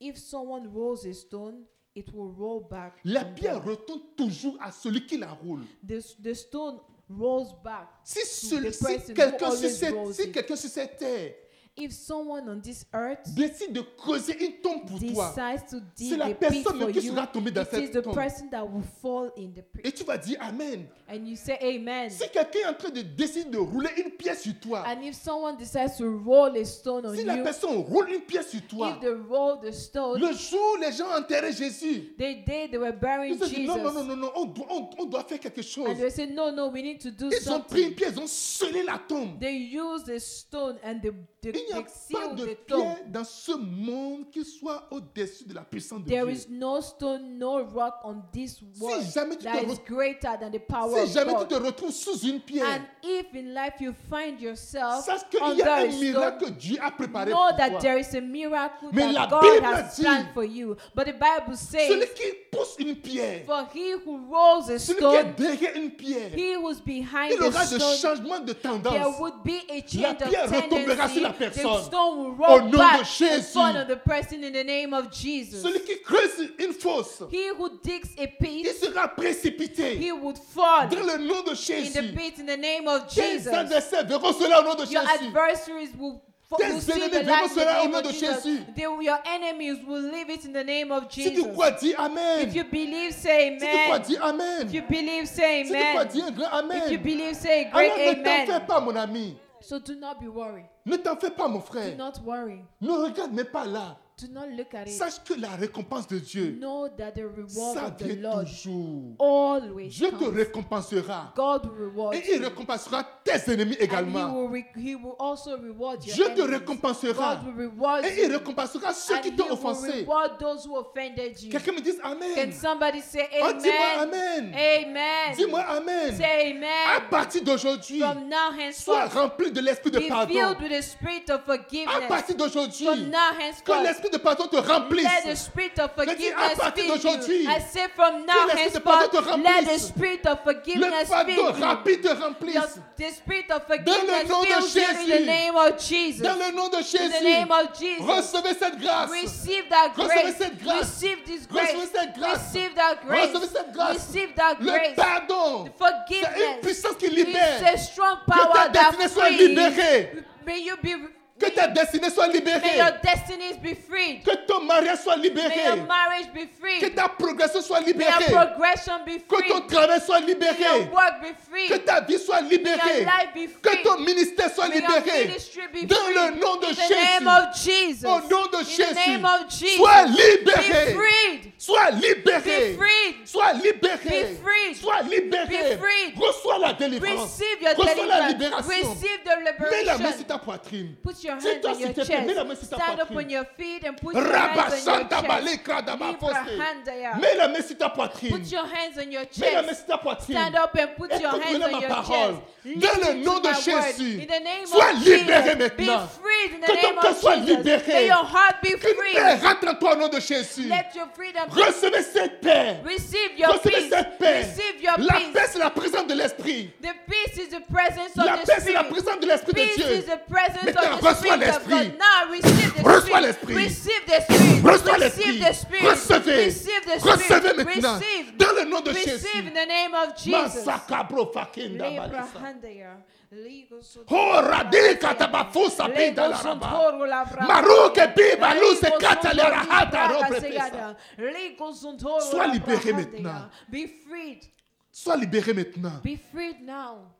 Speaker 2: If someone rolls a stone, it will roll back.
Speaker 1: La
Speaker 2: on
Speaker 1: pierre
Speaker 2: them.
Speaker 1: retourne toujours à celui qui la roule.
Speaker 2: the, s- the stone rolls back.
Speaker 1: Si, celui- si
Speaker 2: person who
Speaker 1: quelqu'un sur,
Speaker 2: always
Speaker 1: cette,
Speaker 2: rolls
Speaker 1: si
Speaker 2: it.
Speaker 1: quelqu'un sur cette terre
Speaker 2: If someone on this earth
Speaker 1: décide de creuser une tombe pour toi,
Speaker 2: decides to
Speaker 1: c'est
Speaker 2: dig
Speaker 1: la
Speaker 2: a pit for
Speaker 1: personne qui
Speaker 2: you,
Speaker 1: sera tombée dans
Speaker 2: it is
Speaker 1: cette
Speaker 2: the
Speaker 1: tombe.
Speaker 2: person that will fall in the pit.
Speaker 1: Et tu vas dire Amen.
Speaker 2: And you say amen.
Speaker 1: Si quelqu'un est en train de décider de rouler une pierre sur toi,
Speaker 2: And if someone decides to roll a stone on
Speaker 1: si la
Speaker 2: you,
Speaker 1: personne roule une pierre sur toi,
Speaker 2: if they roll the stone,
Speaker 1: le jour où les gens enterraient Jésus,
Speaker 2: they did, they were burying
Speaker 1: ils se
Speaker 2: Jesus.
Speaker 1: disent non, non, non, non, non, on doit, on- on doit faire quelque chose.
Speaker 2: And they said, no, no, we need to do
Speaker 1: Ils ont pris
Speaker 2: something.
Speaker 1: une pierre, ils ont scellé la tombe.
Speaker 2: They used a stone and they, they,
Speaker 1: Il n'y a
Speaker 2: they
Speaker 1: pas
Speaker 2: sealed
Speaker 1: de
Speaker 2: the tomb.
Speaker 1: pierre dans ce monde qui soit au-dessus de la puissance de
Speaker 2: There
Speaker 1: Dieu.
Speaker 2: is no stone, no rock on this world
Speaker 1: jamais tu
Speaker 2: that
Speaker 1: te
Speaker 2: is
Speaker 1: re-
Speaker 2: greater than the power
Speaker 1: Si jamais tu
Speaker 2: of
Speaker 1: te
Speaker 2: God.
Speaker 1: retrouves sous une
Speaker 2: And
Speaker 1: pierre,
Speaker 2: if in life you find yourself
Speaker 1: sache qu'il y
Speaker 2: under
Speaker 1: a un
Speaker 2: a
Speaker 1: miracle que
Speaker 2: stone,
Speaker 1: Dieu a préparé
Speaker 2: know that
Speaker 1: pour toi.
Speaker 2: there is a miracle
Speaker 1: Mais la
Speaker 2: that God
Speaker 1: Bible
Speaker 2: has
Speaker 1: dit-
Speaker 2: planned for you. But the Bible says,
Speaker 1: Celui qui pousse une pierre,
Speaker 2: for he who rolls a
Speaker 1: celui qui est
Speaker 2: stone,
Speaker 1: derrière une pierre,
Speaker 2: he who's behind
Speaker 1: il aura
Speaker 2: the
Speaker 1: de
Speaker 2: stone,
Speaker 1: changements de
Speaker 2: there
Speaker 1: tendance.
Speaker 2: would be a
Speaker 1: La
Speaker 2: change of
Speaker 1: pierre retombera
Speaker 2: tendency.
Speaker 1: sur la
Speaker 2: The
Speaker 1: personne.
Speaker 2: stone will roll
Speaker 1: nom de
Speaker 2: back in
Speaker 1: Jésus.
Speaker 2: front of the person in the name of Jesus.
Speaker 1: Celui qui creuse une fosse,
Speaker 2: He who digs a
Speaker 1: il
Speaker 2: pit,
Speaker 1: sera précipité
Speaker 2: he would fall.
Speaker 1: dans le nom de
Speaker 2: in the
Speaker 1: Jésus.
Speaker 2: pit in the name of
Speaker 1: Tes
Speaker 2: Jesus.
Speaker 1: adversaires verront cela au nom de
Speaker 2: Your
Speaker 1: Jésus.
Speaker 2: adversaries will fo-
Speaker 1: Tes
Speaker 2: will see
Speaker 1: ennemis
Speaker 2: the
Speaker 1: verront
Speaker 2: light in the
Speaker 1: cela au
Speaker 2: name
Speaker 1: nom
Speaker 2: of
Speaker 1: de
Speaker 2: Jesus.
Speaker 1: Jésus.
Speaker 2: They will- your enemies will leave it in the name of
Speaker 1: Si tu
Speaker 2: Jesus.
Speaker 1: crois, dis Amen.
Speaker 2: If
Speaker 1: Si
Speaker 2: you believe, say
Speaker 1: tu crois,
Speaker 2: amen.
Speaker 1: dis Amen.
Speaker 2: If you believe, say
Speaker 1: Si tu crois,
Speaker 2: amen.
Speaker 1: dis un grand
Speaker 2: If you
Speaker 1: Amen.
Speaker 2: believe, say a great
Speaker 1: Alors ne t'en fais
Speaker 2: amen.
Speaker 1: pas, mon ami.
Speaker 2: So do not be worried.
Speaker 1: Ne t'en fais pas, mon
Speaker 2: Do
Speaker 1: frère.
Speaker 2: not worry.
Speaker 1: Ne regarde même pas là.
Speaker 2: Do not look at it.
Speaker 1: Sache que la récompense de Dieu,
Speaker 2: Know that the reward
Speaker 1: ça
Speaker 2: of the
Speaker 1: vient
Speaker 2: Lord
Speaker 1: toujours.
Speaker 2: always
Speaker 1: Dieu te
Speaker 2: comes.
Speaker 1: récompensera.
Speaker 2: God will reward
Speaker 1: Et il
Speaker 2: you.
Speaker 1: récompensera tes ennemis
Speaker 2: And he
Speaker 1: également.
Speaker 2: will, re- he will also reward your
Speaker 1: Dieu te
Speaker 2: enemies.
Speaker 1: récompensera.
Speaker 2: God will reward
Speaker 1: Et il
Speaker 2: you.
Speaker 1: récompensera ceux
Speaker 2: And
Speaker 1: qui
Speaker 2: he
Speaker 1: t'ont
Speaker 2: will
Speaker 1: offensé.
Speaker 2: reward those who offended you.
Speaker 1: Quelqu'un me dise
Speaker 2: Can
Speaker 1: Amen.
Speaker 2: somebody say
Speaker 1: Oh,
Speaker 2: amen?
Speaker 1: dis-moi Amen.
Speaker 2: Amen.
Speaker 1: Dis-moi Amen.
Speaker 2: Say
Speaker 1: À
Speaker 2: amen.
Speaker 1: partir d'aujourd'hui,
Speaker 2: From now
Speaker 1: sois
Speaker 2: henceforth,
Speaker 1: rempli de l'esprit de
Speaker 2: be
Speaker 1: pardon.
Speaker 2: filled with the spirit of
Speaker 1: À
Speaker 2: forgiveness.
Speaker 1: partir
Speaker 2: From
Speaker 1: d'aujourd'hui,
Speaker 2: now
Speaker 1: que
Speaker 2: henceforth,
Speaker 1: l'esprit de pardon te
Speaker 2: let the
Speaker 1: remplisse.
Speaker 2: spirit of
Speaker 1: dis, à
Speaker 2: forgiveness
Speaker 1: partir
Speaker 2: fill
Speaker 1: d'aujourd'hui,
Speaker 2: you. I say from now
Speaker 1: l'esprit de pardon
Speaker 2: henceforth,
Speaker 1: te
Speaker 2: let the
Speaker 1: remplisse.
Speaker 2: spirit of
Speaker 1: Le
Speaker 2: forgiveness
Speaker 1: pardon
Speaker 2: fill you.
Speaker 1: rapide te remplisse.
Speaker 2: The, the spirit of forgiveness
Speaker 1: nom de
Speaker 2: fills you in the
Speaker 1: Jésus.
Speaker 2: name of Jesus.
Speaker 1: Dans le nom de
Speaker 2: In the name
Speaker 1: Jésus,
Speaker 2: of Jesus.
Speaker 1: recevez cette grâce.
Speaker 2: Receive that
Speaker 1: Recevez
Speaker 2: grace.
Speaker 1: cette grâce.
Speaker 2: Receive this grace.
Speaker 1: Recevez cette grâce.
Speaker 2: Receive that grace.
Speaker 1: Recevez cette grâce.
Speaker 2: Receive that
Speaker 1: Le
Speaker 2: grace.
Speaker 1: pardon, c'est une
Speaker 2: Forgiveness.
Speaker 1: puissance qui libère.
Speaker 2: It's a strong
Speaker 1: Que ta
Speaker 2: power
Speaker 1: destinée
Speaker 2: that
Speaker 1: soit libérée.
Speaker 2: frees. May you be.
Speaker 1: Que ta destinée soit
Speaker 2: May
Speaker 1: libérée.
Speaker 2: your destinies be freed.
Speaker 1: Que ton mariage soit
Speaker 2: May your
Speaker 1: libéré.
Speaker 2: marriage be
Speaker 1: Que
Speaker 2: freed.
Speaker 1: ta progression soit
Speaker 2: May your
Speaker 1: libérée.
Speaker 2: progression be
Speaker 1: Que ton
Speaker 2: freed.
Speaker 1: travail soit
Speaker 2: May your
Speaker 1: libéré.
Speaker 2: work be free.
Speaker 1: Que ta vie soit
Speaker 2: May your
Speaker 1: libérée.
Speaker 2: life be free.
Speaker 1: Que ton ministère soit
Speaker 2: May your
Speaker 1: libéré.
Speaker 2: ministry be
Speaker 1: Dans
Speaker 2: free.
Speaker 1: le nom de
Speaker 2: In the name
Speaker 1: Jésus.
Speaker 2: of Jesus.
Speaker 1: Au nom de
Speaker 2: In the name of
Speaker 1: Jésus.
Speaker 2: Jesus.
Speaker 1: Sois
Speaker 2: Be
Speaker 1: libéré.
Speaker 2: freed.
Speaker 1: Sois
Speaker 2: Be
Speaker 1: libéré.
Speaker 2: freed.
Speaker 1: Sois libéré.
Speaker 2: Be free.
Speaker 1: Sois libéré.
Speaker 2: Be free.
Speaker 1: Reçois la délivrance.
Speaker 2: Receive your
Speaker 1: Reçois la
Speaker 2: deliverance.
Speaker 1: libération.
Speaker 2: Receive the
Speaker 1: Mets la main sur
Speaker 2: liberation.
Speaker 1: ta poitrine.
Speaker 2: Put your hands
Speaker 1: Tiens-toi
Speaker 2: on
Speaker 1: s'il
Speaker 2: your
Speaker 1: te plaît, mets la main
Speaker 2: chest.
Speaker 1: sur ta
Speaker 2: Stand up on
Speaker 1: poitrine.
Speaker 2: your feet and put your hands on your
Speaker 1: Rabasanta
Speaker 2: chest.
Speaker 1: balikradaba
Speaker 2: Leave your
Speaker 1: fosse.
Speaker 2: hand there.
Speaker 1: Mets la main sur ta poitrine.
Speaker 2: Put your hands on your
Speaker 1: Mets la main
Speaker 2: chest.
Speaker 1: sur ta poitrine.
Speaker 2: Stand up and put
Speaker 1: Et
Speaker 2: your hands
Speaker 1: comprenez
Speaker 2: on
Speaker 1: ma
Speaker 2: your
Speaker 1: parole.
Speaker 2: chest.
Speaker 1: Dans le
Speaker 2: Listen
Speaker 1: nom
Speaker 2: to
Speaker 1: de
Speaker 2: my word.
Speaker 1: Jésus,
Speaker 2: In the name
Speaker 1: sois
Speaker 2: of
Speaker 1: libéré
Speaker 2: Jesus, Be
Speaker 1: maintenant.
Speaker 2: freed in the
Speaker 1: Que ton
Speaker 2: name
Speaker 1: cœur
Speaker 2: of
Speaker 1: soit
Speaker 2: Jesus.
Speaker 1: libéré.
Speaker 2: May your heart be
Speaker 1: Que une paix
Speaker 2: free.
Speaker 1: rentre en toi au nom de Jésus.
Speaker 2: Let your freedom
Speaker 1: Recevez cette paix.
Speaker 2: receive your
Speaker 1: Recevez
Speaker 2: peace.
Speaker 1: cette paix.
Speaker 2: Receive your
Speaker 1: La
Speaker 2: peace.
Speaker 1: paix, c'est la présence de l'esprit.
Speaker 2: The peace is the presence of
Speaker 1: La
Speaker 2: the
Speaker 1: paix, c'est la
Speaker 2: Spirit.
Speaker 1: présence de l'esprit de
Speaker 2: Peace is
Speaker 1: Dieu.
Speaker 2: the presence
Speaker 1: Maintenant,
Speaker 2: of the
Speaker 1: reçois
Speaker 2: Spirit of
Speaker 1: l'esprit.
Speaker 2: God. Now receive the
Speaker 1: Reçois l'esprit.
Speaker 2: Spirit. Receive the Spirit.
Speaker 1: Reçois l'esprit.
Speaker 2: receive the Spirit.
Speaker 1: Recevez.
Speaker 2: Receive the Spirit.
Speaker 1: Recevez maintenant.
Speaker 2: Receive.
Speaker 1: Dans le nom de
Speaker 2: Receive
Speaker 1: Jésus.
Speaker 2: in the name of Jesus.
Speaker 1: Masakabro fakinda
Speaker 2: Libra
Speaker 1: balisa.
Speaker 2: handeya, ligo soto-
Speaker 1: Oh, radika tabafusa pinda
Speaker 2: Lego
Speaker 1: la raba.
Speaker 2: zontoru la brava.
Speaker 1: Maruke biba
Speaker 2: Lego
Speaker 1: luze kata le
Speaker 2: zontoru
Speaker 1: rahata
Speaker 2: libra
Speaker 1: robre pesa.
Speaker 2: kaseyada. Lego zontoru
Speaker 1: Sois
Speaker 2: la
Speaker 1: libéré
Speaker 2: brava
Speaker 1: maintenant.
Speaker 2: handeya. Be freed.
Speaker 1: Sois libéré maintenant.
Speaker 2: Be freed now.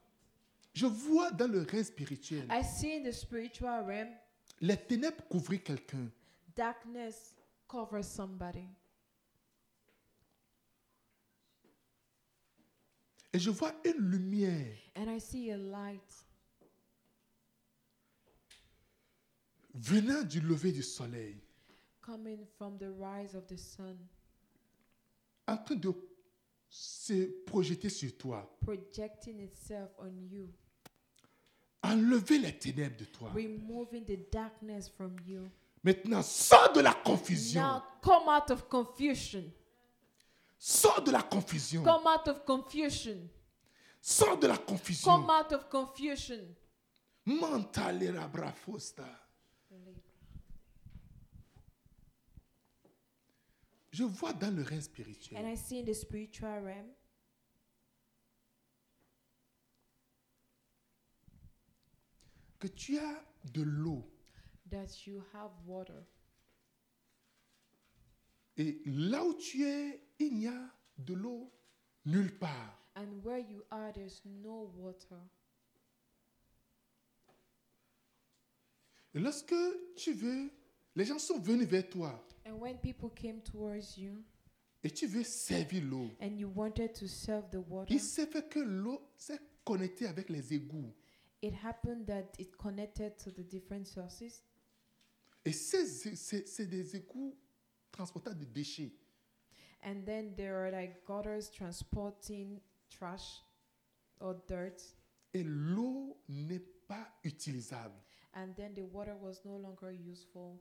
Speaker 1: Je vois dans le règne spirituel
Speaker 2: I see in the spiritual realm
Speaker 1: les ténèbres couvrir quelqu'un.
Speaker 2: darkness covers somebody.
Speaker 1: Et je vois une lumière
Speaker 2: And I see a light
Speaker 1: venant du lever du soleil,
Speaker 2: coming from the rise of the sun,
Speaker 1: en train de se projeter sur toi,
Speaker 2: projecting itself on you,
Speaker 1: enlever les ténèbres de toi.
Speaker 2: removing the darkness from you.
Speaker 1: Maintenant, sors de la confusion.
Speaker 2: Now come out of confusion.
Speaker 1: Sors de la confusion.
Speaker 2: Come out of confusion.
Speaker 1: Sors de la confusion.
Speaker 2: Come out of confusion.
Speaker 1: Mentalera brafosta. Je vois dans le règne
Speaker 2: And
Speaker 1: spirituel
Speaker 2: I see in the spiritual realm
Speaker 1: que tu as de l'eau
Speaker 2: that you have water.
Speaker 1: et là où tu es, il n'y a de l'eau nulle part.
Speaker 2: And where you are, there's no water.
Speaker 1: Et lorsque tu veux, les gens sont venus vers toi
Speaker 2: And when people came towards you
Speaker 1: et tu veux servir l'eau.
Speaker 2: and you wanted to serve the water,
Speaker 1: Il s'est fait que l'eau s'est connectée avec les égouts.
Speaker 2: it happened that it connected to the different sources.
Speaker 1: Et ces- ces- c'est des égouts transportant des déchets.
Speaker 2: And then there are like gutters transporting trash or dirt.
Speaker 1: Et l'eau n'est pas utilisable.
Speaker 2: And then the water was no longer useful.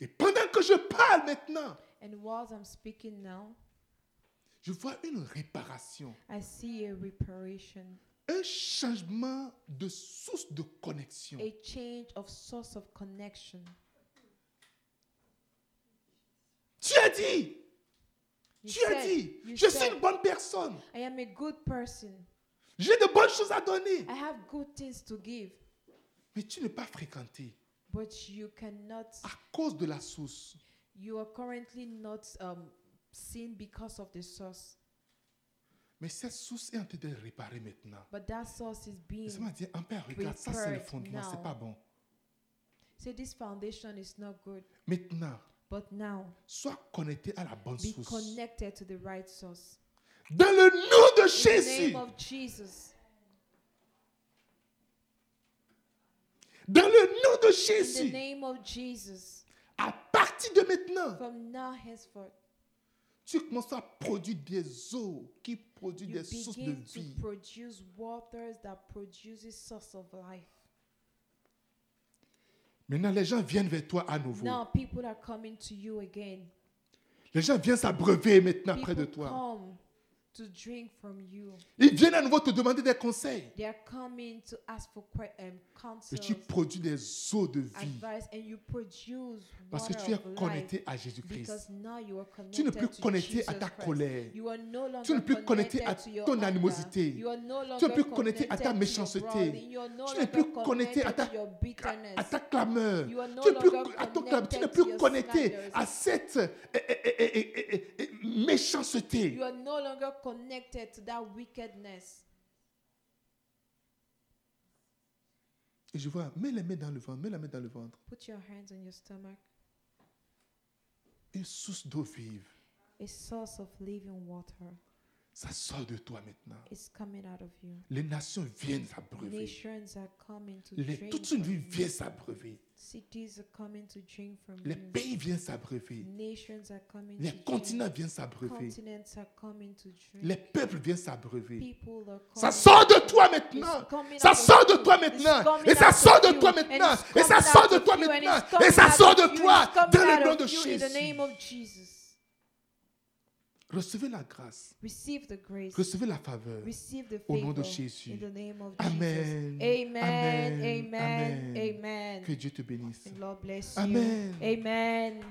Speaker 1: Et pendant que je parle maintenant,
Speaker 2: And whilst I'm speaking now,
Speaker 1: je vois une réparation,
Speaker 2: I see a reparation,
Speaker 1: un changement de source de connexion.
Speaker 2: a change of source of connection.
Speaker 1: Tu as dit,
Speaker 2: You
Speaker 1: tu as
Speaker 2: said-
Speaker 1: dit,
Speaker 2: you
Speaker 1: je suis
Speaker 2: said,
Speaker 1: une bonne personne.
Speaker 2: I am a good person.
Speaker 1: J'ai de bonnes choses à donner.
Speaker 2: I have good things to give,
Speaker 1: Mais tu n'es pas fréquenté
Speaker 2: but you cannot,
Speaker 1: à cause de la source.
Speaker 2: you are currently not um, seen because of the source.
Speaker 1: Mais cette source est en train de réparer maintenant.
Speaker 2: But that source is
Speaker 1: Et
Speaker 2: being.
Speaker 1: ça m'a dit, en paix, regarde, ça c'est le fondement, c'est pas bon.
Speaker 2: So this foundation is not good.
Speaker 1: Maintenant,
Speaker 2: But now,
Speaker 1: sois connecté à la bonne
Speaker 2: be
Speaker 1: source.
Speaker 2: connected to the right source.
Speaker 1: Dans le nom de
Speaker 2: In the
Speaker 1: Jésus,
Speaker 2: name of Jesus.
Speaker 1: dans le nom de
Speaker 2: In the
Speaker 1: Jésus,
Speaker 2: name of Jesus.
Speaker 1: à partir de maintenant,
Speaker 2: From now henceforth,
Speaker 1: tu commences à produire des eaux qui produisent
Speaker 2: you
Speaker 1: des sources de
Speaker 2: begin to
Speaker 1: vie.
Speaker 2: produce waters that produces source of life.
Speaker 1: Maintenant, les gens viennent vers toi à nouveau.
Speaker 2: Now people are coming to you again.
Speaker 1: Les gens viennent s'abreuver maintenant près de
Speaker 2: People
Speaker 1: toi.
Speaker 2: come to drink from you.
Speaker 1: Ils viennent à nouveau te demander des conseils.
Speaker 2: They are coming to ask for que- um,
Speaker 1: Et
Speaker 2: counsel,
Speaker 1: tu produis des eaux de vie
Speaker 2: advice, and you produce
Speaker 1: parce
Speaker 2: water
Speaker 1: que tu es
Speaker 2: of life
Speaker 1: connecté à Jésus-Christ.
Speaker 2: because now you are connected
Speaker 1: Tu n'es plus
Speaker 2: to
Speaker 1: connecté
Speaker 2: Jesus
Speaker 1: à ta
Speaker 2: Christ.
Speaker 1: colère.
Speaker 2: You are no
Speaker 1: Tu n'es
Speaker 2: longer
Speaker 1: plus connecté à
Speaker 2: connected to your
Speaker 1: ton
Speaker 2: anger.
Speaker 1: animosité.
Speaker 2: You are no
Speaker 1: Tu n'es plus
Speaker 2: longer
Speaker 1: connecté à ta
Speaker 2: connected to your
Speaker 1: méchanceté.
Speaker 2: brawling. You are no
Speaker 1: Tu n'es plus
Speaker 2: longer
Speaker 1: connecté à
Speaker 2: connected
Speaker 1: ta-
Speaker 2: to your bitterness.
Speaker 1: À ta clameur.
Speaker 2: You are no
Speaker 1: Tu n'es plus,
Speaker 2: longer
Speaker 1: à ton clameur. Tu n'es
Speaker 2: connected to
Speaker 1: plus
Speaker 2: your
Speaker 1: connecté
Speaker 2: slanders.
Speaker 1: à cette euh, euh, euh, euh, euh, euh, méchanceté.
Speaker 2: You are no longer connected to that wickedness.
Speaker 1: Et je vois, mets les mains dans le ventre, mets la main dans le ventre.
Speaker 2: Put your hands on your stomach.
Speaker 1: Une source d'eau vive.
Speaker 2: A source of living water.
Speaker 1: Ça sort de toi maintenant.
Speaker 2: It's coming out of you.
Speaker 1: Les nations viennent s'abreuver.
Speaker 2: Nations are coming to
Speaker 1: Les-
Speaker 2: drink.
Speaker 1: Toute une
Speaker 2: from
Speaker 1: vie
Speaker 2: you.
Speaker 1: vient s'abreuver.
Speaker 2: Cities are coming to drink from
Speaker 1: Les
Speaker 2: you.
Speaker 1: pays viennent s'abreuver.
Speaker 2: Nations are coming to
Speaker 1: Les
Speaker 2: drink.
Speaker 1: continents viennent s'abreuver.
Speaker 2: Continents are coming to drink.
Speaker 1: Les peuples viennent s'abreuver.
Speaker 2: People are coming.
Speaker 1: Ça sort de toi maintenant.
Speaker 2: It's coming
Speaker 1: Ça
Speaker 2: out of
Speaker 1: sort de
Speaker 2: you.
Speaker 1: toi
Speaker 2: It's
Speaker 1: maintenant.
Speaker 2: coming
Speaker 1: Et ça
Speaker 2: out
Speaker 1: sort
Speaker 2: of
Speaker 1: de
Speaker 2: you.
Speaker 1: toi
Speaker 2: And it's
Speaker 1: maintenant. Et
Speaker 2: coming
Speaker 1: ça
Speaker 2: out
Speaker 1: sort de
Speaker 2: of
Speaker 1: toi
Speaker 2: you. And it's
Speaker 1: maintenant.
Speaker 2: coming
Speaker 1: Et ça
Speaker 2: out
Speaker 1: sort
Speaker 2: of you.
Speaker 1: de
Speaker 2: It's
Speaker 1: toi.
Speaker 2: coming
Speaker 1: Dans
Speaker 2: out
Speaker 1: le nom
Speaker 2: of
Speaker 1: de
Speaker 2: you in the
Speaker 1: Jésus.
Speaker 2: name of Jesus.
Speaker 1: Recevez la grâce.
Speaker 2: Receive the grace.
Speaker 1: Recevez la faveur.
Speaker 2: Receive the
Speaker 1: Au
Speaker 2: favor
Speaker 1: nom de Jésus.
Speaker 2: in the name of
Speaker 1: Amen.
Speaker 2: Jesus. Amen.
Speaker 1: Amen. Amen.
Speaker 2: Amen. Amen.
Speaker 1: Que Dieu te bénisse.
Speaker 2: And Lord bless you.
Speaker 1: Amen.
Speaker 2: Amen.